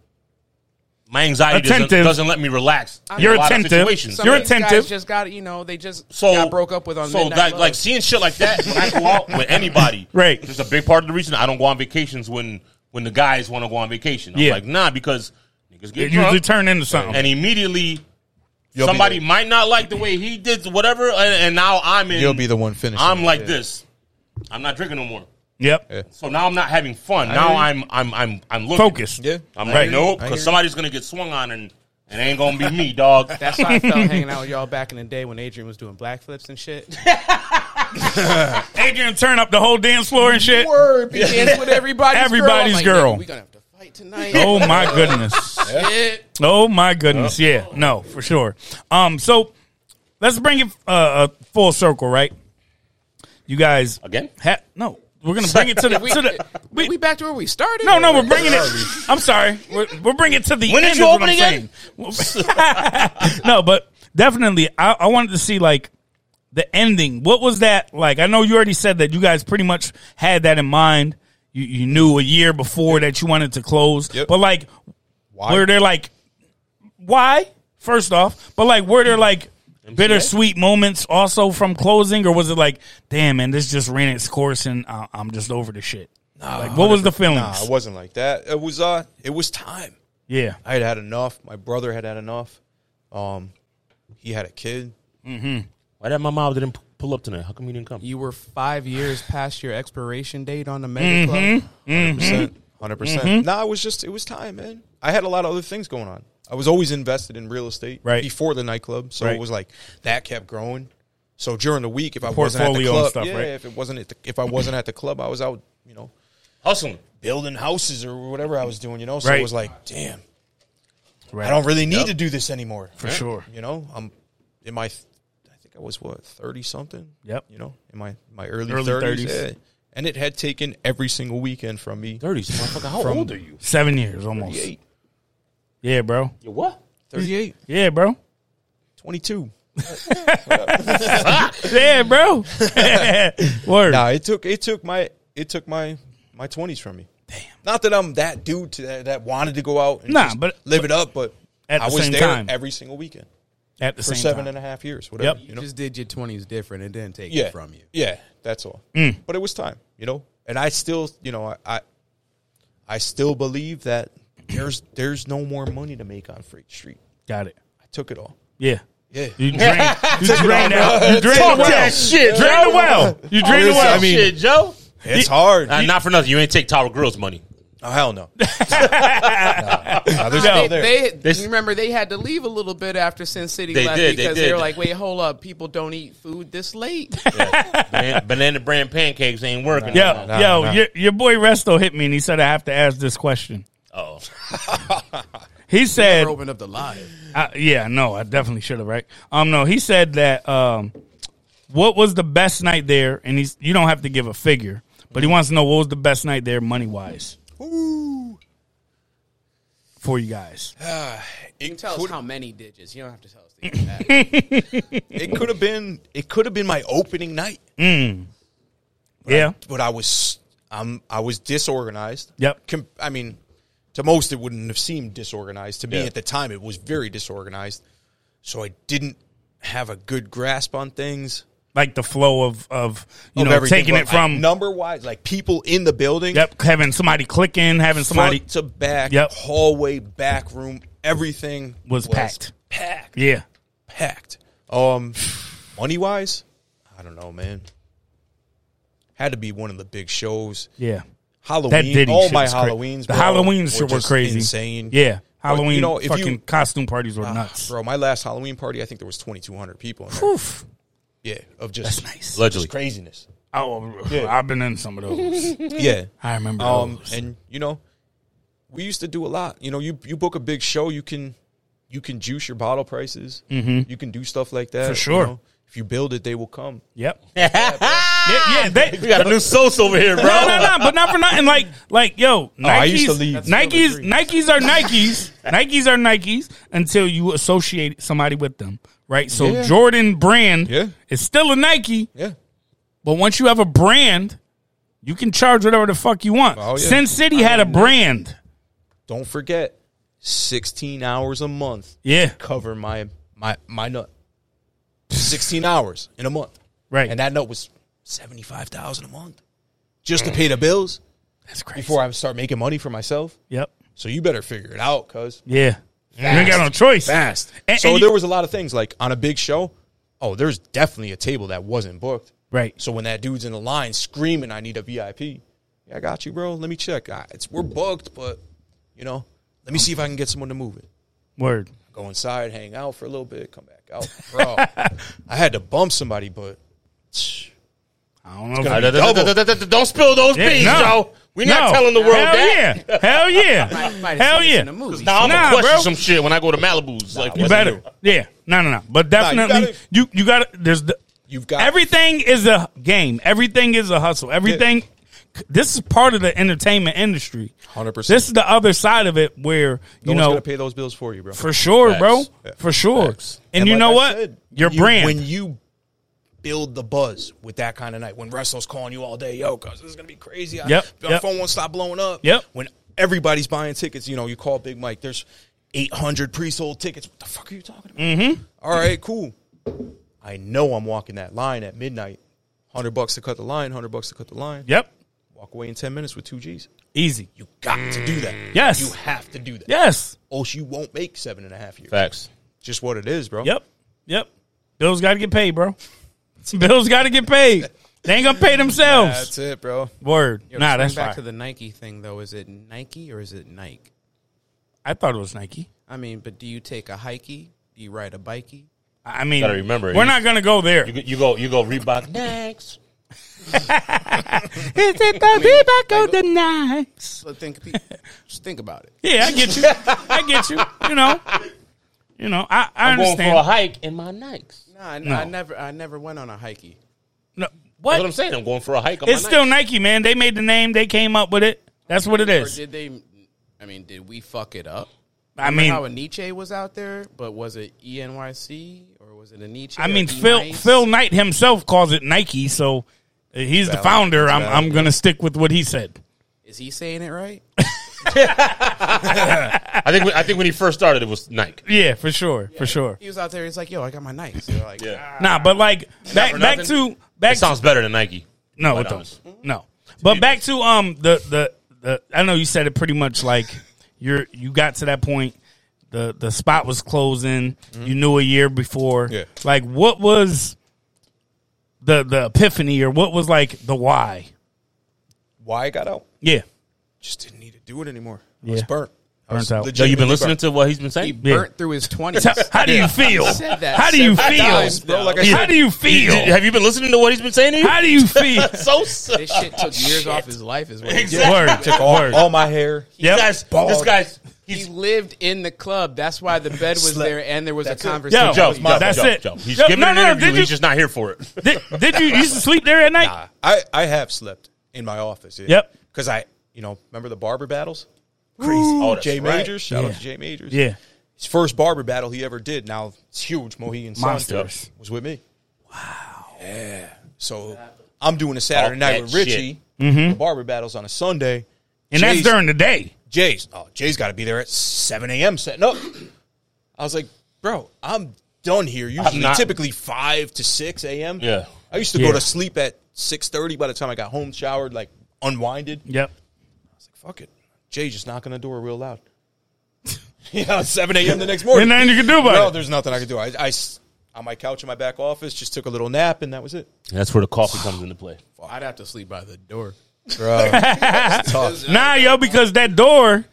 Speaker 3: my anxiety doesn't,
Speaker 2: Attentive.
Speaker 3: doesn't let me relax. in
Speaker 2: You're
Speaker 3: a lot of
Speaker 2: attentive.
Speaker 3: situations.
Speaker 6: Some
Speaker 2: You're
Speaker 6: of these
Speaker 2: attentive.
Speaker 6: guys just got you know they just
Speaker 3: so
Speaker 6: got broke up with on
Speaker 3: so
Speaker 6: Midnight
Speaker 3: like,
Speaker 6: Love.
Speaker 3: like seeing shit like that when I go out with anybody.
Speaker 2: Right.
Speaker 3: It's a big part of the reason I don't go on vacations when when the guys want to go on vacation. I'm
Speaker 2: Yeah.
Speaker 3: like nah because niggas
Speaker 2: It
Speaker 3: get
Speaker 2: usually
Speaker 3: drunk
Speaker 2: turn into something.
Speaker 3: and immediately
Speaker 5: You'll be
Speaker 3: somebody
Speaker 5: the-
Speaker 3: might not like the way he did whatever and, and now I'm in.
Speaker 5: You'll be the one finishing.
Speaker 3: I'm
Speaker 5: it.
Speaker 3: like this. I'm not drinking no more.
Speaker 2: yep,
Speaker 3: So now I'm not having fun. Now I'm I'm I'm I'm looking.
Speaker 2: focused.
Speaker 5: Yeah.
Speaker 3: I'm like
Speaker 5: I hear you.
Speaker 3: nope
Speaker 5: I hear
Speaker 3: because
Speaker 5: you.
Speaker 3: somebody's gonna get swung on and It ain't gonna be me, dog.
Speaker 6: That's how I felt hanging out with y'all back in the day when Adrian was doing black flips and shit.
Speaker 2: Adrian turn up the whole dance floor and shit.
Speaker 6: Word be dancing with everybody's,
Speaker 2: Everybody's
Speaker 6: girl.
Speaker 2: girl.
Speaker 6: We're gonna have to fight tonight.
Speaker 2: Oh my goodness.
Speaker 6: Shit.
Speaker 2: Oh my goodness. Yeah. No, for sure. Um. So let's bring it uh, uh full circle, right? You guys
Speaker 3: Again?
Speaker 2: Ha- no, we're gonna bring it to the
Speaker 6: We,
Speaker 2: to the.
Speaker 6: we,
Speaker 2: we-
Speaker 6: back to where we started.
Speaker 2: no, no, we're bringing it. I'm sorry, we're, we're bringing it to the
Speaker 3: When did
Speaker 2: end.
Speaker 3: you
Speaker 2: is
Speaker 3: open
Speaker 2: what I'm saying. no, but definitely, I, I wanted to see like the ending. What was that like? I know you already said that you guys pretty much had that in mind. You, you knew a year before that you wanted to close,
Speaker 5: Yep.
Speaker 2: but like
Speaker 5: Why?
Speaker 2: were there like why? First off, but like were there like bittersweet moments also from closing, or was it like, damn man, this just ran its course and I- I'm just over the shit? like, what was the feelings?
Speaker 5: Nah, it wasn't like that. It was uh, it was time.
Speaker 2: yeah,
Speaker 5: I had had enough. My brother had had enough. Um, he had a kid.
Speaker 3: Why that my mom didn't p- pull up tonight? How come you didn't come?
Speaker 6: You were five years past your expiration date on the mega club.
Speaker 5: 100 percent. Mm-hmm. Hundred
Speaker 2: Mm-hmm.
Speaker 5: percent. Nah, it was just it was time, man. I had a lot of other things going on. I was always invested in real estate
Speaker 2: Right.
Speaker 5: before the nightclub, so
Speaker 2: Right.
Speaker 5: it was like that kept growing. So during the week, if I wasn't at the
Speaker 2: portfolio and
Speaker 5: club,
Speaker 2: stuff,
Speaker 5: yeah,
Speaker 2: right?
Speaker 5: if it wasn't at the, if I wasn't at the club, I was out, you know,
Speaker 3: Hustling.
Speaker 5: building houses or whatever I was doing, you know. So
Speaker 2: Right.
Speaker 5: it was like, damn,
Speaker 2: right.
Speaker 5: I don't really need to do this anymore.
Speaker 2: for sure.
Speaker 5: you know i'm in my i think i was what 30 something
Speaker 2: Yep.
Speaker 5: you know in my my early,
Speaker 2: Early
Speaker 5: 30s,
Speaker 2: 30s.
Speaker 5: yeah. and it had taken every single weekend from me
Speaker 3: Dirty, motherfucker. How old are you?
Speaker 2: Seven years almost. Yeah, bro.
Speaker 3: You what?
Speaker 5: 38
Speaker 2: Yeah, bro.
Speaker 5: 22
Speaker 2: Yeah, bro. Word.
Speaker 5: nah it took it took my it took my my 20s from me damn not that i'm that dude to, that, that wanted to go out and
Speaker 2: Nah,
Speaker 5: just
Speaker 2: but-
Speaker 5: live it up but
Speaker 2: At
Speaker 5: i
Speaker 2: the
Speaker 5: was
Speaker 2: same
Speaker 5: there
Speaker 2: time.
Speaker 5: every single weekend
Speaker 2: At the
Speaker 5: for
Speaker 2: same
Speaker 5: seven
Speaker 2: time.
Speaker 5: and a half years whatever
Speaker 2: Yep.
Speaker 5: you
Speaker 6: You
Speaker 5: know
Speaker 6: just did your twenties different. It didn't take
Speaker 5: yeah
Speaker 6: it from you.
Speaker 5: yeah that's all
Speaker 2: Mm.
Speaker 5: but it was time you know and i still you know I, I i still believe that there's there's no more money to make on freight street
Speaker 2: Got it.
Speaker 5: i took it all
Speaker 2: Yeah.
Speaker 5: yeah
Speaker 2: You drain, you drain out. You drain the
Speaker 3: Talk
Speaker 2: well.
Speaker 3: that shit,
Speaker 2: Drain
Speaker 3: bro.
Speaker 2: the well. You drain the
Speaker 3: Listen,
Speaker 2: well.
Speaker 3: shit, Joe.
Speaker 5: it's hard
Speaker 3: Uh, not for nothing. You ain't take Tower Girls money.
Speaker 5: oh, hell no
Speaker 2: No.
Speaker 5: there.
Speaker 6: They,
Speaker 3: This-
Speaker 6: you remember they had to leave a little bit after Sin City
Speaker 3: They
Speaker 6: left
Speaker 3: did, they
Speaker 6: because they,
Speaker 3: did.
Speaker 6: were like, "Wait, hold up, people don't eat food this late."
Speaker 3: Banana, banana brand pancakes ain't working.
Speaker 2: Yo,
Speaker 3: no more.
Speaker 2: yo,
Speaker 5: nah.
Speaker 2: Your, your boy Resto hit me and he said I have to ask this question.
Speaker 3: Oh,
Speaker 2: He said,
Speaker 6: Never opened up the live.
Speaker 2: I, "Yeah, no, I definitely should have." Right? Um, no, he said that. Um, what was the best night there? And he's you don't have to give a figure, but
Speaker 5: Mm-hmm.
Speaker 2: he wants to know what was the best night there, money wise, for you guys.
Speaker 6: You can tell us how many digits. You don't have to tell us. The exact.
Speaker 5: it could have been it could have been my opening night
Speaker 2: Yeah,
Speaker 5: but i was um i was disorganized
Speaker 2: Yep.
Speaker 5: Com- i mean to most it wouldn't have seemed disorganized to me
Speaker 3: Yeah.
Speaker 5: at the time it was very disorganized so i didn't have a good grasp on things
Speaker 2: like the flow of of you
Speaker 5: of
Speaker 2: know
Speaker 5: everything,
Speaker 2: taking
Speaker 5: but,
Speaker 2: it
Speaker 5: like,
Speaker 2: from
Speaker 5: number wise, like people in the building,
Speaker 2: yep, having somebody clicking, having
Speaker 5: front
Speaker 2: somebody
Speaker 5: to back,
Speaker 2: Yep.
Speaker 5: hallway, back room, everything
Speaker 2: was packed.
Speaker 5: packed,
Speaker 2: Yeah,
Speaker 5: packed. Um, money wise, I don't know, man. Had to be one of the big shows.
Speaker 2: yeah.
Speaker 5: Halloween,
Speaker 2: That Diddy
Speaker 5: all
Speaker 2: shit
Speaker 5: my
Speaker 2: was cra-
Speaker 5: Halloweens,
Speaker 2: the
Speaker 5: bro,
Speaker 2: Halloween shit were
Speaker 5: just
Speaker 2: crazy,
Speaker 5: insane.
Speaker 2: Yeah,
Speaker 5: But,
Speaker 2: Halloween
Speaker 5: you know, if
Speaker 2: fucking
Speaker 5: you,
Speaker 2: costume parties were
Speaker 5: Ah,
Speaker 2: nuts.
Speaker 5: bro. My last Halloween party, I think there was twenty two hundred people. In there.
Speaker 2: Oof.
Speaker 5: Yeah, of just
Speaker 2: Nice.
Speaker 3: allegedly.
Speaker 5: craziness.
Speaker 2: Oh, I've been in some of those.
Speaker 5: Yeah,
Speaker 2: I remember
Speaker 5: Um,
Speaker 2: those.
Speaker 5: and you know, we used to do a lot. You know, you you book a big show, you can you can juice your bottle prices. Mm-hmm. You can do stuff like that
Speaker 2: For
Speaker 5: you
Speaker 2: sure.
Speaker 5: know. if you build it, they will come.
Speaker 2: Yep. yeah, yeah. They,
Speaker 3: we got a new sauce over here, bro.
Speaker 2: no, no, no. But not for nothing. Like, like, yo, Nikes,
Speaker 5: Oh, I used to leave.
Speaker 2: Nikes, Nikes are Nikes. Nikes are Nikes until you associate somebody with them, right? So
Speaker 5: Yeah.
Speaker 2: Jordan brand
Speaker 5: Yeah.
Speaker 2: is still a Nike,
Speaker 5: Yeah,
Speaker 2: but once you have a brand, you can charge whatever the fuck you want.
Speaker 5: Oh, yeah.
Speaker 2: Sin City had a brand.
Speaker 5: don't forget, sixteen hours a month
Speaker 2: Yeah.
Speaker 5: cover my my my nut. Sixteen hours in a month,
Speaker 2: Right.
Speaker 5: And that nut was seventy five thousand a month, just to pay the bills
Speaker 2: That's crazy.
Speaker 5: before I start making money for myself.
Speaker 2: yep.
Speaker 5: So you better figure it out, cuz.
Speaker 2: Yeah. You ain't got no choice.
Speaker 5: fast.
Speaker 2: And-
Speaker 5: so
Speaker 2: and you-
Speaker 5: there was a lot of things like on a big show. Oh, there's definitely a table that wasn't booked.
Speaker 2: Right.
Speaker 5: So when that dude's in the line screaming, "I need a VIP," yeah, I got you, bro. Let me check. Ah, it's we're booked, but you know, let me see if I can get someone to move it.
Speaker 2: Word.
Speaker 5: go inside, hang out for a little bit, come back out. Bro, I had to bump somebody, but
Speaker 2: I don't know. If
Speaker 3: Don't spill those
Speaker 2: Yeah,
Speaker 3: beans,
Speaker 2: no.
Speaker 3: Joe. We're
Speaker 2: No.
Speaker 3: not telling the world
Speaker 2: Hell
Speaker 3: that.
Speaker 2: yeah! Hell yeah!
Speaker 4: Might- might have
Speaker 2: Hell
Speaker 4: seen this
Speaker 2: yeah!
Speaker 4: in a movie.
Speaker 3: Now I'm
Speaker 2: Nah,
Speaker 3: gonna question
Speaker 2: bro.
Speaker 3: some shit when I go to Malibu's. Like,
Speaker 2: You
Speaker 3: what's
Speaker 2: better.
Speaker 3: new?
Speaker 2: Yeah. No, no, no. But
Speaker 5: you
Speaker 2: definitely,
Speaker 5: gotta-
Speaker 2: you you got to There's the,
Speaker 5: You've got-
Speaker 2: everything is a game. Everything is a hustle. Everything. This is part of the entertainment industry.
Speaker 5: 100%.
Speaker 2: This is the other side of it where you
Speaker 5: no one's
Speaker 2: know
Speaker 5: gonna pay those bills for you, bro.
Speaker 2: for sure, bro.
Speaker 3: Facts.
Speaker 2: For sure. And, you
Speaker 5: like
Speaker 2: know
Speaker 5: I
Speaker 2: what?
Speaker 5: said,
Speaker 2: Your
Speaker 5: you-
Speaker 2: brand.
Speaker 5: When you build the buzz with that kind of night, when wrestlers calling you all day, yo, cuz this is gonna be crazy. I-
Speaker 2: Yep,
Speaker 5: my
Speaker 2: yep.
Speaker 5: phone won't stop blowing up.
Speaker 2: Yep.
Speaker 5: When everybody's buying tickets, you know, you call Big Mike. There's 800 pre-sold tickets. What the fuck are you talking about?
Speaker 2: Mm-hmm.
Speaker 5: All right, cool. I know I'm walking that line at midnight. Hundred bucks to cut the line. Hundred bucks to cut the line.
Speaker 2: yep.
Speaker 5: Walk away in ten minutes with two G's.
Speaker 2: Easy.
Speaker 5: You got to do that.
Speaker 2: Yes.
Speaker 5: You have to do that.
Speaker 2: Yes.
Speaker 5: Or you won't make seven and a half years.
Speaker 3: Facts.
Speaker 5: Just what it is, bro.
Speaker 2: Yep. Yep. Bills got to get paid, bro. Bills got to get paid. They ain't gonna pay themselves.
Speaker 5: That's it, bro.
Speaker 2: Word. nah, that's
Speaker 4: back
Speaker 2: fine.
Speaker 4: to the Nike thing though. Is it Nike or is it Nike?
Speaker 2: I thought it was Nike.
Speaker 4: I mean, but do you take a hikey? Do you ride a bikey?
Speaker 2: I I mean,
Speaker 3: Gotta remember,
Speaker 2: we're
Speaker 3: he's-
Speaker 2: not gonna go there.
Speaker 3: You, go- you go. You go Reebok next.
Speaker 2: Is it the Reebok or the Nikes?
Speaker 4: But think, just think about it.
Speaker 2: Yeah, I get you. I get you. You know, you know. I, I
Speaker 3: I'm going for a
Speaker 2: understand.
Speaker 3: hike in my Nikes.
Speaker 4: Nah, I,
Speaker 2: No.
Speaker 4: I never, I never went on a hikey.
Speaker 2: No,
Speaker 3: That's what I'm
Speaker 2: what?
Speaker 3: saying. I'm going for a hike. On
Speaker 2: It's
Speaker 3: my
Speaker 2: still
Speaker 3: Nikes.
Speaker 2: Nike, man. They made the name. They came up with it. That's what it
Speaker 4: Or
Speaker 2: is.
Speaker 4: did they? I mean, did we fuck it up?
Speaker 2: I
Speaker 4: Remember how
Speaker 2: mean,
Speaker 4: a Nietzsche was out there, but was it E N Y C or was it a Nietzsche?
Speaker 2: I
Speaker 4: or
Speaker 2: mean,
Speaker 4: E
Speaker 2: Phil
Speaker 4: Nice?
Speaker 2: Phil Knight himself calls it Nike, so he's the founder. I'm I'm gonna stick with what he said.
Speaker 4: is he saying it right?
Speaker 3: I think. when- I think when he first started, it was Nike.
Speaker 2: Yeah, for sure, for sure.
Speaker 4: He was out there. He's like, "Yo, I got my Nikes." They're like,
Speaker 3: Yeah.
Speaker 2: Nah, but like back
Speaker 3: for
Speaker 2: back
Speaker 3: nothing.
Speaker 2: to back
Speaker 3: It sounds better than Nike.
Speaker 2: No,
Speaker 3: Quite
Speaker 2: it don't.
Speaker 3: honest.
Speaker 2: No, but back to um the, the the I know you said it pretty much like you're you got to that point. The the spot was closing. You knew a year before.
Speaker 5: Yeah.
Speaker 2: Like what was the the epiphany or what was like the why?
Speaker 5: Why I got out?
Speaker 2: Yeah.
Speaker 5: Just didn't need to do it anymore. I
Speaker 2: Yeah.
Speaker 5: was burnt. I was
Speaker 2: Burnt out.
Speaker 3: Yo, you been
Speaker 5: legitimately
Speaker 3: listening to what he's been
Speaker 4: He
Speaker 3: saying?
Speaker 4: burnt through his twenties.
Speaker 2: How do you feel?
Speaker 4: said that
Speaker 2: How do you
Speaker 4: several
Speaker 2: feel?
Speaker 4: times,
Speaker 5: bro. Like I
Speaker 2: How
Speaker 5: said-
Speaker 2: do you
Speaker 3: Did- did-
Speaker 2: feel?
Speaker 3: have you been listening to what he's been saying to you?
Speaker 2: How do you feel?
Speaker 3: so sick.
Speaker 4: This Oh, shit took years off his life as well.
Speaker 2: Word.
Speaker 5: burnt.
Speaker 2: Word.
Speaker 5: All my hair.
Speaker 2: Yep.
Speaker 3: Guys, this
Speaker 5: Bald.
Speaker 3: guy's
Speaker 4: He
Speaker 3: he's
Speaker 4: lived in the club. That's why the bed was
Speaker 5: Slept.
Speaker 4: there, and there was
Speaker 5: That's it.
Speaker 4: a
Speaker 5: Yo,
Speaker 4: conversation.
Speaker 2: Joe,
Speaker 3: Joe, Joe,
Speaker 2: That's
Speaker 3: Joe,
Speaker 2: it.
Speaker 3: Joe. He's
Speaker 2: Yo,
Speaker 3: giving
Speaker 2: no,
Speaker 3: an
Speaker 2: no, no,
Speaker 3: interview.
Speaker 2: did you-
Speaker 3: He's just not here for it.
Speaker 2: Did, did you used to sleep there at night?
Speaker 5: I, I have slept in my office. yeah.
Speaker 2: Yep.
Speaker 5: Because I, you know, remember the barber battles?
Speaker 2: Crazy.
Speaker 3: Oh, that's
Speaker 5: Jay
Speaker 3: right.
Speaker 5: Majors. Shout out
Speaker 2: Yeah.
Speaker 5: to Jay Majors.
Speaker 2: Yeah.
Speaker 5: His first barber battle he ever did. Now it's huge. Mohegan Sun
Speaker 2: Monsters.
Speaker 5: was with me. Wow. Yeah. So I'm doing a Saturday night
Speaker 3: that
Speaker 5: with Richie. The barber battles on a Sunday.
Speaker 2: Mm-hmm. And
Speaker 5: Jay's-
Speaker 2: that's during the day.
Speaker 5: Jay's. Oh, Jay's got to be there at 7 a.m. setting up. I was like, bro, I'm done here. Usually,
Speaker 3: not-
Speaker 5: typically five to six a.m.
Speaker 3: Yeah.
Speaker 5: I used to
Speaker 2: Yeah.
Speaker 5: go to sleep at six thirty. By the time I got home, showered, like unwinded.
Speaker 2: Yep.
Speaker 5: Fuck it. Jay just knocking the door real loud. you know, seven a.m. the next
Speaker 2: Ain't
Speaker 5: morning.
Speaker 2: nothing you can do about
Speaker 5: Well,
Speaker 2: it.
Speaker 5: there's nothing I could do. I, I s- on my couch in my back office, just took a little nap, and that was it.
Speaker 3: That's where the coffee comes into play.
Speaker 4: I'd have to sleep by the door.
Speaker 5: Bro, it's tough.
Speaker 2: Nah, yo, because that door,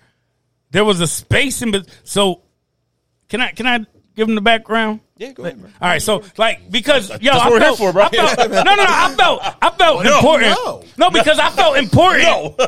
Speaker 2: there was a space in. bet- So, can I can I give him the background?
Speaker 5: Yeah, go ahead, bro.
Speaker 2: All right, so like because yo,
Speaker 3: what
Speaker 2: I
Speaker 3: we're here
Speaker 2: felt,
Speaker 3: for, bro.
Speaker 2: I felt, no, no, no, I felt I felt important. No.
Speaker 5: no.
Speaker 2: because I felt important.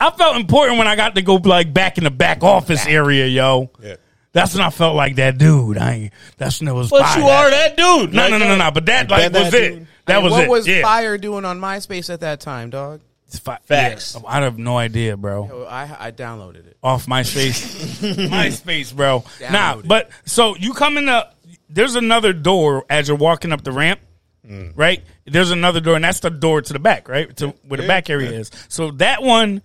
Speaker 2: I felt important when I got to go like back in the back office area, yo.
Speaker 5: Yeah.
Speaker 2: That's when I felt like that dude. I ain't, that's when it was.
Speaker 3: But
Speaker 2: fire.
Speaker 3: you are that dude.
Speaker 2: No,
Speaker 3: Like,
Speaker 2: no, no, no, no. But that like
Speaker 5: been that
Speaker 2: was it.
Speaker 5: dude.
Speaker 2: That was
Speaker 4: what
Speaker 2: it.
Speaker 4: was
Speaker 2: yeah.
Speaker 4: Fire doing on MySpace at that time, dog?
Speaker 2: It's fi-
Speaker 3: Facts.
Speaker 2: yeah. I have no idea, bro.
Speaker 4: Oh, I I downloaded it.
Speaker 2: off MySpace. MySpace, bro.
Speaker 4: Download
Speaker 2: Nah,
Speaker 4: it.
Speaker 2: but so you come in the there's another door as you're walking up the ramp, right? There's another door, and that's the door to the back, right? To where the back area is. So that one,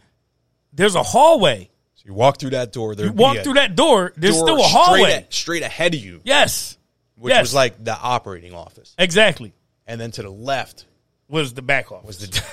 Speaker 2: there's a hallway.
Speaker 5: So you walk through that door. There
Speaker 2: You walk through that door, there's still a hallway.
Speaker 5: straight, a- straight ahead of you,
Speaker 2: yes.
Speaker 5: which
Speaker 2: yes.
Speaker 5: was like the operating office,
Speaker 2: Exactly.
Speaker 5: and then to the left
Speaker 2: Was the back office.
Speaker 5: was the.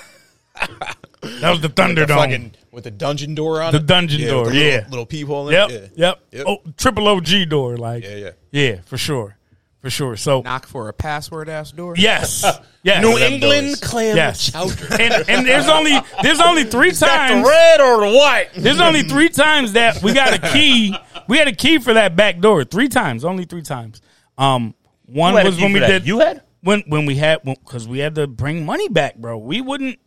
Speaker 2: That was the Thunderdome.
Speaker 5: fucking with the dungeon door on
Speaker 2: The
Speaker 5: it.
Speaker 2: dungeon
Speaker 5: Yeah,
Speaker 2: door,
Speaker 5: with the little,
Speaker 2: yeah.
Speaker 5: little peephole. In
Speaker 2: Yep,
Speaker 5: it. Yeah.
Speaker 2: yep. Oh, triple OG door, like
Speaker 5: Yeah, yeah.
Speaker 2: yeah, for sure, for sure. So
Speaker 4: Knock for a password ass door.
Speaker 2: yes, yes.
Speaker 3: New England clam
Speaker 2: Yes.
Speaker 3: chowder.
Speaker 2: and, and there's only there's only three
Speaker 3: Got
Speaker 2: times
Speaker 3: the red or the white?
Speaker 2: there's only three times that we got a key We had a key for that back door three times, only three times. Um, one
Speaker 3: You had a
Speaker 2: was
Speaker 3: key
Speaker 2: when
Speaker 3: for
Speaker 2: we
Speaker 3: that.
Speaker 2: did
Speaker 3: You had?
Speaker 2: when when we had because we had to bring money back, bro. We wouldn't.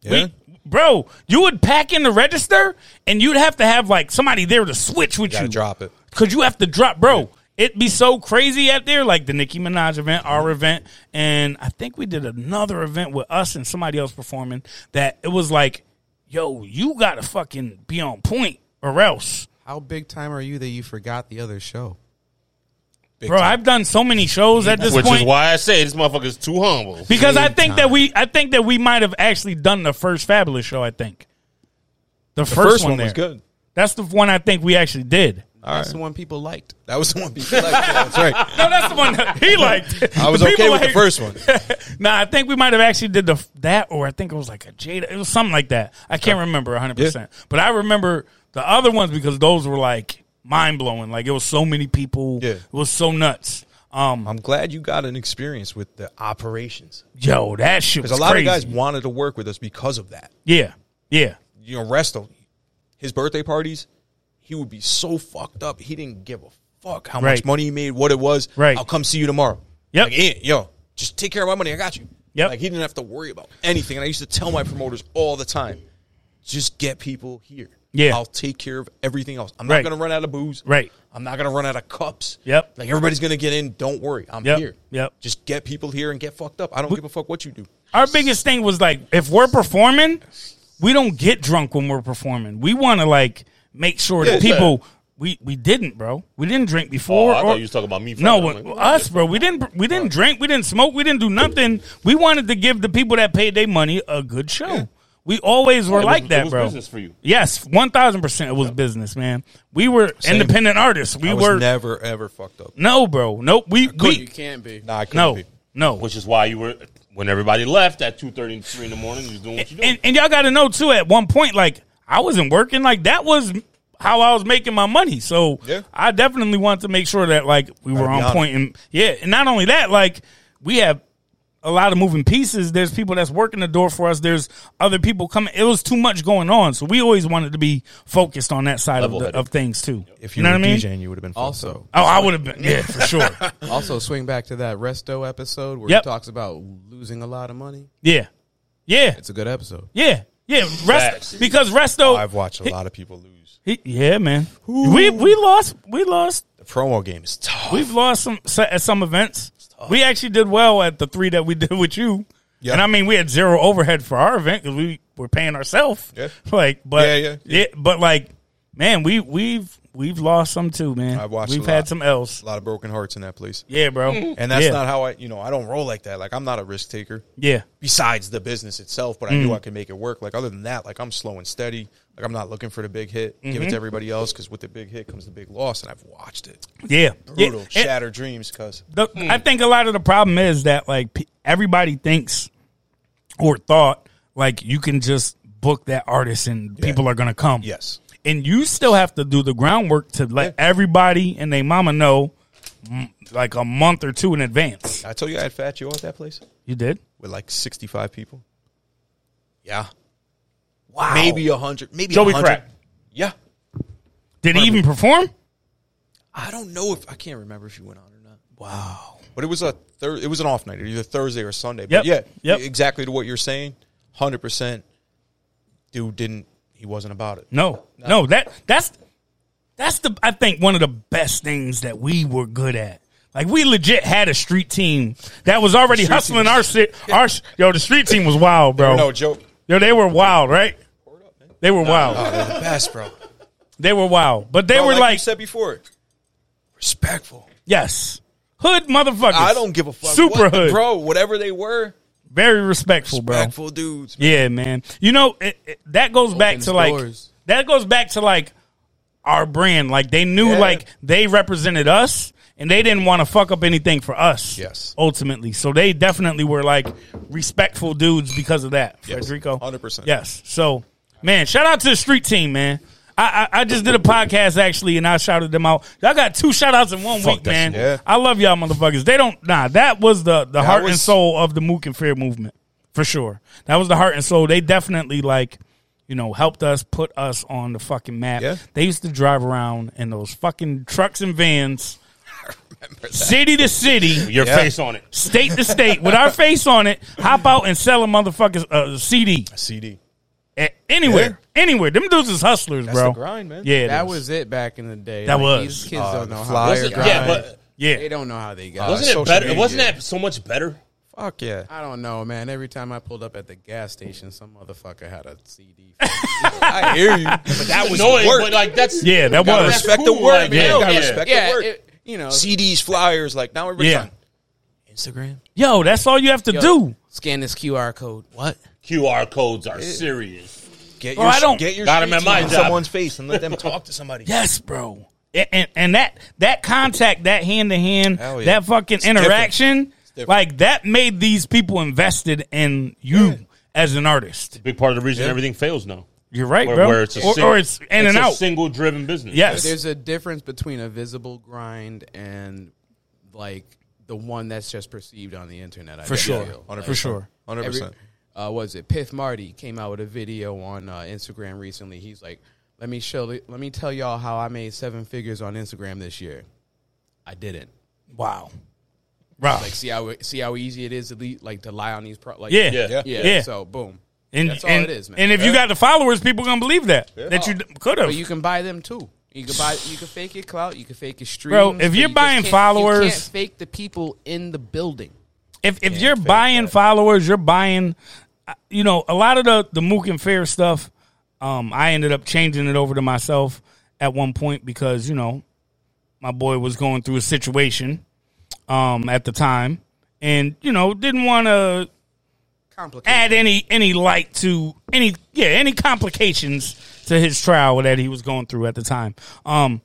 Speaker 5: Yeah.
Speaker 2: We, bro, you would pack in the register, and you'd have to have like somebody there to switch with you.
Speaker 5: Gotta drop it.
Speaker 2: Cause you have to drop, bro. It'd be so crazy out there, like the Nicki Minaj event, our event, and I think we did another event with us and somebody else performing. That it was like, yo, you gotta fucking be on point, or else,
Speaker 7: How big time are you that you forgot the other show?
Speaker 5: Big
Speaker 2: bro.
Speaker 5: time.
Speaker 2: I've done so many shows at this
Speaker 3: Which
Speaker 2: point
Speaker 3: is why I say this motherfucker's too humble.
Speaker 2: because I think that we, I think that we might have actually done the first fabulous show. I think the, first,
Speaker 5: first
Speaker 2: one,
Speaker 5: one was
Speaker 2: there.
Speaker 5: good.
Speaker 2: That's the one I think we actually did.
Speaker 7: That's the one people liked.
Speaker 5: That was the one people liked. That's right.
Speaker 2: No, that's the one that he liked.
Speaker 5: I was
Speaker 2: The
Speaker 5: okay
Speaker 2: people
Speaker 5: with the
Speaker 2: like-
Speaker 5: first one.
Speaker 2: nah, I think we might have actually did the that, or I think it was like a Jada. It was something like that. I
Speaker 3: Oh.
Speaker 2: can't remember 100. percent But I remember the other ones because those were like mind blowing. Like it was so many people.
Speaker 5: Yeah.
Speaker 2: It was so nuts. Um,
Speaker 5: I'm glad you got an experience with the operations
Speaker 2: yo, that shit was
Speaker 5: because a lot
Speaker 2: crazy.
Speaker 5: of guys wanted to work with us because of that.
Speaker 2: yeah, yeah.
Speaker 5: You know, Resto, his birthday parties, he would be so fucked up. He didn't give a fuck how
Speaker 2: Right.
Speaker 5: much money he made, what it was.
Speaker 2: Right.
Speaker 5: I'll come see you tomorrow.
Speaker 2: Yep.
Speaker 5: Like, Ian, yo, just take care of my money. I got you.
Speaker 2: Yep.
Speaker 5: Like he didn't have to worry about anything. And I used to tell my promoters all the time, just get people here.
Speaker 2: Yeah.
Speaker 5: I'll take care of everything else. I'm
Speaker 2: Right.
Speaker 5: not gonna run out of booze.
Speaker 2: Right.
Speaker 5: I'm not gonna run out of cups.
Speaker 2: Yep.
Speaker 5: Like everybody's gonna get in. Don't worry. I'm
Speaker 2: Yep.
Speaker 5: here.
Speaker 2: Yep.
Speaker 5: Just get people here and get fucked up. I don't give a fuck what you do.
Speaker 2: Our biggest thing was like if we're performing, we don't get drunk when we're performing. We want to like make sure that
Speaker 3: Yeah, yeah.
Speaker 2: people. We, we didn't, bro. We didn't drink
Speaker 3: Oh,
Speaker 2: before.
Speaker 3: I
Speaker 2: or-
Speaker 3: thought you was talking about me. for a
Speaker 2: No,
Speaker 3: minute. I'm like,
Speaker 2: us, bro. We didn't. We didn't drink. We didn't smoke. We didn't do nothing. We wanted to give the people that paid their money a good show. We always were
Speaker 3: was-
Speaker 2: like
Speaker 3: it
Speaker 2: that,
Speaker 3: was
Speaker 2: bro.
Speaker 3: business for you.
Speaker 2: Yes, one thousand percent. It was business, man. We were independent artists. We
Speaker 5: I was
Speaker 2: were
Speaker 5: never ever fucked up.
Speaker 2: no, bro. Nope. We
Speaker 4: You
Speaker 2: we
Speaker 4: can't be.
Speaker 5: Nah, I couldn't
Speaker 2: no
Speaker 5: be.
Speaker 2: no.
Speaker 3: Which is why you were when everybody left at two thirty three in the morning. You was doing what you doing.
Speaker 2: And and y'all got to know too. At one point, like I wasn't working. Like that was how I was making my money. So
Speaker 5: Yeah.
Speaker 2: I definitely wanted to make sure that like we were
Speaker 5: be
Speaker 2: on
Speaker 5: honest.
Speaker 2: point. And yeah, and not only that, like we have a lot of moving pieces. There's people that's working the door for us. There's other people coming. It was too much going on, so we always wanted to be focused on that side of, the,
Speaker 3: Level-headed.
Speaker 2: of things too.
Speaker 5: If
Speaker 2: you
Speaker 5: you
Speaker 2: know
Speaker 5: were
Speaker 2: what I mean?
Speaker 5: DJing, you would have been fucked up.
Speaker 7: Also,
Speaker 2: Oh, I would have been yeah for sure.
Speaker 7: also swing back to that Resto episode where he
Speaker 2: Yep.
Speaker 7: talks about losing a lot of money.
Speaker 2: yeah, yeah,
Speaker 7: It's a good episode.
Speaker 2: yeah, yeah.
Speaker 3: Facts.
Speaker 2: Rest, because resto,
Speaker 5: I've watched a lot of people lose.
Speaker 2: he- yeah, man. We we lost we lost
Speaker 5: The promo game is tough.
Speaker 2: We've lost some se- at some events. We actually did well at the three that we did with you.
Speaker 5: Yeah.
Speaker 2: And I mean, we had zero overhead for our event because we were paying ourselves.
Speaker 5: Yeah.
Speaker 2: Like, but
Speaker 5: Yeah, yeah, yeah.
Speaker 2: it- but like, man, we we've we've lost some too, man.
Speaker 5: I've watched a
Speaker 2: We've
Speaker 5: lot.
Speaker 2: had some else.
Speaker 5: a lot of broken hearts in that place.
Speaker 2: Yeah, bro.
Speaker 5: And that's
Speaker 2: Yeah.
Speaker 5: not how I, you know, I don't roll like that. Like I'm not a risk taker.
Speaker 2: Yeah.
Speaker 5: Besides the business itself, but I
Speaker 2: Mm.
Speaker 5: knew I could make it work. Like other than that, like I'm slow and steady. Like I'm not looking for the big hit. Give
Speaker 2: Mm-hmm.
Speaker 5: it to everybody else because with the big hit comes the big loss. And I've watched it.
Speaker 2: Yeah. Yeah.
Speaker 5: Brutal,
Speaker 2: And-
Speaker 5: shatter dreams. Cause
Speaker 2: the, I think a lot of the problem is that like pe- everybody thinks or thought like you can just book that artist and people are gonna come.
Speaker 5: Yes.
Speaker 2: and you still have to do the groundwork to let everybody and their mama know mm, like a month or two in advance.
Speaker 5: I told you I had Fat Joe at that place
Speaker 2: You did.
Speaker 5: with like 65 people. Yeah. Wow. Maybe a hundred. Maybe
Speaker 2: Joey
Speaker 5: 100.
Speaker 2: Crack.
Speaker 5: Yeah.
Speaker 2: Did he even perform?
Speaker 5: I don't know if I can't remember if you went on or not. Wow. But it was a thir- it was an off night, either Thursday or Sunday. But
Speaker 2: Yep,
Speaker 5: yeah, e-,
Speaker 2: yep.
Speaker 5: exactly to what you're saying. Hundred percent. Dude didn't he wasn't about it.
Speaker 2: No, no, that that's that's the I think one of the best things that we were good at. Like we legit had a street team that was already hustling our shit. Our sh- yo, the street team was wild, bro.
Speaker 5: No joke.
Speaker 2: Yo, they were wild, right? They were wild.
Speaker 5: They're the best, bro.
Speaker 2: They were wild, but they
Speaker 5: Bro,
Speaker 2: were
Speaker 5: like,
Speaker 2: like,
Speaker 5: you said before. Respectful.
Speaker 2: yes, hood motherfuckers.
Speaker 5: I don't give a fuck.
Speaker 2: Super
Speaker 5: what-
Speaker 2: hood,
Speaker 5: Bro, whatever they were,
Speaker 2: Very respectful, bro.
Speaker 5: respectful dudes.
Speaker 2: Yeah, man. You know it, it- that goes back to
Speaker 7: doors.
Speaker 2: like that goes back to like our brand. Like they knew
Speaker 5: Yeah.
Speaker 2: like they represented us, and they didn't want to fuck up anything for us.
Speaker 5: Yes.
Speaker 2: ultimately. So they definitely were like respectful dudes because of that.
Speaker 5: Yes.
Speaker 2: Federico,
Speaker 5: 100%.
Speaker 2: Yes. So man, shout out to the street team, man. I, I, I just did a podcast actually, and I shouted them out. Y'all got two shout outs in one week,
Speaker 5: that
Speaker 2: man.
Speaker 5: shit. Yeah.
Speaker 2: I love y'all, motherfuckers. They don't nah. That was the the heart and
Speaker 5: was-
Speaker 2: soul of the Mook and Fair movement for sure. That was the heart and soul. They definitely like you know, helped us put us on the fucking map.
Speaker 5: Yeah.
Speaker 2: They used to drive around in those fucking trucks and vans, city to city,
Speaker 3: Your face on it.
Speaker 2: state to state, with our face on it. Hop out and sell a motherfucking uh, CD
Speaker 5: CD.
Speaker 2: A- anywhere, anywhere. Them dudes is hustlers,
Speaker 5: That's
Speaker 2: bro.
Speaker 5: the grind, man.
Speaker 2: Yeah, it
Speaker 4: that
Speaker 2: is.
Speaker 4: was it back in the day.
Speaker 2: That
Speaker 4: Like,
Speaker 2: was. uh,
Speaker 4: these kids don't know how.
Speaker 5: flyer
Speaker 4: they
Speaker 5: drive.
Speaker 4: got
Speaker 3: Yeah,
Speaker 4: it.
Speaker 3: but
Speaker 4: they
Speaker 2: yeah.
Speaker 4: don't know how they
Speaker 2: Uh,
Speaker 4: got. it.
Speaker 3: wasn't it
Speaker 5: Uh, social
Speaker 3: better?
Speaker 5: media.
Speaker 3: Wasn't that so much better?
Speaker 5: Fuck yeah.
Speaker 4: I don't know, man. Every time I pulled up at the gas station, some motherfucker had a CD.
Speaker 5: I hear you. But that was
Speaker 3: Annoying,
Speaker 5: work.
Speaker 3: but like that's
Speaker 2: Yeah, that
Speaker 3: gotta
Speaker 2: was.
Speaker 5: respect the work,
Speaker 3: like,
Speaker 5: man.
Speaker 3: hell
Speaker 5: Gotta
Speaker 3: yeah.
Speaker 5: respect
Speaker 8: Yeah,
Speaker 5: the work.
Speaker 8: it, you know,
Speaker 5: CDs, flyers, like now everybody's
Speaker 2: Yeah.
Speaker 5: on Instagram.
Speaker 2: Yo, that's all you have to do.
Speaker 8: scan this QR code.
Speaker 5: What?
Speaker 3: QR codes are serious.
Speaker 5: Get
Speaker 2: Bro,
Speaker 5: your,
Speaker 2: I don't-
Speaker 5: get your
Speaker 3: Got 'em at
Speaker 5: streets
Speaker 3: my
Speaker 5: on
Speaker 3: job.
Speaker 5: someone's face and let them talk to somebody.
Speaker 2: Yes, bro. And and, and that that contact, that hand to hand,
Speaker 5: Hell yeah.
Speaker 2: that fucking
Speaker 5: different.
Speaker 2: interaction,
Speaker 5: different.
Speaker 2: like that made these people invested in you as an artist.
Speaker 3: Big part of the reason everything fails now.
Speaker 2: You're right,
Speaker 3: Where,
Speaker 2: bro.
Speaker 3: where it's a
Speaker 2: or,
Speaker 3: single,
Speaker 2: or it's in and
Speaker 3: a
Speaker 2: out.
Speaker 3: single driven business.
Speaker 2: yes.
Speaker 4: There's a difference between a visible grind and like the one that's just perceived on the internet. I
Speaker 2: for
Speaker 4: guess.
Speaker 2: sure. For
Speaker 5: 100%.
Speaker 2: sure.
Speaker 5: 100%.
Speaker 4: Every, uh, was it Piff Marty came out with a video on uh, Instagram recently? He's like, "Let me show, let me tell y'all how I made seven figures on Instagram this year. I didn't.
Speaker 2: Wow. Wow.
Speaker 4: Like, see how see how easy it is to le- like to lie on these pro- like
Speaker 2: yeah.
Speaker 3: Yeah.
Speaker 4: yeah.
Speaker 2: Yeah.
Speaker 4: So boom,
Speaker 2: And,
Speaker 4: That's all
Speaker 2: and-
Speaker 4: it is, man.
Speaker 2: And if you got the followers, people gonna believe that. That you could have.
Speaker 4: but you can buy them too. You can buy, you can fake your clout, you can fake your streams.
Speaker 2: Bro, if
Speaker 4: but
Speaker 2: you're
Speaker 4: you just
Speaker 2: buying
Speaker 4: can't- you can't
Speaker 2: followers-
Speaker 4: fake the people in the building.
Speaker 2: if if you're buying followers, you're buying, uh, you know, a lot of the the Mook and Fair stuff. Um, I ended up changing it over to myself at one point because you know my boy was going through a situation um, at the time, and you know didn't want to
Speaker 4: Complicated.
Speaker 2: add any any light to any yeah any complications to his trial that he was going through at the time. Um,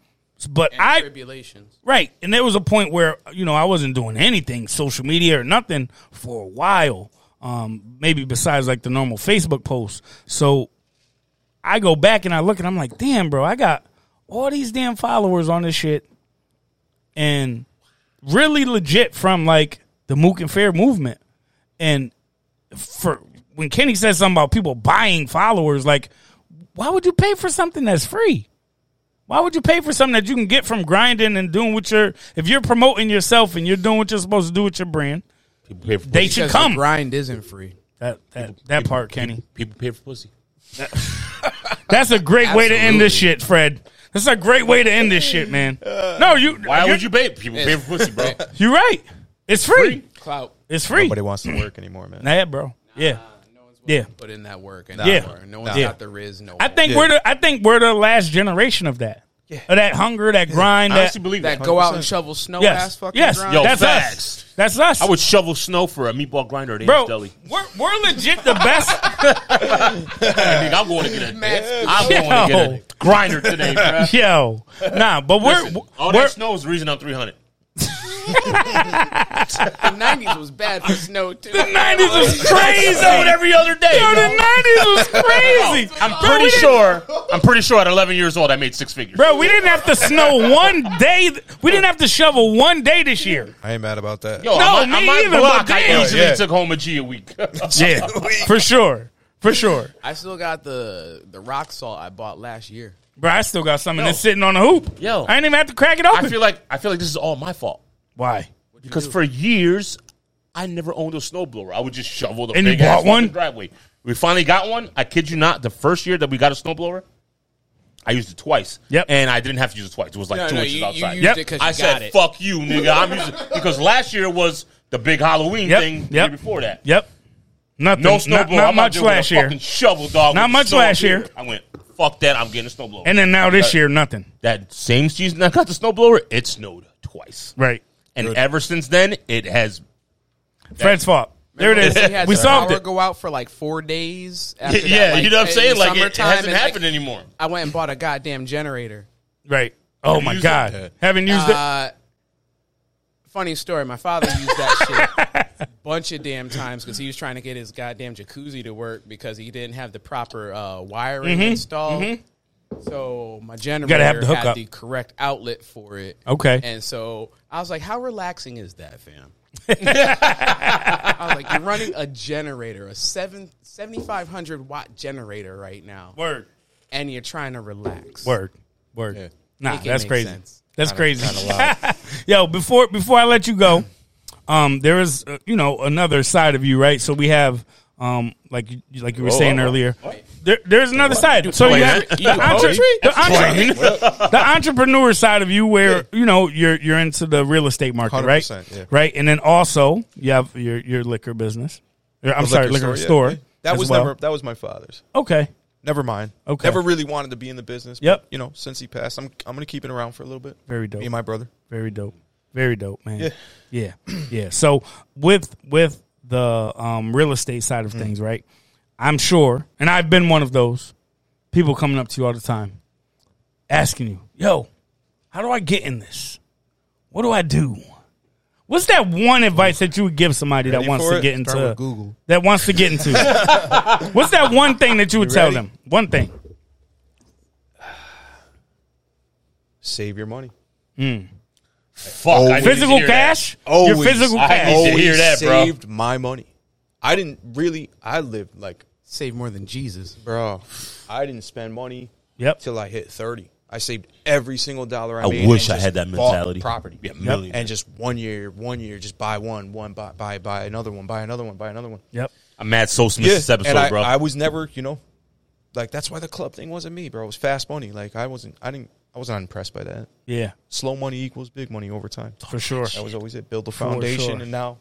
Speaker 2: but I
Speaker 4: tribulations.
Speaker 2: Right. And there was a point where, you know, I wasn't doing anything, social media or nothing for a while. Um, maybe besides like the normal Facebook posts. So I go back and I look and I'm like, damn, bro, I got all these damn followers on this shit. And really legit from like the Mook and Fair movement. And for when Kenny says something about people buying followers, like, why would you pay for something that's free? Why would you pay for something that you can get from grinding and doing what you're if you're promoting yourself and you're doing what you're supposed to do with your brand?
Speaker 3: People pay for
Speaker 2: They
Speaker 3: pussy.
Speaker 2: should
Speaker 4: The
Speaker 2: come.
Speaker 4: grind isn't free.
Speaker 2: That that, that part, Kenny.
Speaker 3: People pay for pussy.
Speaker 2: That's a great way to end this shit, Fred. That's a great way to end this shit, man. No, you.
Speaker 3: Why
Speaker 2: you're,
Speaker 3: would you pay? People pay for pussy, bro.
Speaker 2: You're right. It's free.
Speaker 4: Clout.
Speaker 2: It's free.
Speaker 5: Nobody wants to work anymore, man.
Speaker 2: Nah, bro. Yeah,
Speaker 4: No one's
Speaker 2: yeah.
Speaker 4: put in that work. And
Speaker 2: Yeah.
Speaker 4: yeah. No one's
Speaker 5: Yeah.
Speaker 4: got the riz. No.
Speaker 2: I
Speaker 4: one.
Speaker 2: think we're the. I think we're the last generation of that. Of that hunger, that grind,
Speaker 3: I
Speaker 2: that.
Speaker 3: honestly believe that.
Speaker 4: that go out and shovel snow ass
Speaker 2: Yes,
Speaker 4: fucking
Speaker 2: yes.
Speaker 4: grind.
Speaker 3: Yo,
Speaker 2: that's us.
Speaker 3: facts.
Speaker 2: That's us.
Speaker 3: I would shovel snow for a meatball grinder at
Speaker 2: bro,
Speaker 3: Ames Deli.
Speaker 2: we're we're legit the best.
Speaker 3: I think I'm going to get a.
Speaker 8: Max-
Speaker 3: I'm going to
Speaker 2: Yo.
Speaker 3: get a grinder today, bro.
Speaker 2: Yo, nah, but we're we're,
Speaker 3: All that snow is the reason I'm 300.
Speaker 8: The nineties was bad for snow too.
Speaker 2: The nineties was crazy.
Speaker 3: Snowed every other day.
Speaker 2: Yo, the nineties was crazy.
Speaker 3: I'm
Speaker 2: Bro,
Speaker 3: pretty
Speaker 2: we didn't-
Speaker 3: sure. I'm pretty sure at 11 years old, I made six figures.
Speaker 2: Bro, we didn't have to snow one day. th- We didn't have to shovel one day this year.
Speaker 5: I ain't mad about that.
Speaker 3: Yo,
Speaker 2: No,
Speaker 3: on my, on
Speaker 2: me
Speaker 3: my
Speaker 2: either, but
Speaker 3: block, I
Speaker 2: damn.
Speaker 3: easily
Speaker 5: Yeah.
Speaker 3: took home a G a week.
Speaker 2: Yeah, for sure, for sure.
Speaker 4: I still got the the rock salt I bought last year.
Speaker 2: Bro, I still got some of this sitting on the hoop.
Speaker 3: Yo.
Speaker 2: I ain't even have to crack it open.
Speaker 3: I feel like I feel like this is all my fault
Speaker 2: Why?
Speaker 3: because for years I never owned a snowblower. I would just shovel the
Speaker 2: And you
Speaker 3: big ass
Speaker 2: bought one?
Speaker 3: fucking driveway. We finally got one. I kid you not. The first year that we got a snowblower, I used it twice.
Speaker 2: Yep.
Speaker 3: and I didn't have to use it twice. It was like two
Speaker 8: no,
Speaker 3: inches
Speaker 8: you- you
Speaker 3: outside.
Speaker 8: used
Speaker 2: Yep.
Speaker 8: it 'cause
Speaker 3: I
Speaker 8: you
Speaker 3: said,
Speaker 8: got it.
Speaker 3: "Fuck you, nigga." I'm using because last year was the big Halloween
Speaker 2: Yep,
Speaker 3: thing. The
Speaker 2: yep.
Speaker 3: year before that,
Speaker 2: Yep. Nothing.
Speaker 3: no
Speaker 2: Not-
Speaker 3: snowblower.
Speaker 2: Not,
Speaker 3: I'm out
Speaker 2: much
Speaker 3: there with a
Speaker 2: last year.
Speaker 3: fucking Shovel dog.
Speaker 2: Not
Speaker 3: with a
Speaker 2: much
Speaker 3: snow
Speaker 2: last
Speaker 3: blower.
Speaker 2: year.
Speaker 3: I went. Fuck that! I'm getting a snowblower.
Speaker 2: And then now this year, nothing.
Speaker 3: that same season I got the snowblower, it snowed twice.
Speaker 2: Right.
Speaker 3: And ever since then, it has.
Speaker 2: Fred's fault. There it
Speaker 4: Remember when
Speaker 2: is. We
Speaker 4: the
Speaker 2: solved
Speaker 4: power
Speaker 2: it.
Speaker 4: Go out for like four days. After that,
Speaker 3: Yeah,
Speaker 4: like,
Speaker 3: you know what I'm
Speaker 4: in
Speaker 3: saying? Like, it, it
Speaker 4: summertime,
Speaker 3: hasn't
Speaker 4: and, like,
Speaker 3: happened anymore.
Speaker 4: I went and bought a goddamn generator.
Speaker 2: Right. Oh my
Speaker 3: used
Speaker 2: God.
Speaker 3: it?
Speaker 2: Haven't used it.
Speaker 4: Uh, funny story. My father used that shit a bunch of damn times because he was trying to get his goddamn jacuzzi to work because he didn't have the proper uh, wiring installed. So my generator
Speaker 2: Mm-hmm. have the
Speaker 4: had
Speaker 2: hookup.
Speaker 4: the correct outlet for it.
Speaker 2: Okay.
Speaker 4: and so I was like, "How relaxing is that, fam?" I was like,
Speaker 7: I'm running a generator, a seven, 7,500 watt generator right now,
Speaker 2: Word.
Speaker 7: and you're trying to relax.
Speaker 2: Word. Word. Nah,
Speaker 7: Make it
Speaker 2: that's
Speaker 7: make
Speaker 2: crazy.
Speaker 7: sense.
Speaker 2: That's crazy. Yo, before before I let you go, um, there is uh, you know another side of you, right? So we have um, like you- like
Speaker 5: Oh,
Speaker 2: you were saying earlier, there, there's another side. So you have the, entre- the, entre- the entrepreneur side of you, where you know you're you're into the real estate market, right?
Speaker 5: 100%, yeah.
Speaker 2: Right, and then also you have your your liquor business. Or, I'm sorry, liquor, store.
Speaker 5: yeah. That
Speaker 2: as
Speaker 5: was
Speaker 2: well.
Speaker 5: never that was my father's.
Speaker 2: okay.
Speaker 5: Never mind.
Speaker 2: Okay.
Speaker 5: Never really wanted to be in the business. but,
Speaker 2: Yep.
Speaker 5: you know, since he passed, I'm I'm gonna keep it around for a little bit.
Speaker 2: Very dope.
Speaker 5: Me and my brother.
Speaker 2: Very dope. Very dope, man. Yeah. Yeah. So with with the um, real estate side
Speaker 5: Mm.
Speaker 2: of things, right? I'm sure, and I've been one of those people coming up to you all the time, asking you, "Yo, how do I get in this? What do I do?" What's that one advice that you would give somebody that
Speaker 5: Ready
Speaker 2: wants
Speaker 5: for
Speaker 2: to
Speaker 5: it?
Speaker 2: get
Speaker 5: Start
Speaker 2: into
Speaker 5: with Google.
Speaker 2: That wants to get into. What's that one thing that you would tell
Speaker 5: ready?
Speaker 2: them? One thing.
Speaker 5: Save your money.
Speaker 3: Fuck, I need to
Speaker 2: Oh. Physical
Speaker 3: hear that.
Speaker 2: cash? Your physical
Speaker 3: I
Speaker 2: cash.
Speaker 3: need to hear that, bro.
Speaker 5: saved my money. I didn't really. I lived like
Speaker 7: Save more than Jesus.
Speaker 5: bro. I didn't spend money
Speaker 2: Yep.
Speaker 5: till I hit thirty. I saved every single dollar I,
Speaker 3: I
Speaker 5: made.
Speaker 3: wish
Speaker 5: and
Speaker 3: I
Speaker 5: just
Speaker 3: had that
Speaker 5: bought
Speaker 3: mentality.
Speaker 5: Property,
Speaker 3: Yeah, million.
Speaker 5: and just one year, one year, just buy one, one buy, buy, buy another one, buy another one, buy another one.
Speaker 2: Yep.
Speaker 3: I'm mad so Smith this episode,
Speaker 5: and I,
Speaker 3: bro.
Speaker 5: I was never, you know, like that's why the club thing wasn't me, bro. It was fast money. Like I wasn't, I didn't, I was not impressed by that.
Speaker 2: Yeah.
Speaker 5: Slow money equals big money over time.
Speaker 2: For sure.
Speaker 5: That was always it. Build the foundation,
Speaker 2: sure.
Speaker 5: and now,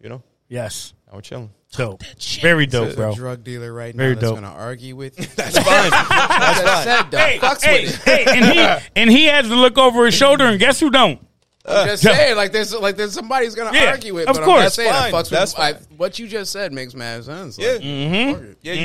Speaker 5: you know,
Speaker 2: Yes.
Speaker 5: now we're chilling.
Speaker 2: Dope. Very dope, bro.
Speaker 7: Drug dealer right
Speaker 2: Very
Speaker 7: now
Speaker 2: dope.
Speaker 7: that's going to argue with you.
Speaker 5: That's fine.
Speaker 7: That dog fucks
Speaker 2: hey,
Speaker 7: with it.
Speaker 2: hey, and he and he has to look over his shoulder, and guess who don't?
Speaker 7: Just saying, like there's like there's somebody who's gonna
Speaker 2: Yeah,
Speaker 7: argue with.
Speaker 2: of
Speaker 7: but
Speaker 2: course.
Speaker 7: I'm just saying, I
Speaker 5: Fine,
Speaker 7: fucks with-
Speaker 5: that's
Speaker 7: I-
Speaker 5: fine.
Speaker 7: what you just said makes mad sense. Like,
Speaker 5: Yeah,
Speaker 3: Mm-hmm.
Speaker 5: yeah. You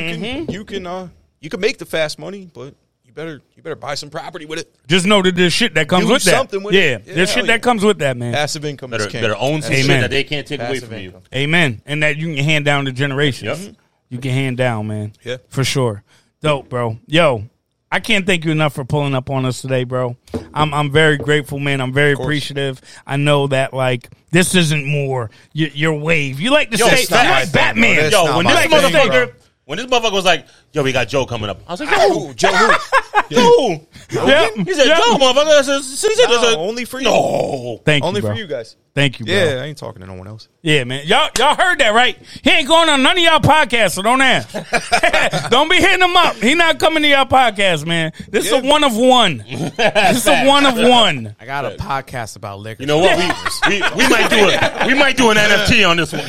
Speaker 5: can, you can, uh, you can make the fast money, but you better, you better buy some property with it.
Speaker 2: Just know that there's shit that comes
Speaker 5: Do
Speaker 2: with that.
Speaker 5: something with
Speaker 2: yeah,
Speaker 5: it. Yeah,
Speaker 2: there's shit
Speaker 5: hell yeah.
Speaker 2: that comes with that, man.
Speaker 5: Passive income
Speaker 3: better,
Speaker 5: is king.
Speaker 3: better own some
Speaker 2: Amen.
Speaker 5: That's
Speaker 3: shit that they can't take away
Speaker 5: Passive
Speaker 3: from you.
Speaker 5: income.
Speaker 2: Amen. And that you can hand down to generations.
Speaker 3: Yep.
Speaker 2: You can hand down, man.
Speaker 5: Yeah.
Speaker 2: For sure. Dope, bro. Yo, I can't thank you enough for pulling up on us today, bro. I'm I'm very grateful, man. I'm very appreciative. I know that like this isn't more your, your wave. You like to
Speaker 3: Yo,
Speaker 2: say
Speaker 3: it's not
Speaker 2: you're
Speaker 3: my
Speaker 2: like
Speaker 3: thing,
Speaker 2: Batman.
Speaker 5: That's
Speaker 3: Yo,
Speaker 5: not
Speaker 3: when
Speaker 5: my
Speaker 3: this
Speaker 2: thing,
Speaker 3: motherfucker,
Speaker 5: bro.
Speaker 3: when this motherfucker was like, "Yo, we got Joe coming up," I was like, "Yo,
Speaker 5: Ooh, Joe, who?
Speaker 3: Joe."
Speaker 2: Yep.
Speaker 3: He said,
Speaker 2: Yep.
Speaker 3: "Joe, motherfucker." I said, "So he said,
Speaker 5: No,
Speaker 3: there's a-
Speaker 5: only for you.
Speaker 3: No,
Speaker 2: Thank
Speaker 5: only
Speaker 2: you, bro.
Speaker 5: for you guys.
Speaker 2: Thank you, bro.
Speaker 5: Yeah, I ain't talking to no one else.
Speaker 2: Yeah, man. Y'all y'all heard that, right? He ain't going on none of y'all podcasts, so don't ask. don't be hitting him up. He not coming to y'all podcast, man. This is a one of one. this is a one of one.
Speaker 7: I got a podcast about liquor.
Speaker 3: You know what? We, we we might do it. We might do an NFT on this one.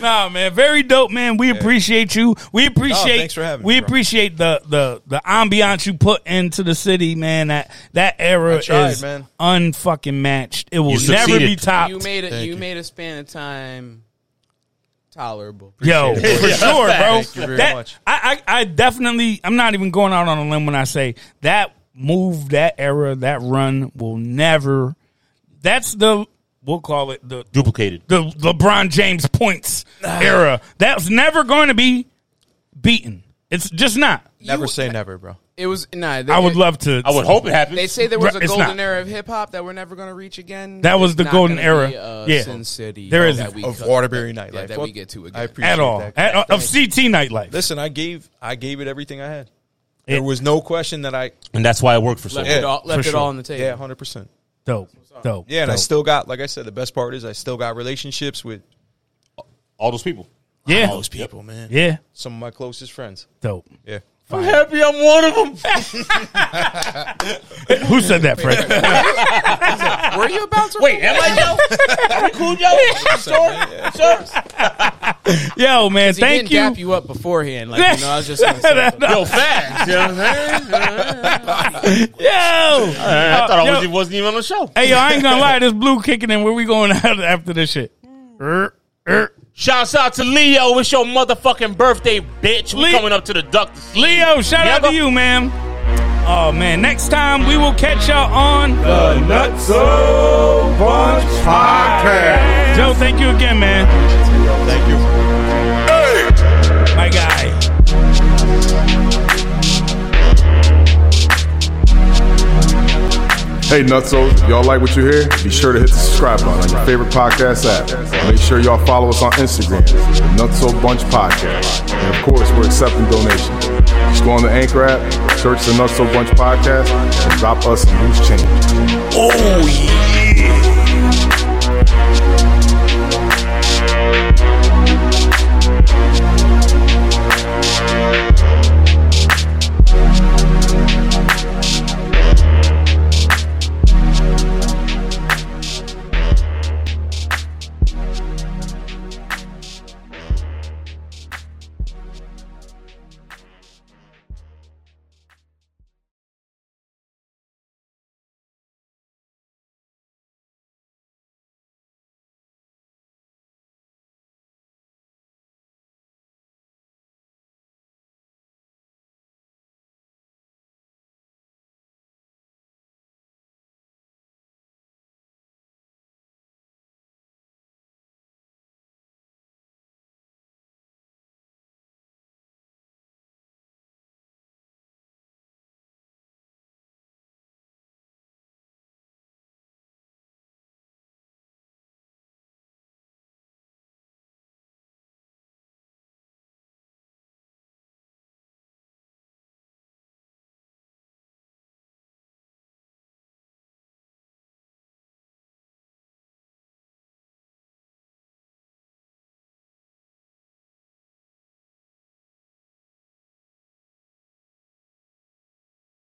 Speaker 2: Nah, man. Very dope, man. We appreciate you. We appreciate
Speaker 5: thanks for having me,
Speaker 2: we
Speaker 5: bro.
Speaker 2: appreciate the the the ambiance you put into the city, man. That that era
Speaker 5: I tried,
Speaker 2: is
Speaker 5: man.
Speaker 2: unfucking matched. It will
Speaker 3: You
Speaker 2: never be
Speaker 3: succeeded.
Speaker 2: topped.
Speaker 7: you made it. You, made a span of time tolerable.
Speaker 2: Yo, for sure, bro.
Speaker 5: Thank you very
Speaker 2: that,
Speaker 5: much.
Speaker 2: I, I, I definitely, I'm not even going out on a limb when I say that move, that era, that run will never. That's the we'll call it the
Speaker 3: Duplicated.
Speaker 2: the LeBron James points era. That's never going to be beaten. It's just not.
Speaker 5: Never say never, bro.
Speaker 7: It was nah.
Speaker 2: I would love to.
Speaker 3: I would hope it happens.
Speaker 7: They say there was a
Speaker 2: It's
Speaker 7: golden
Speaker 2: not.
Speaker 7: era of hip hop that we're never going to reach again.
Speaker 2: That was
Speaker 7: It's
Speaker 2: the
Speaker 7: not
Speaker 2: golden
Speaker 7: gonna
Speaker 2: era.
Speaker 7: Be, uh,
Speaker 2: Yeah.
Speaker 7: Sin City.
Speaker 2: There
Speaker 7: that
Speaker 2: is-
Speaker 7: we
Speaker 5: Of
Speaker 7: cut-
Speaker 5: Waterbury
Speaker 7: that-
Speaker 5: nightlife.
Speaker 7: yeah, that
Speaker 5: Fuck.
Speaker 7: we get to
Speaker 5: I
Speaker 7: again.
Speaker 5: appreciate
Speaker 2: at all
Speaker 5: that.
Speaker 2: At- uh, of CT nightlife.
Speaker 5: Listen, I gave I gave it everything I had. There was no question that I
Speaker 3: and that's why it worked for so
Speaker 7: Left
Speaker 3: long.
Speaker 7: it all, left
Speaker 2: for
Speaker 7: it all
Speaker 2: sure.
Speaker 7: on the table.
Speaker 5: yeah, hundred percent.
Speaker 2: dope, dope.
Speaker 5: Yeah, and I
Speaker 2: dope.
Speaker 5: still got like I said, the best part is I still got relationships with
Speaker 3: All those people.
Speaker 2: yeah,
Speaker 5: people, man.
Speaker 2: yeah,
Speaker 5: Some of my closest friends.
Speaker 2: dope.
Speaker 5: Yeah.
Speaker 3: I'm happy I'm one of them.
Speaker 2: Who said that, Fred?
Speaker 7: Were you about to?
Speaker 3: Wait, am I yo? Are we cool, yo? Sure, sure.
Speaker 2: Yo, man,
Speaker 7: He
Speaker 2: thank
Speaker 7: didn't
Speaker 2: you.
Speaker 7: dap you up beforehand. Like you know, I was just gonna say,
Speaker 3: Yo, facts. You know what I'm saying?
Speaker 2: Yo,
Speaker 3: I thought I
Speaker 2: yo.
Speaker 3: was, it wasn't even on the show.
Speaker 2: hey, yo, I ain't gonna lie. This blue kicking in. Where we going out after this shit? Er, er.
Speaker 3: Shouts out to Leo. It's your motherfucking birthday, bitch. We
Speaker 2: Le-
Speaker 3: coming up to the duck. to see you.
Speaker 2: Leo, shout out
Speaker 3: Never-
Speaker 2: to you, man. Oh man, next time we will catch y'all on the
Speaker 1: So Bunch Podcast.
Speaker 2: Joe. Thank you again, man. Thank you, my guy.
Speaker 1: Hey, Nutsos, y'all like what you hear? Be sure to hit the subscribe button on your favorite podcast app. Make sure y'all follow us on Instagram, the Nutso Bunch Podcast. And of course, we're accepting donations. Just go on the Anchor app, search the Nutso Bunch Podcast, and drop us some loose change.
Speaker 3: Oh, yeah.